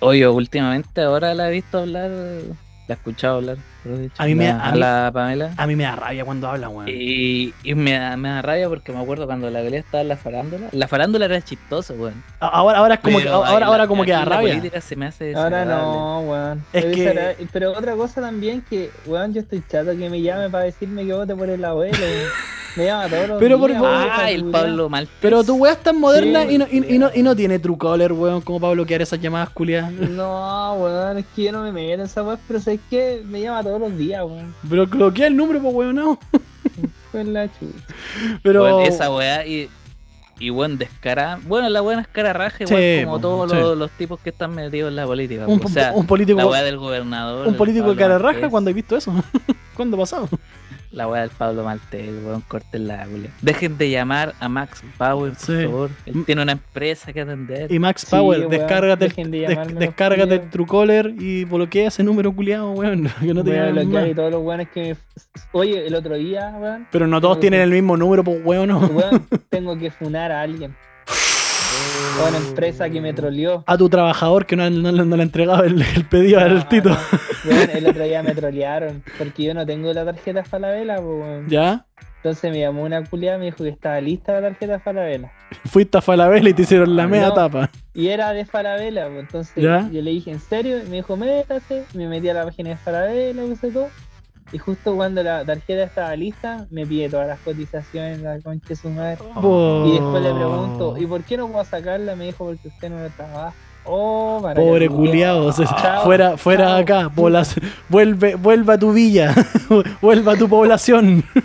Oye, últimamente ahora la he visto hablar, la he escuchado hablar, mejor dicho, A mí me- la- a a mí- la Pamela. A mí me da rabia cuando hablan, weón. Y, y me, da, me da rabia porque me acuerdo cuando la pelea estaba en la farándula. La farándula era chistosa, weón. A- Ahora, ahora es como que, Pero ahora, la- ahora como que da aquí La rabia. política se me hace Ahora desagradable. no, weón. Es Pero que- esa era- Pero otra cosa también que, weón, yo estoy chato que me llame para decirme que vote por el abuelo. weón. me llama todos los Pero días, por weón, favor. Ah, esa el culiao. Pablo Maltés. Pero tu weá es tan moderna Sí, y, no, y, y no, y no tiene true caller, weón, como para bloquear esas llamadas culiadas. No, weón, es que yo no me meto en esa weá, pero sabes que me llama todos los días, weón. Pero bloquea el número, pues weón, no. Con la chucha. Pero. Weón, esa weá y Y bueno, descarada. Bueno, la buena es cara raja, Sí, igual como po, todos sí. los, los tipos que están metidos en la política. Un, po. o sea, un político, la weá del gobernador. un el político de Pablo cara Marqués, raja, ¿cuándo he visto eso? ¿Cuándo ha pasado? La weá del Pablo Maltel, weón, corten la culia. Dejen de llamar a Max Power, por Sí. favor. Él Mm. tiene una empresa que atender. Y Max Sí, Power, weón, descárgate, el- dejen de des- llamarme los descárgate el culiados. Truecaller y bloquea ese número culiado, weón. Que no te Voy a llamen bloquear y más. todos los weones que me- Oye, el otro día, weón, Pero no todos Sí, tienen sí. el mismo número, pues weón. no. weón, tengo que funar a alguien. A una empresa que me troleó. A tu trabajador que no, no- no le ha entregado el, el pedido al Ah, Tito. weón, el otro día me trolearon porque yo no tengo la tarjeta Falabella, po, weón. ¿Ya? Entonces me llamó una culiada y me dijo que estaba lista la tarjeta Falabella. Fuiste a Falabella y te hicieron la Ah, media no. tapa. Y era de Falabella, po, entonces ¿Ya? yo le dije, ¿en serio? Y me dijo, métase. Me metí a la página de Falabella, puse todo. Y justo cuando la tarjeta estaba lista, me pide todas las cotizaciones, la concha de su madre. Oh. Y después le pregunto, ¿y por qué no puedo sacarla? Me dijo, porque usted no la trabaja. Oh, para Pobre que- culiao, se- Chao, fuera, fuera de chao. acá, poblac- vuelve, vuelva a tu villa, vuelva a tu población,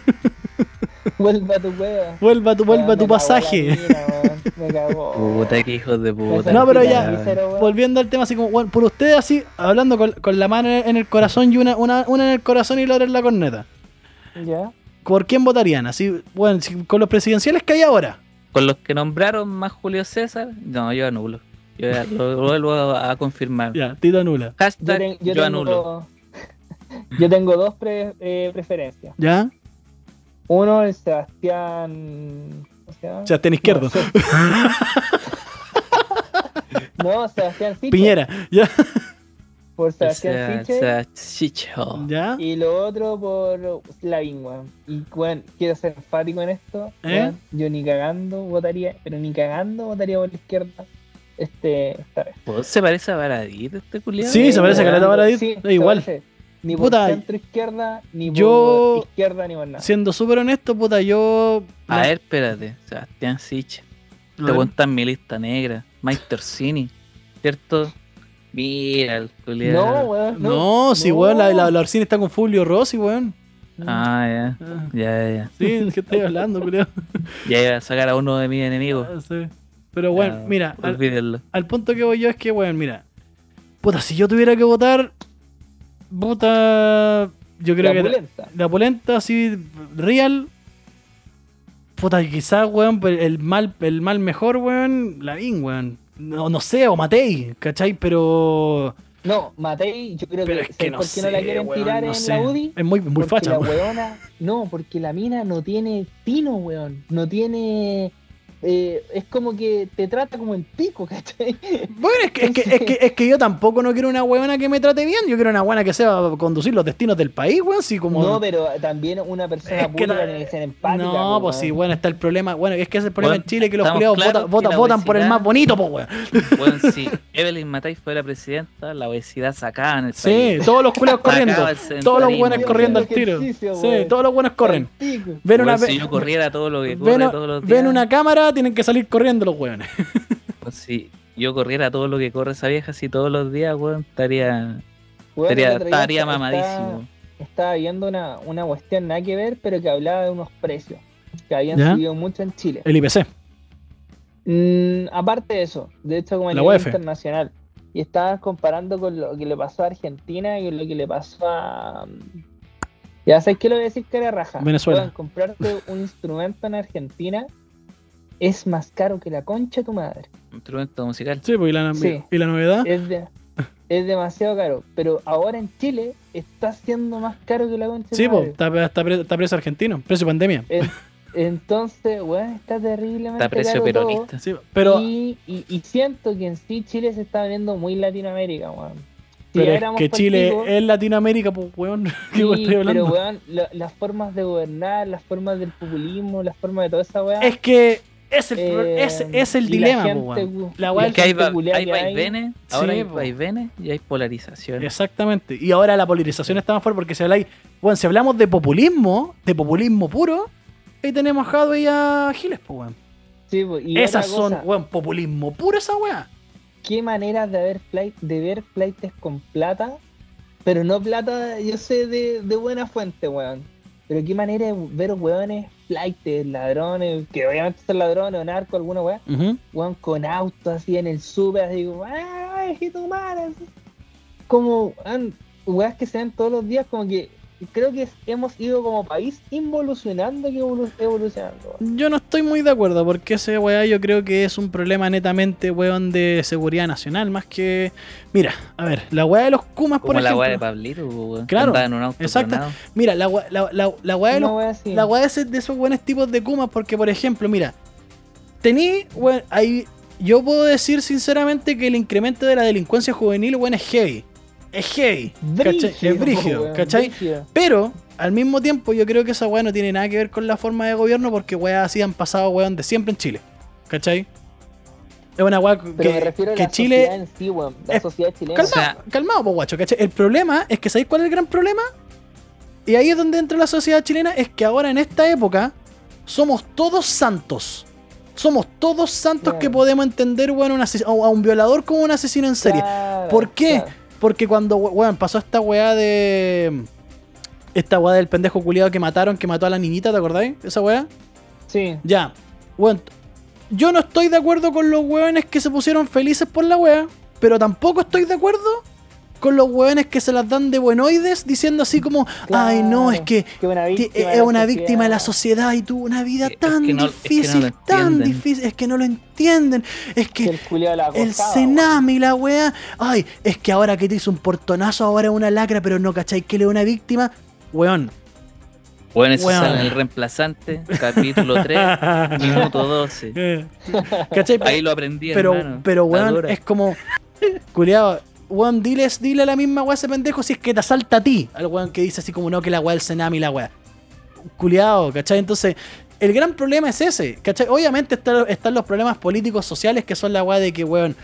Vuelva a tu cueva. vuelva a tu, vuelva a Weón, tu Ah, me cagó la pasaje. mina, weón, Me cagó. Puta, que hijos de puta. No, pero ya, Pero, weón. Volviendo al tema, así como, bueno, por ustedes así, hablando con, con la mano en el corazón y una, una, una en el corazón y la otra en la corneta. Ya. ¿Por quién votarían? Así, bueno, si- con los presidenciales que hay ahora. Con los que nombraron más Julio César, no, yo anulo. Yo ya lo lo vuelvo a, a confirmar. Ya, Tito nula. Hashtag Yo, yo, ten- yo anulo. tengo, yo tengo dos pre- eh, preferencias. ¿Ya? Uno, el Sebastián. ¿Cómo se llama? O sea, ten izquierdo. No, Sebastián Sichel. Piñera. ¿Ya? Por O Sebastián sea, o Sichel. sea, chicho. ¿Ya? Y lo otro por Lavín, weón. Y weón, quiero ser enfático en esto. ¿Eh? weón, yo ni cagando votaría, pero ni cagando votaría por la izquierda. Este, esta vez. ¿Vos ¿Se parece a Baradit este culiado? Sí, se parece a Caleta Weón, Baradit, sí, da se igual. parece. Ni por Puta, centro izquierda, ni yo- por izquierda, ni por nada. Siendo súper honesto, puta, yo. A ver, espérate. Sebastián Sicha. Te cuentan mi lista negra. Mike Torsini. ¿Cierto? Mira el No, culiado. weón. No, sí, no. weón, la, la, la Orsini está con Fulvio Rossi, weón. Ah, Ah, ya. Ya, ya, Sí, ¿qué estoy hablando, culiao? ya. Ya iba a sacar a uno de mis enemigos. Ah, sí. Pero bueno, Ya, mira, al- Olvídenlo. al punto que voy yo es que, weón, mira. Puta, si yo tuviera que votar. Puta. Yo creo La que. pulenta. La polenta, así. Real. Puta, quizás, weón, pero el mal, el mal mejor, weón. Lavín, weón. No, no sé, o Matei, ¿cachai? Pero. No, Matei, yo creo Pero que, es que ¿sabes no por qué no la sé, quieren weón, tirar no en sé. la UDI? Es muy, muy Porque facha, la weón. weona, no, porque la mina no tiene tino, weón. No tiene. eh, es como que te trata como el pico, ¿cachai? Bueno, es que, es, que, es, que, es que yo tampoco no quiero una weona que me trate bien. Yo quiero una weona que sepa conducir los destinos del país, weón. Si como. No, pero también una persona Es que pública la- tiene que ser empática. No, po, pues sí, weón. bueno, está el problema. Bueno, es que ese es el problema Bueno, en Chile, que los estamos culiados claros votan, que votan, la votan por el obesidad- más bonito, pues, weón. Bueno, si Evelyn Matei fue la presidenta, la obesidad sacaba en el Sí, todos los culiados corriendo. Acaba el Todos los sedentarismo, buenos weón. corriendo al tiro. Sí, Ejercicio, weón. todos los buenos corren. Al pico. Ven una, Weón, ve- si yo corriera todo lo que corre ven, todos los días. ven una cámara, tienen que salir corriendo los weones. weón, Pues Si yo corriera todo lo que corre esa vieja, así todos los días, weón, estaría, Weón, el estaría, otro día estaría estaba- mamadísimo. Estaba viendo una, una cuestión nada que ver, pero que hablaba de unos precios que habían ¿Ya? subido mucho en Chile. El IPC. Mm, aparte de eso, de hecho, como a La nivel UEF. internacional, y estabas comparando con lo que le pasó a Argentina y con lo que le pasó a. mm, Ya sabes que lo voy a decir que era raja. Venezuela. Weón, comprarte un instrumento en Argentina es más caro que la concha de tu madre. Instrumento musical. este Sí, pues, y la, Sí. y la novedad. Es, de- es demasiado caro. Pero ahora en Chile está siendo más caro que la concha de Sí, tu pues, madre. está, está pre- está preso argentino, preso pandemia. En- entonces, weón, está terriblemente Está precio caro todo. este peronista. Sí, pero y, y- y siento que en sí Chile se está viendo muy Latinoamérica, weón. Si Pero es éramos que Chile políticos, es Latinoamérica, pues, weón. ¿Qué sí, weón estoy hablando? Pero, weón, la- las formas de gobernar, las formas del populismo, las formas de toda esa weá. es que es el, pro- eh, es, es el y dilema, la pues, gente, weón. weón, La y weá la es Porque hay, va- gente culiá hay que vaivenes, ahora Sí, hay po. vaivenes y hay polarización. Exactamente. Y ahora la polarización está más fuerte porque si habláis, bueno, si hablamos de populismo, de populismo puro, ahí tenemos a Hadwe y a Giles, pues, weón. Sí, po, y Esas otra son, cosa, weón, populismo puro esa weá. qué maneras de haber flight, de ver flightes con plata, pero no plata, yo sé de, de buena fuente, weón. Pero qué manera de ver weones flaites, ladrones, que obviamente son ladrones o narco, alguna weá, Ujú. weón, con autos así en el súper, así como, ¡ay, hijito humano", así. Como, weón, weas que se ven todos los días, como que creo que hemos ido como país involucionando que evolu- evolucionando. weón. Yo no estoy muy de acuerdo porque ese weá yo creo que es un problema netamente weón de seguridad nacional más que... Mira, a ver, la weá de los Kumas por Como la weá de ejemplo. Pablito, weón. Claro, Andaba en un auto exacto. tronado. Mira, la weá, la, la- la weá de los Una wea así. La weá de ese- de esos buenos tipos de Kumas, porque por ejemplo, mira, tení, weón, ahí, yo puedo decir sinceramente que el incremento de la delincuencia juvenil, weón, es heavy. Es heavy. ¿cachai? Brígido, Es brígido, weón, ¿cachai? brígido. Pero, al mismo tiempo, yo creo que esa weá no tiene nada que ver con la forma de gobierno, porque weá así han pasado, weón, de siempre en Chile. ¿Cachai? Es una weá Pero me que, refiero a que la Chile sociedad en sí, weón, la es- sociedad chilena. Calma, O sea- calmado, pues guacho, ¿cachai? El problema es que ¿sabéis cuál es el gran problema? Y ahí es donde entra la sociedad chilena, es que ahora en esta época somos todos santos. Somos todos santos Claro. que podemos entender, bueno, un ases- a a un violador como un asesino en serie. Claro, ¿Por qué? claro. Porque cuando, we- weón, pasó esta weá de... Esta weá del pendejo culiado que mataron, que mató a la niñita, ¿te acordáis? Esa weá. Sí. Ya, weón. Yo no estoy de acuerdo con los weones que se pusieron felices por la wea, pero tampoco estoy de acuerdo con los weones que se las dan de buenoides diciendo así como, ay no, es Claro, que que una ti- víctima de es la una sociedad". víctima de la sociedad y tuvo una vida Es que tan no- es que no lo difícil, tan entienden. difícil, es que no lo entienden, es Que que el culiao la el acosaba, Senami, la wea, ay, es que ahora que te hizo un portonazo, ahora es una lacra, pero no cacháis que le es una víctima, weón. Weón, eso Weón. sale en el reemplazante, capítulo 3, minuto 12. ¿Cachai? Ahí lo aprendí, pero, hermano. pero La weón, dura. es como. Culeado, weón, diles, dile a la misma weá a ese pendejo si es que te asalta a ti. Al weón que dice así como no, que la weá del Senami, la weá. Culeado, ¿cachai? Entonces, el gran problema es ese, ¿cachai? Obviamente está- están los problemas políticos, sociales, que son la weá de que, weón.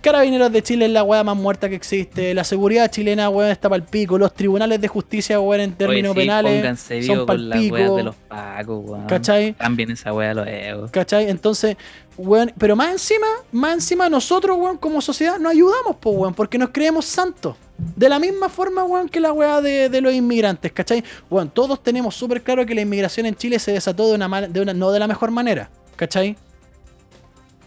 Carabineros de Chile es la weá más muerta que existe. La seguridad chilena, weón, está pal pico. Los tribunales de justicia, weón, en Oye, términos sí, penales pónganse son vivos pal con las pico. weas de los pacos, weón. ¿Cachai? También esa wea de los egos. ¿Cachai? Entonces, weón, pero más encima, más encima nosotros, weón, como sociedad, nos ayudamos, po, weón, porque nos creemos santos. De la misma forma, weón, que la weá de, de los inmigrantes, ¿cachai? Weón, todos tenemos súper claro que la inmigración en Chile se desató de una, mal- de una no de la mejor manera, ¿cachai?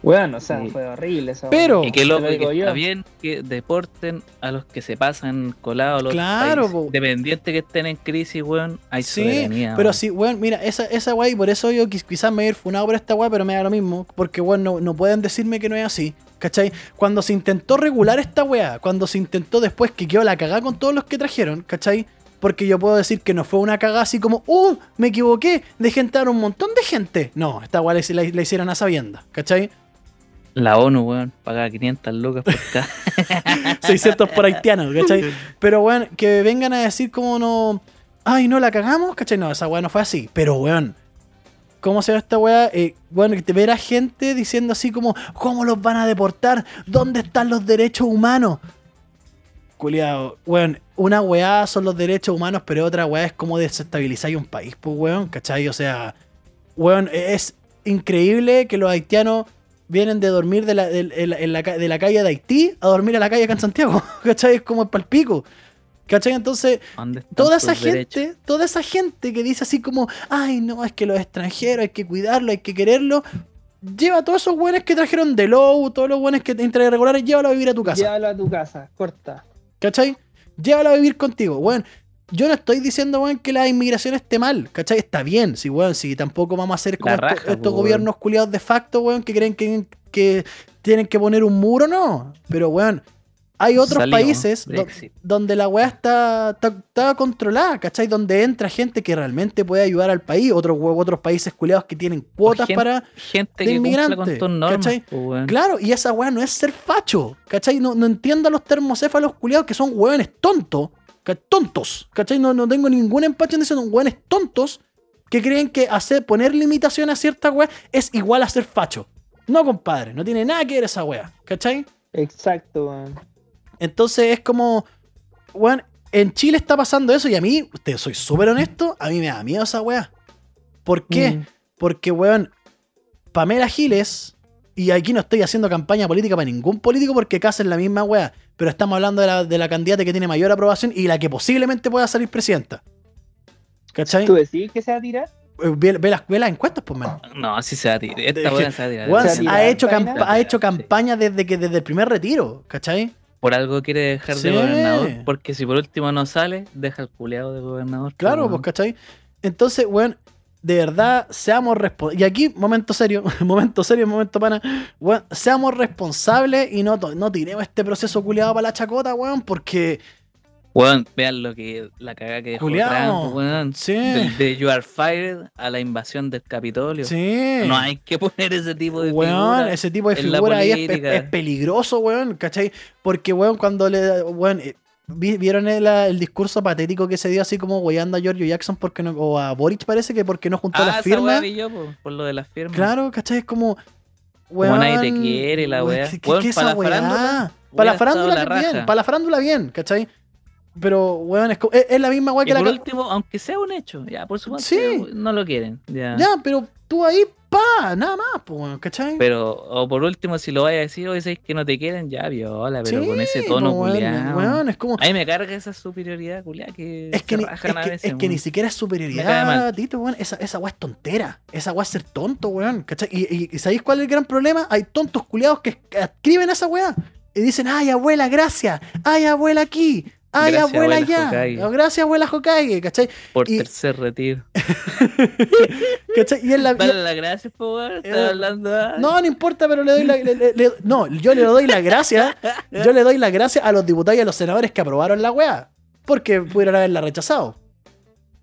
weón. Weón, o sea, Sí. fue horrible eso. Pero- Y que loco, Te lo que digo está yo. bien que deporten a los que se pasan colados. a Los Claro, países. po. Independiente que estén en crisis, weón, hay Sí, soberanía. pero weón. sí, weón, mira, esa, esa weá, y por eso yo quiz- quizás me he funado por esta weá, pero me da lo mismo, porque weón, no, no pueden decirme que no es así, ¿cachai? Cuando se intentó regular esta weá, cuando se intentó después que quedó la cagada con todos los que trajeron, ¿cachai? Porque yo puedo decir que no fue una cagada así como, ¡uh! Me equivoqué, dejé entrar un montón de gente. No, esta weá la, la hicieron a sabiendas, ¿cachai? La ONU, weón, paga 500 lucas por cada. 600 por haitianos, ¿cachai? Pero, weón, que vengan a decir como no. Ay, no la cagamos, ¿cachai? No, esa weá no fue así. Pero, weón. ¿Cómo se llama esta weá? Eh, bueno, que te verá gente diciendo así como, ¿cómo los van a deportar? ¿Dónde están los derechos humanos? Culiado, weón, una weá son los derechos humanos, pero otra weá es cómo desestabilizáis un país, pues weón, ¿cachai? O sea, weón, es increíble que los haitianos vienen de dormir de la, del- en la- en la ca- de la calle de Haití a dormir a la calle acá en Santiago. ¿Cachai? Es como el palpico. ¿Cachai? Entonces, ¿Dónde están toda tus esa gente, derechos? toda esa gente que dice así como, ay, no, es que los extranjeros hay que cuidarlo, hay que quererlo, lleva a todos esos buenos que trajeron de Low, todos los buenos que te entra irregulares, llévalo a vivir a tu casa. Llévalo a tu casa, corta. ¿Cachai? Llévalo a vivir contigo, weón. Yo no estoy diciendo, weón, que la inmigración esté mal, ¿cachai? Está bien, sí, weón, sí, tampoco vamos a hacer como La estos- raja, estos, po, weón. gobiernos culiados de facto, weón, que creen que, que tienen que poner un muro, no. Pero, weón, hay otros Salimos, países do- Brexit. donde la weá está, está, está controlada, ¿cachai? Donde entra gente que realmente puede ayudar al país, otros, we- otros países culiados que tienen cuotas gente- para... Gente de que cumpla inmigrantes, con tus normas, ¿cachai? po, weón. Claro, y esa weá no es ser facho, ¿cachai? No, no entiendo a los termocéfalos culiados que son weones tontos, ca- tontos, ¿cachai? No, no tengo ningún empacho en decir son weones tontos que creen que hacer, poner limitaciones a cierta weá es igual a ser facho. No, compadre, no tiene nada que ver esa weá, ¿cachai? Exacto, weón. Entonces es como, weón, en Chile está pasando eso y a mí, te soy súper honesto, a mí me da miedo esa weá. ¿Por qué? Mm. Porque, weón, Pamela Giles, y aquí no estoy haciendo campaña política para ningún político porque casi es la misma weá, pero estamos hablando de la, de la candidata que tiene mayor aprobación y la que posiblemente pueda salir presidenta. ¿Cachai? Eh, ¿Tú decís que se va a tirar? Ve, ve las, ve las encuestas, pues, man. No, así se va a tirar. Esta weá se va a tirar. Weón, se Ah, Sí, va ha, tirar. hecho campa- Vaina. ha hecho campaña desde, que, desde el primer retiro, ¿cachai? Por algo quiere dejar Sí. de gobernador. Porque si por último no sale, deja el culeado de gobernador. Claro, pues, porque ¿cachai? Entonces, weón, de verdad, seamos responsables. Y aquí, momento serio, momento serio, momento pana. Weón, seamos responsables y no, to- no tiremos este proceso culiado para la chacota, weón, porque. Weón, vean lo que la cagada que dejó Culeado. Trump, weón. Sí. De, de You Are Fired a la invasión del Capitolio. Sí. No hay que poner ese tipo de Weón, figura. ese tipo de en la figura ahí es, es- política. es peligroso, weón, ¿cachai? Porque, weón, cuando le. Weón, eh, vi- ¿Vieron el, ah, el discurso patético que se dio así como weyando a Giorgio Jackson porque no, o a Boric parece que porque no juntó Ah, las esa firmas? weá vi yo, po, por lo de las firmas. Claro, ¿cachai? Es como. Mm. Como Weón, nadie te quiere, la weón, weá. ¿Qué, qué- Weón, qué es pa' esa la weá? farándula Para hubiera la estado farándula la que bien, raja. para la farándula bien, ¿cachai? Pero, weón, es, co- es, es la misma weá Y que la. por ca- último, aunque sea un hecho, ya por supuesto, Sí. no lo quieren. Ya. Ya, pero tú ahí, pa, nada más, pues, weón, ¿cachai? Pero, o por último, si lo vayas a decir, o decís que no te quieren, ya viola, pero con ese Sí, tono po, weón, culiado. weón, es como. A mí me carga esa superioridad culiada que Es que, se ni, es, rajan a que, veces. es que ni weón. siquiera es Me cae superioridad, mal. Tito, weón. Esa, esa weá es tontera. Esa weá es ser tonto, weón. ¿Cachai? ¿Y, y, y sabéis cuál es el gran problema? Hay tontos culiados que escriben a esa weá y dicen, ay, abuela, gracias. Ay, abuela aquí. Ay, Gracias, abuela abuela allá. Hokage". Oh, Gracias, abuela Hokage, ¿cachai? Por y- tercer retiro. ¿Cachai? Y en la, Dale las gracias, po, weón, Estás Eh, hablando. ah, ay. No, no importa, pero le doy la, le- le- le- no, yo le doy la gracia, yo le doy la gracia a los diputados y a los senadores que aprobaron la weá, porque pudieron haberla rechazado.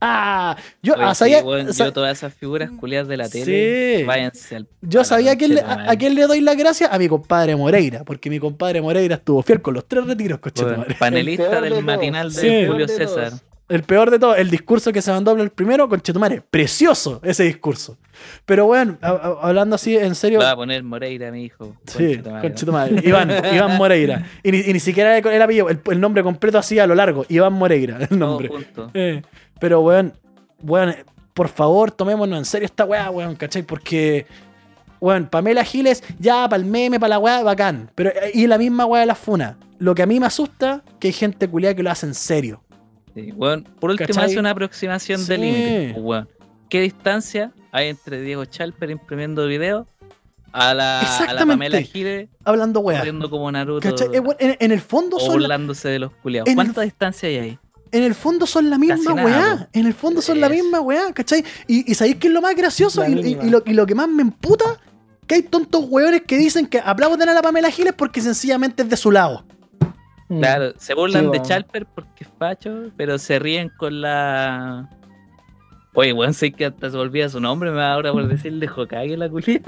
Ah, yo, Oye, ah, sí, sabía- weón, sa- Mm, yo todas esas figuras culiadas de la Sí. tele, váyanse al- a yo la sabía a quién, le, concha de a- tu a madre. quién le doy la gracia, a mi compadre Moreira, porque mi compadre Moreira estuvo fiel con los tres retiros, coche Weón, panelista El peor del de todos. matinal de Sí. Julio El peor de César. todos. El peor de todo, el discurso que se mandó el primero, conchetumare, precioso ese discurso. Pero bueno, a- a- hablando así en serio, Va a poner Moreira, mi hijo. Sí, Concha tu madre. concha tu madre. Iván, Iván Moreira. Y ni, y ni siquiera el, el apellido, el, el nombre completo así a lo largo. Iván Moreira, el Todo nombre. junto. Eh, pero, weón, weón, eh, por favor, tomémonos en serio esta weá, weón, ¿cachai? Porque, weón, Pamela Giles, ya, para el meme, para la weá, bacán. Pero, eh, y la misma weá de la funa. Lo que a mí me asusta, que hay gente culiada que lo hace en serio. Sí, weón, por último, ¿Cachai? hace una aproximación de Sí. límite. pues, weón. ¿Qué distancia hay entre Diego Chalper imprimiendo videos a la, a la Pamela Exactamente. Giles Hablando weá. corriendo como Naruto ¿Cachai? Eh, weón, en, en el fondo o son la, burlándose de los culiados? en el- ¿Cuánta distancia hay ahí? En el fondo son la misma Casi nada, weá. En el fondo son la Es. misma weá, ¿cachai? Y, y sabéis que es lo más gracioso La y, y- mínima. y lo, y lo que más me emputa, que hay tontos weones que dicen que aplauden a la Pamela Giles porque sencillamente es de su lado. Mm. Claro, se burlan Sí, de weón. Chalper porque es facho, pero se ríen con la. Oye, weón, sé que hasta se olvida su nombre, me va ahora por decirle Hokage la culia.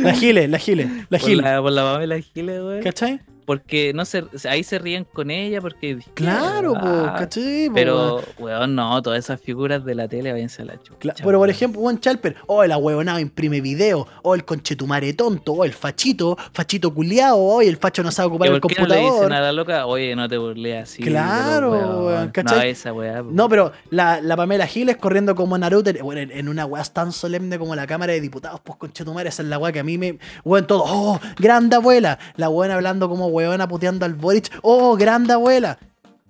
La Giles, la Giles, la Por Giles. la, por la Pamela Giles, weón. ¿Cachai? Porque no se, ahí se ríen con ella porque. Claro, Ah, po, ¿cachai? po, weón? Pero, weón, no, todas esas figuras de la tele váyanse a la chucha. Cla- pero por weón. ejemplo, Juan Chalper, o el ahueonado imprime video, o el conchetumare tonto, o el fachito, fachito culiado, o el facho no sabe ¿Y ocupar el ¿Por qué no le dicen a computador. la loca, oye, no te burles así? Claro, pero, weón, No, ¿cachai? esa weá. po. No, pero la, la Pamela Giles corriendo como Naruto bueno, en, en una weá tan solemne como la Cámara de Diputados, pues conchetumare, esa es la weá que a mí me. Weón, todo, oh, grande abuela. La weón hablando como weona puteando al Boric, oh, grande abuela.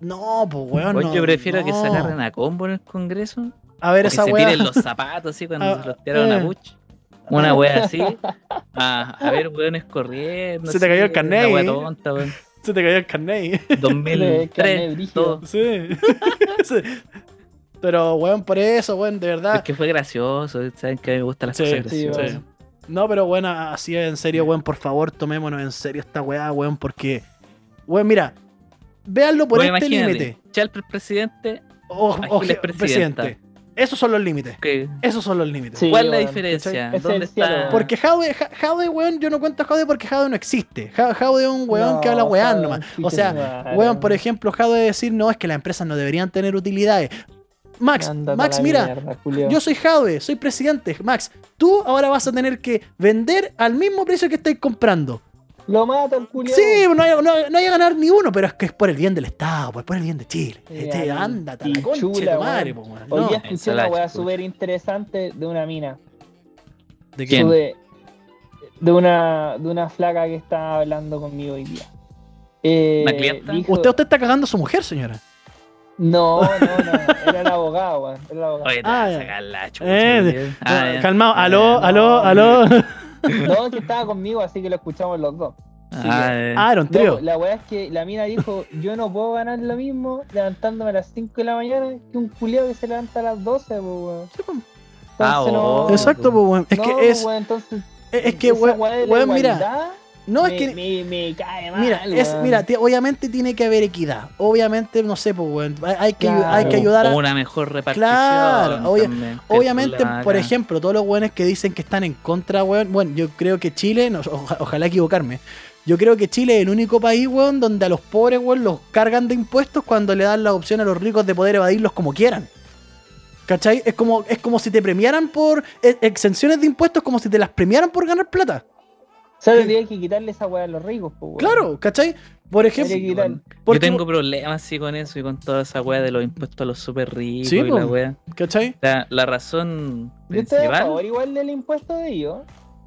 No, pues weón. Weón, no, yo prefiero que se no. agarren a combo en el Congreso. A ver o esa que se weá. tiren los zapatos así cuando Ah, se los tiraron a eh. Bush. Una wea así. A, a ver, weones corriendo. Se te así, cayó el carnet. Una wea tonta, weón. Se te cayó el carnet. 2003. brígido. todo. sí. Sí. Pero weón, por eso, weón, de verdad. Es que fue gracioso. Saben que a mí me gustan las Sí, cosas sí, graciosas. weón. No, pero bueno, así es, en serio, weón, por favor, tomémonos en serio esta weá, weón, porque. Weón, mira, véanlo por Bueno, este imagínate, límite. Chalper presidente. O, o Aquiles je- presidenta. presidente. Esos son los límites. Que, Esos son los límites. Sí, ¿Cuál es la weón, diferencia? ¿cachai? Ese ¿Dónde es el cielo, está? weón. Porque Jade, Ja- Jade, weón, yo no cuento a Jade porque Jade no existe. Ja- Jade es un weón que No, habla weán Jade, nomás. O chica sea, madre. weón, por ejemplo, Jade decir, no, es que las empresas no deberían tener utilidades. Max, Ándate a Max, la mira, mierda, culiao. Yo soy Jade, soy presidente. Max, tú ahora vas a tener que vender al mismo precio que estáis comprando. Lo mata el culiao. Sí, no hay, no, no hay a ganar ni uno, pero es que es por el bien del Estado, pues por el bien de Chile. Ya, Este, y- ándate, a la y concha de chula, tu madre, weón. po, weón. Hoy No, día escuché la una weá chucha. súper interesante de una mina. ¿de ¿Quién? Sube- de una de una flaca que estaba hablando conmigo hoy día. Eh, ¿Una clienta? dijo- Usted, usted está cagando a su mujer, señora. No, no, no. Era el abogado, weón. Era el abogado. Oye, te vas Ah, a ya. sacar la chucha. Eh, tío. Ah, ya. calmado, Ah, aló, ya. aló, aló. No, que estaba conmigo, así que lo escuchamos los dos. Ah, ya. Ah, era un No, trío. la weá es que la mina dijo, yo no puedo ganar lo mismo levantándome a las 5 de la mañana que un culiao que se levanta a las 12, po, weón. Ah, Entonces, no, oh. Exacto, pues, weón. Es no, que es, weón, entonces, es es que, esa weón, weá de la weón, mira. igualdad No, me, es que. me, me cae mal, Mira, es, weón. mira, ti- obviamente tiene que haber equidad. Obviamente, no sé, pues, weón. Hay, hay que, ayu- hay que Claro. ayudar a. O Oh, una mejor repartición. Claro, obvia- también, Obviamente, claro. por ejemplo, todos los weones que dicen que están en contra, weón. Bueno, yo creo que Chile, no, oja- ojalá equivocarme. Yo creo que Chile es el único país, weón, donde a los pobres, weón, los cargan de impuestos cuando le dan la opción a los ricos de poder evadirlos como quieran. ¿Cachai? Es como, es como si te premiaran por e- exenciones de impuestos, como si te las premiaran por ganar plata. Solo tienes que quitarle esa weá a los ricos, po, weón. Claro, ¿cachai? Por Habría que ejemplo, quitarle. Yo porque- tengo problemas sí con eso y con toda esa wea de los impuestos a los super ricos Sí, y po. la wea. ¿cachai? La, la razón Yo estoy a favor principal. igual del impuesto de ellos.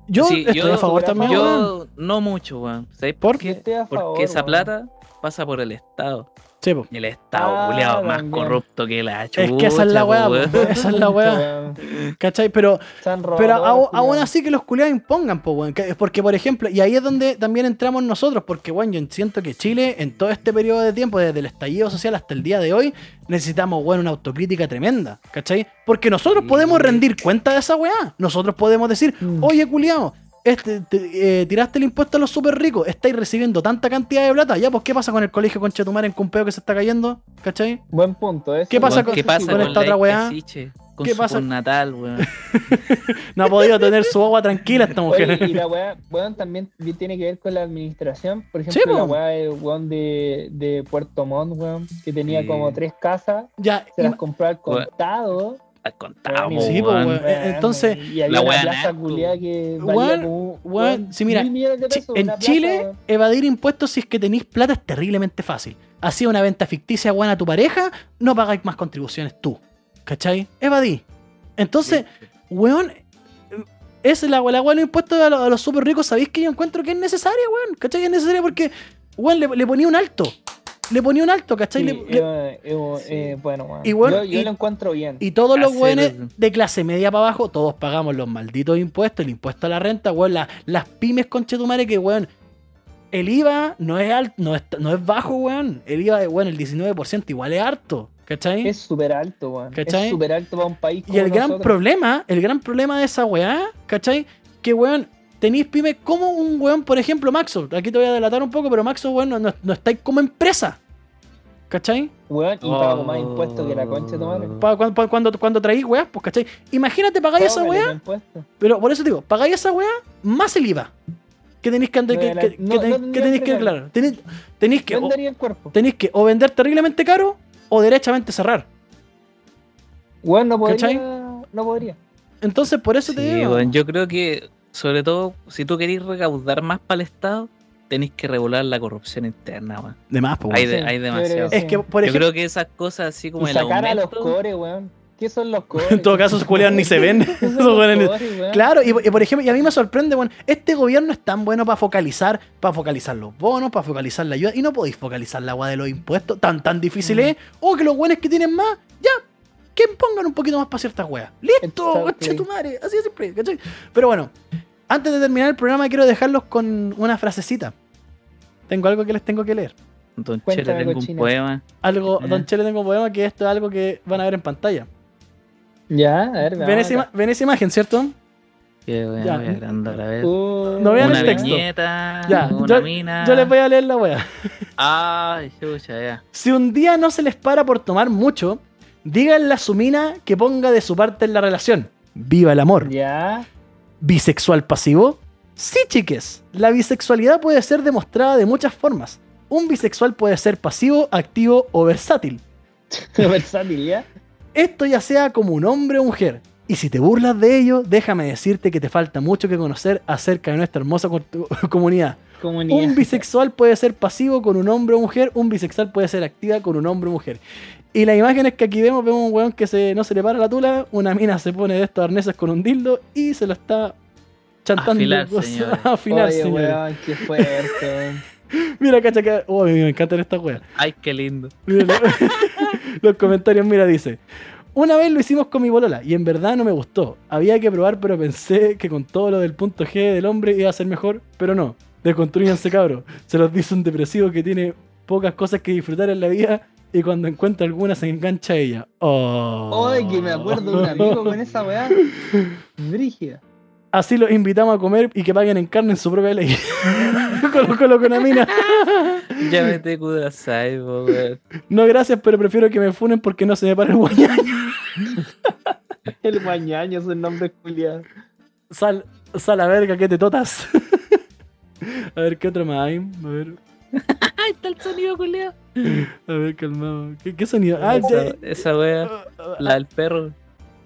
Yo Sí, estoy yo- a favor también, weón. Yo no mucho, weón. ¿Sabéis ¿Por Yo por qué? estoy a favor, Porque esa weón. plata pasa por el Estado. Sí, po. Y el Estado, Ah, culiao, más también. corrupto que la chucha. Es que esa es la po, weá, weón. po, esa es la weá, ¿cachai? Pero eh, Se han robado Pero todos aún, los aún culiados. así que los culiados impongan, pues, weón. que- Porque, por ejemplo, y ahí es donde también entramos nosotros, porque, weón, yo siento que Chile, en todo este periodo de tiempo, desde el estallido social hasta el día de hoy, necesitamos, weón, una autocrítica tremenda, ¿cachai? Porque nosotros podemos rendir cuenta de esa weá. Nosotros podemos decir, Mm. oye, culiao, este, te- eh, tiraste el impuesto a los super ricos, estáis recibiendo tanta cantidad de plata, ya, pues, ¿qué pasa con el colegio con Chetumar en Cumpeo que se está cayendo? ¿cachai? Buen punto, eso. ¿Qué pasa Weón, con- ¿Qué pasa con con, esta esta otra weá? Con ¿Qué su pasa? natal, weón. No ha podido tener su agua tranquila esta mujer. Oye, y la weá, weón, también tiene que ver con la administración. Por Sí, ejemplo, la po. weá del weón de, de Puerto Montt, weón, que tenía Sí. como tres casas, ya, se las im- compró al Weón. contado. Al contado, Weón, y- Sí, po, weón. weón. Eh, entonces, y había la una weá plaza narco. culiada que valía Weón, como, weón, sí, mira, mil millones de Chi- pesos, en una plaza, Chile, weón. evadir impuestos si es que tenéis plata es terriblemente fácil. Hacía una venta ficticia buena a tu pareja, no pagáis más contribuciones tú. ¿Cachai? Evadí. Entonces, weón, eh, es la la weá de los impuestos a los, a los super ricos. Sabéis que yo encuentro que es necesaria, weón. ¿Cachai? Es necesaria porque, weón, le, le ponía un alto. Le ponía un alto, ¿cachai? Sí, Le- le- eh, eh, eh, bueno, weón. Y weón, yo, yo y- lo encuentro bien. y todos los Hacer- weones de clase media para abajo, todos pagamos los malditos impuestos, el impuesto a la renta, weón, la- las pymes conchetumare que, weón, el IVA no es alto, no es, no es bajo, weón. El IVA, de, weón, el 19% igual es harto, ¿cachai? Es súper alto, weón. ¿Cachai? Es súper alto para un país y el gran problema problema, el gran problema de esa weá, ¿cachai? Que, weón, tenéis pymes como un weón, por ejemplo, Maxo. Aquí te voy a delatar un poco, pero Maxo, weón, no, no, no estáis como empresa, ¿cachai? Weón, y pago Oh. más impuestos que la concha de tu madre. Pa- cuan- pa- cuando, cuando traís weas, pues, ¿cachai? Imagínate pagáis esa Págale weá. los impuestos. Pero por eso te digo, pagáis esa weá más el IVA. Que tenéis que, que, No, la- que- que no, tenéis- no que tendría tenéis que que pagar. aclarar. Tenéis, tenéis que, o, Vendería el cuerpo. tenéis que o vender terriblemente caro o derechamente cerrar. Weón, no podría. ¿Cachai? No podría. Entonces, por eso Sí, te digo. weón, yo creo que, sobre todo, si tú queréis recaudar más para el Estado, tenéis que regular la corrupción interna, weón. de más, pues. Hay, weón. de- Sí, hay yo demasiado. creo que Es que, por Yo ejemplo, creo que esas cosas así como y el sacar a los aumento. cores, weón. ¿Qué son los cores? en todo caso, esos culeados ni se ven. ¿Qué son Esos los weones ni- cores, weón? Claro, y, y por ejemplo, y a mí me sorprende, bueno, este gobierno es tan bueno para focalizar, para focalizar los bonos, para focalizar la ayuda, y no podéis focalizar la agua de los impuestos, tan tan Mm. difícil es, o que los buenos que tienen más, ya, que pongan un poquito más para ciertas weas. ¡Listo! Exacto. ¡Conche tu madre! Así es siempre, ¿cachai? Pero bueno, antes de terminar el programa quiero dejarlos con una frasecita. Tengo algo que les tengo que leer. Don Chele, Cuéntame, tengo un cochino. poema. Algo, Ajá. Don Chele, tengo un poema que esto es algo que van a ver en pantalla. Ya, a ver, Ven esa, ima- ven esa imagen, ¿cierto? Que voy a- Ya. voy a agrandar, a ver. Uh, No vean una el texto. viñeta, Ya, una yo- Ah. mina. Yo les voy a leer la wea. Ay, chucha, ya. Si un día no se les para por tomar mucho, díganle a su mina que ponga de su parte en la relación. Viva el amor. Ya. ¿Bisexual pasivo? Sí, chiques. La bisexualidad puede ser demostrada de muchas formas. Un bisexual puede ser pasivo, activo o versátil. Versátil, ya. Esto ya sea como un hombre o mujer. Y si te burlas de ello, déjame decirte que te falta mucho que conocer acerca de nuestra hermosa co- comunidad. Comunidad. Un bisexual puede ser pasivo con un hombre o mujer, un bisexual puede ser activa con un hombre o mujer. Y las imágenes que aquí vemos, vemos un weón que se, no se le para la tula, una mina se pone de estos arneses con un dildo y se lo está chantando. Afilar, cosas- señores. afilar, Oye, señores. weón, qué fuerte. weón. Mira, cacha que. Oh, me me encantan estas weas. Ay, qué lindo. Mira, lo- los comentarios, mira, dice. Una vez lo hicimos con mi bolola y en verdad no me gustó. Había que probar, pero pensé que con todo lo del punto G del hombre iba a ser mejor, pero no. Desconstruyanse, cabro. Se los dice un depresivo que tiene pocas cosas que disfrutar en la vida y cuando encuentra alguna se engancha a ella. Oh. Ay, que me acuerdo de un amigo con esa weá. Brígida. Así los invitamos a comer y que paguen en carne en su propia ley. Colo- colo con una mina. Ya me te Kudasai, po, weón. No, gracias, pero prefiero que me funen porque no se me para el guañaño. El guañaño es el nombre culiado. Sal, sal a verga, que te totas. a ver, ¿qué otro más hay? A ver, Ay, está el sonido, culiao. a ver, calmado. ¿Qué, qué sonido? Ah, esa, ya, esa wea, la del perro.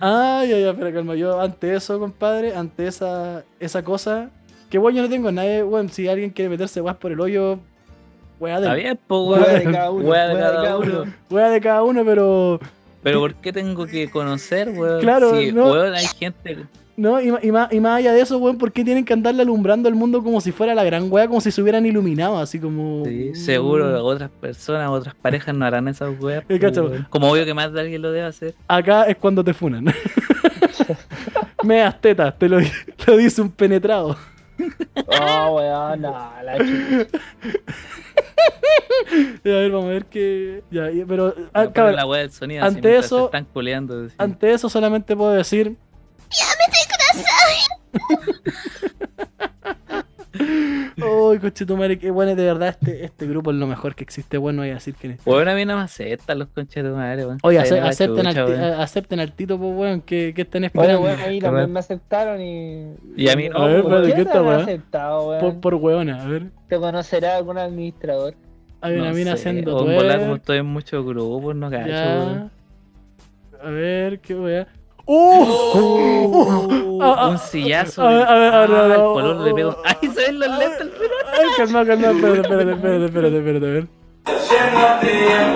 ah, ya, ya, pero calma. Yo ante eso, compadre, ante esa, esa cosa. Que bueno, yo no tengo nadie. Bueno, si alguien quiere meterse guas por el hoyo, weá Está de, bien, po, Weá de weón. cada uno. Weá de weá cada uno. weá de cada uno, pero. Pero ¿por qué tengo que conocer, weón? Claro, Si, no. weón, hay gente. No, y, ma- y más, y más allá de eso, weón, ¿por qué tienen que andarle alumbrando al mundo como si fuera la gran weá, como si se hubieran iluminado, así como. Sí, seguro otras personas, otras parejas no harán esas weas. Eh, po, cacho. weón. Como obvio que más de alguien lo debe hacer. Acá es cuando te funan. Meas tetas, te lo, di- lo dice un penetrado. Oh, weá, no, la chucha. A ver, vamos a ver qué. Ya, y- pero ah, No ponen cabrón, la wea del sonido. así ante mientras eso- se están culeando. así. ante eso solamente puedo decir. ¡Ya me Uy, cochetumare, qué bueno, de verdad, este, este grupo es lo mejor que existe. Bueno, voy a decir que. Weón, a mí no me aceptan los conchas de madre, weón. Oye, Se ace- eh, la acepten, chucha, al, ti- weón. a- acepten al Tito, pues, weón, que, que están Bueno, esperando. weón, ahí Qué mal. también me aceptaron y. Y a mí no, A ver, espérate, ¿qué ¿Por qué esta no me weá? han aceptado, por, weón? por weona, a ver. ¿Te conocerá algún administrador? Hay una No mina sé, haciendo o en volar, como twerk. estoy en muchos grupos, no cacho, weón. Ya. A ver, qué wea. ¡Oh! ¡Oh! Ah, ah, un sillazo. a ver, a ver, a ver, a ver, Ah, el oh, pololo le pega un- oh, ¡Ay, se ven los a lentes! ver, Ay, calma, calma, espérate, espérate, espérate, espérate, espérate, a ver.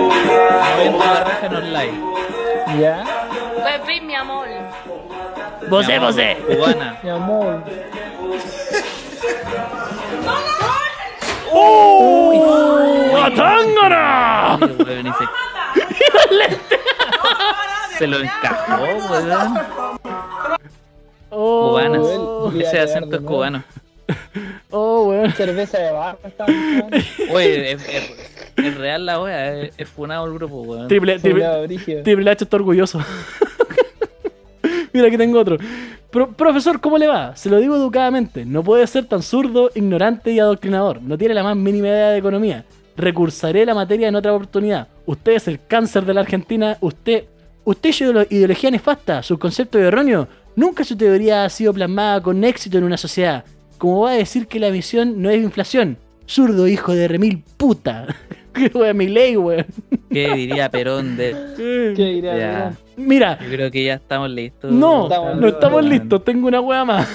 Moviendo la raja en online. ¿Ya? Pepi, mi amor. ¡Vosé, vosé! Cubana. Mi amor. ¡Oh! ¡Atángana! Ay, weón, y se... se lo encajó, weón. ¡Oh! Cubanas. Mira, Ese Leonardo, acento es ¿no? cubano. ¡Oh, weón! Cerveza de barra, estaba buscando. Oye, es, es- es real la wea. Es, es funado el grupo, weón. Triple, Se triple, miraba brígido. Triple H está orgulloso. Mira, aquí tengo otro. Pro- profesor, ¿cómo le va? Se lo digo educadamente. No puede ser tan zurdo, ignorante y adoctrinador. No tiene la más mínima idea de economía. Recursaré la materia en otra oportunidad. Usted es el cáncer de la Argentina. Usted, usted es ideolo- ideología nefasta. Su concepto erróneo. Nunca su teoría ha sido plasmada con éxito en una sociedad. Como va a decir que la misión no es inflación. Zurdo hijo de remil puta. Qué wea, mi ley, weón. ¿Qué diría Perón de.? ¿Qué dirá, Ya. weón? Mira, Yo creo que ya estamos listos. no, Estamos no estamos weón. listos. Tengo una hueá más.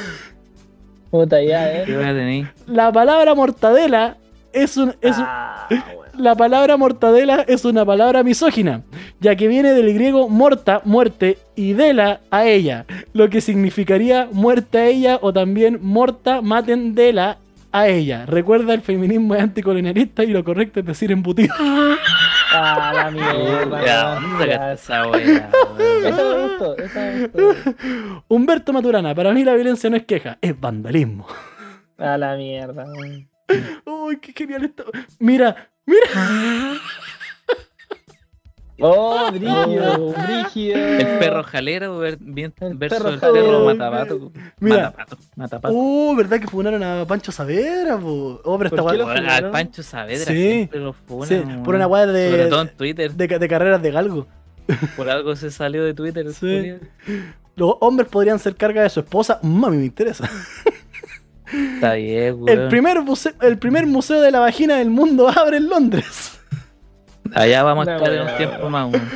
Puta, ya, eh. ¿Qué voy a tener? La palabra mortadela es un. Es un- Ah, weón. La palabra mortadela es una palabra misógina, ya que viene del griego morta, muerte, y dela, a ella, lo que significaría muerte a ella o también morta, maten dela, a ella. Recuerda, el feminismo es anticolonialista y lo correcto es decir embutido. Ah, la mierda. Ya, weón. ¿dónde Ya, sacaste esa wea? weón? Esa me gustó, esa me gustó. Humberto Maturana, para mí la violencia no es queja, es vandalismo. A Ah, la mierda, weón. Uy, qué genial esto. Mira, mira. Oh, brígido, brígido. El perro jalero ver- bien- El versus perro el jalero. perro matapato. Mira. Matapato. Matapato. Uh, ¿verdad que funaron a Pancho Savera, po? Oh, pero esta ¿Por guay- qué lo Weón, Al funaron? Pancho Saavedra Sí. siempre lo funan, Sí, weón. por una guay de- Sobre todo en Twitter. de, ca- de carreras de galgo. Por algo se salió de Twitter. el Sí. culiao. Los hombres podrían ser carga de su esposa. Mami, me interesa. Está bien, weón. El primer, buce- el primer museo de la vagina del mundo abre en Londres. Allá vamos a No, estar en no, un no. tiempo más, weón.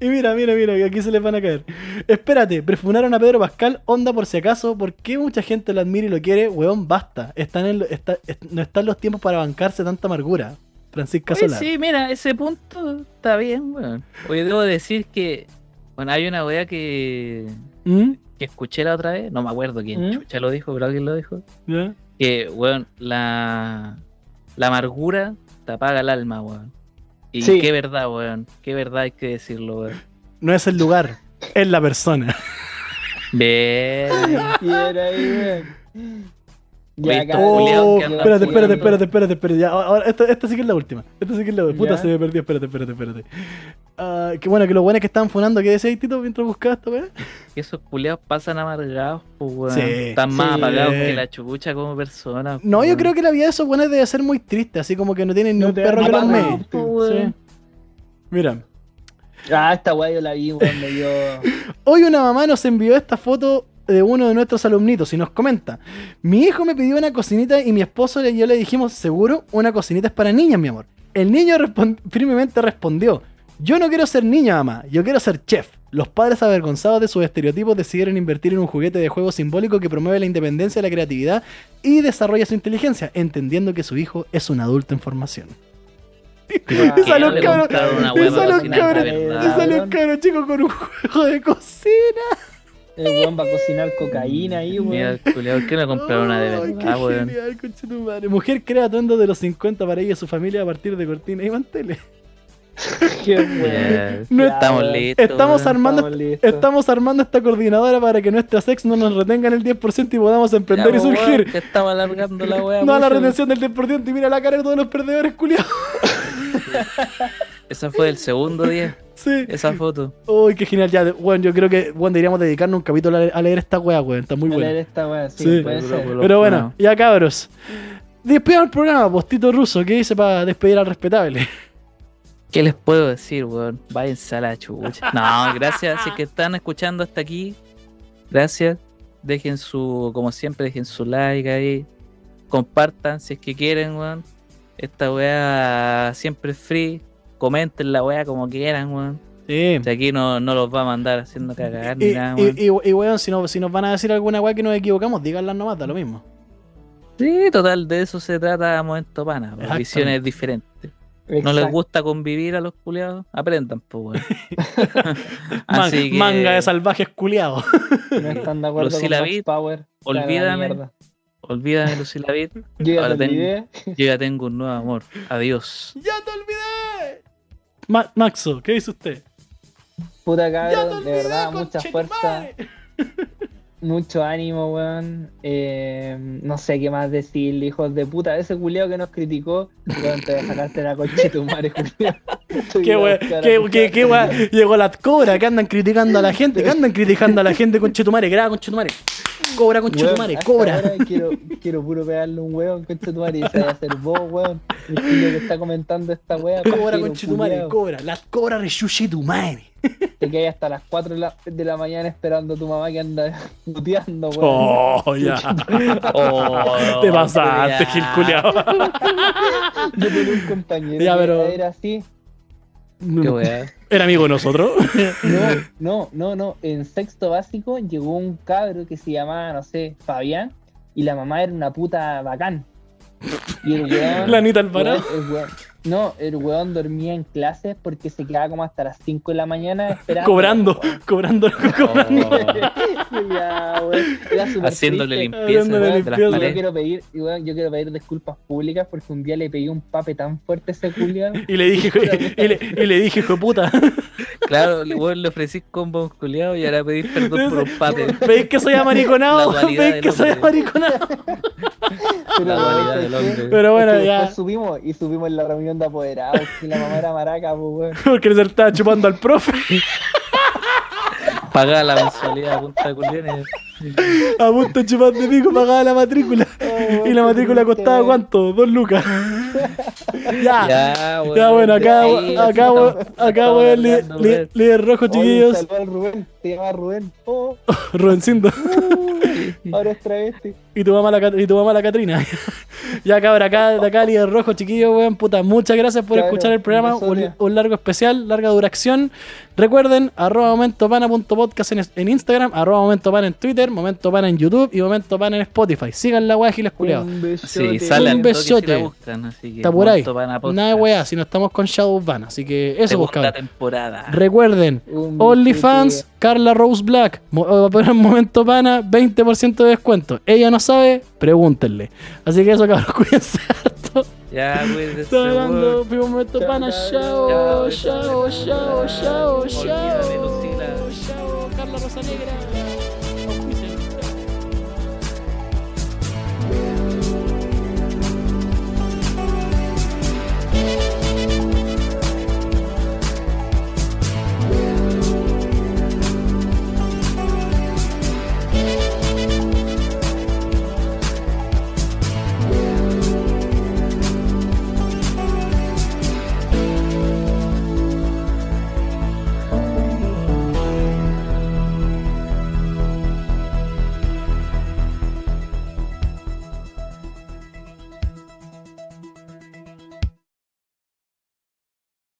Y mira, mira, mira, que aquí se les van a caer. Espérate, perfunaron a Pedro Pascal, onda por si acaso, ¿por qué mucha gente lo admira y lo quiere? Weón, basta. Están en lo- está- est- no están los tiempos para bancarse tanta amargura. Francisca Oye, Solar. sí, mira, ese punto está bien, weón. Oye, debo decir que. Bueno, hay una wea que. ¿Mm? que escuché la otra vez. No me acuerdo quién ¿Mm? chucha lo dijo, pero alguien lo dijo. ¿Ya? Que, weón, la. la amargura te apaga el alma, weón. Y Sí. qué verdad, weón. Qué verdad hay que decirlo, weón. No es el lugar, es la persona. Bien. Y era ahí, weón. Ya, Listo, cabrón. Julián, Oh, que anda espérate, espérate, jugando. espérate, espérate, espérate. Ya, ahora, esta, esta sí que es la última. Esta sí que es la última. Puta, Ya. se me perdió. Espérate, espérate, espérate. Ah, qué bueno, que los buenos que estaban funando. ¿Qué decías, Tito, mientras buscabas esta weá? Y esos culiados pasan amargados, pues, weón. Sí, Están más sí. apagados que la chucha como pues, persona. No, yo creo que la vida de esos buenos debe ser muy triste. Así como que no tienen ni No pues, un te perro dan que los ni mee. pan, po, Sí. Mira, Ah, esta weá yo la vi, weón, me dio. Ah, hoy una mamá nos envió esta foto de uno de nuestros alumnitos y nos comenta: Mi hijo me pidió una cocinita y mi esposo y yo le dijimos, seguro, una cocinita es para niñas, mi amor. El niño respon- firmemente respondió: Yo no quiero ser niña, mamá, yo quiero ser chef. Los padres avergonzados de sus estereotipos decidieron invertir en un juguete de juego simbólico que promueve la independencia, la creatividad y desarrolla su inteligencia, entendiendo que su hijo es un adulto en formación. Wow. Esa los le cabros, compraron una hueva esa los cocinada, cabros, ¿verdad, esa los Ah, weón? cabros chicos con un juego de cocina. El weón va a cocinar cocaína ahí, Mira, weón. culiao, ¿por qué no compraron una de Ay, verdad, qué weón? genial, conche tu madre. Mujer crea atuendos de los 50 para ella y su familia a partir de cortinas y manteles. Qué weón. Bien. No Ya, Estamos weón. listos. Estamos weón. armando, Estamos listos. estamos armando esta coordinadora para que nuestras ex no nos retengan el 10% y podamos Ya, emprender y pues, weón, surgir. que estaba alargando la weá. pues, No a la mucho. retención del 10% y mira la cara de todos los perdedores, culiados. Esa fue del segundo día, Sí. esa foto. Uy, qué genial. Ya, bueno, yo creo que bueno, deberíamos dedicarnos un capítulo a le- a leer esta weá, weón. Está muy A leer buena. esta weá, sí, Sí. puede ser. Pero bueno, ya cabros. Despedimos el programa, postito ruso. ¿Qué dice para despedir al respetable? ¿Qué les puedo decir, weón? Váyanse a la chucha. No, gracias. Si es que están escuchando hasta aquí, gracias. Dejen su, como siempre, dejen su like ahí. Compartan si es que quieren, weón. Esta weá siempre es free. Comenten la weá como quieran, weón. Sí. De aquí no, no los va a mandar haciendo cagar Y, ni nada, weón. y, y- y, weón, si, no- si nos van a decir alguna weá que nos equivocamos, díganla nomás, da lo mismo. Sí, total, de eso se trata Momento Pana. weón. Exacto. Visiones diferentes. No les gusta convivir a los culiados, aprendan, pues, weón. Man- Así que, Manga de salvajes culiados. No están de acuerdo Lucila con Black Vid, Power. Claro, olvídame. mierda. Olvídame, Lucila Vid. Yo ya Ahora te ten- olvidé. Yo ya tengo un nuevo amor. Adiós. ¡Ya te olvidé! Ma- Maxo, ¿qué dice usted? Puta ¡Ya te cabrón, de olvidé! verdad, mucha conchetumare! fuerza, mucho ánimo, weón. Eh, no sé qué más decir, hijos de puta. Ese culiao que nos criticó, weón, te voy a sacarte la concha de tu madre, culiao. Te ¡Qué voy a weá! buscar a ¡Qué, tu qué, casa. qué weá! Llegó la cobra que andan criticando a la gente, que andan criticando a la gente con Chetumare, graba con Chetumare. Cobra con Weón, Chetumare, hasta cobra. ahora Quiero, quiero puro pegarle un weón, concha de tu madre, y se va a hacer vos, weón. El culiao que está comentando esta wea. Cobra pajero, con Chetumare, culiao. cobra. La cobra resuye tu madre. Te quedas hasta las 4 de la, de la mañana esperando a tu mamá que anda puteando, weón. Oh, ya. Oh, Oh, Te pasaste, Gil culiao. Yo tenía un compañero Ya, que pero- era así. Qué weá. Era amigo de nosotros. No, no, no, no. En sexto básico llegó un cabro que se llamaba, no sé, Fabián, y la mamá era una puta bacán. Y el weón. La Anita weón, Alvarado. el weón- no, el weón dormía en clases porque se quedaba como hasta las 5 de la mañana esperando. Cobrando, cobrando, cobrando. Ya, weón, era súper Oh, Haciéndole triste. limpieza Haciéndole ¿eh? weón, de las limpieza. Yo paredes. quiero pedir, y weón, yo quiero pedir disculpas públicas porque un día le pegué un pape tan fuerte a ese culiao. Y le dije, y le, y le dije, hijo de puta. Claro, le- weón, le ofrecí combo a un culiado y ahora pedís perdón por un pape. ¿Veis que soy amariconado? La dualidad ¿Veis del que soy hombre. amariconado? Pero La weón, dualidad ¿sabes del qué? hombre. Pero Es bueno, que ya. después subimos y subimos en la reunión de apoderados y la mamá era maraca, pues weón. Porque se estaba chupando al profe. Pagá la mensualidad a punta de culiones. A punto de chupar de pico pagaba la matrícula. Oh, Y la qué matrícula triste, costaba weón. cuánto? Dos lucas. Ya. Ya, weón. Ah, Ya bueno, acá, Sí, acá, estamos- acá, estamos weón, li- hablando, li- weón. líder rojo, Oye, un chiquillos. saludo al Rubén, se llama Rubén. Oh, Rubencindo. ahora es travesti. Y tu mamá la, Cat- y tu mamá la Catrina. ya cabrón, acá, de acá líder rojo, chiquillo, weón, puta. Muchas gracias por Cabrón, escuchar el programa. un beso, Un, tía. un largo especial, larga duración. Recuerden, arroba momentopana.podcast en, en Instagram, arroba momentopana en Twitter, momentopana en YouTube y momentopana en Spotify. Sigan la weá, giles culeados. Sí, sale al Un toque si besote. la buscan, así que Está por ahí. pronto van a postar. Nada de weá, si no estamos con Shadowban. Así que eso, pues, Segunda cabrón. temporada. Recuerden, Un OnlyFans, Carla Rose Black, mo- eh, o- pero en momento pana, 20% de descuento. Ella no sabe, pregúntenle. Así que eso, cabrón, cuídense harto. Ya, cuídense, Está hablando, weón. primer momento, Chao, pana. Ya, Chao, cuídense. chao, chao, chao, Olvídate, chao. Lucila. Chao, Carla Rosa Negra.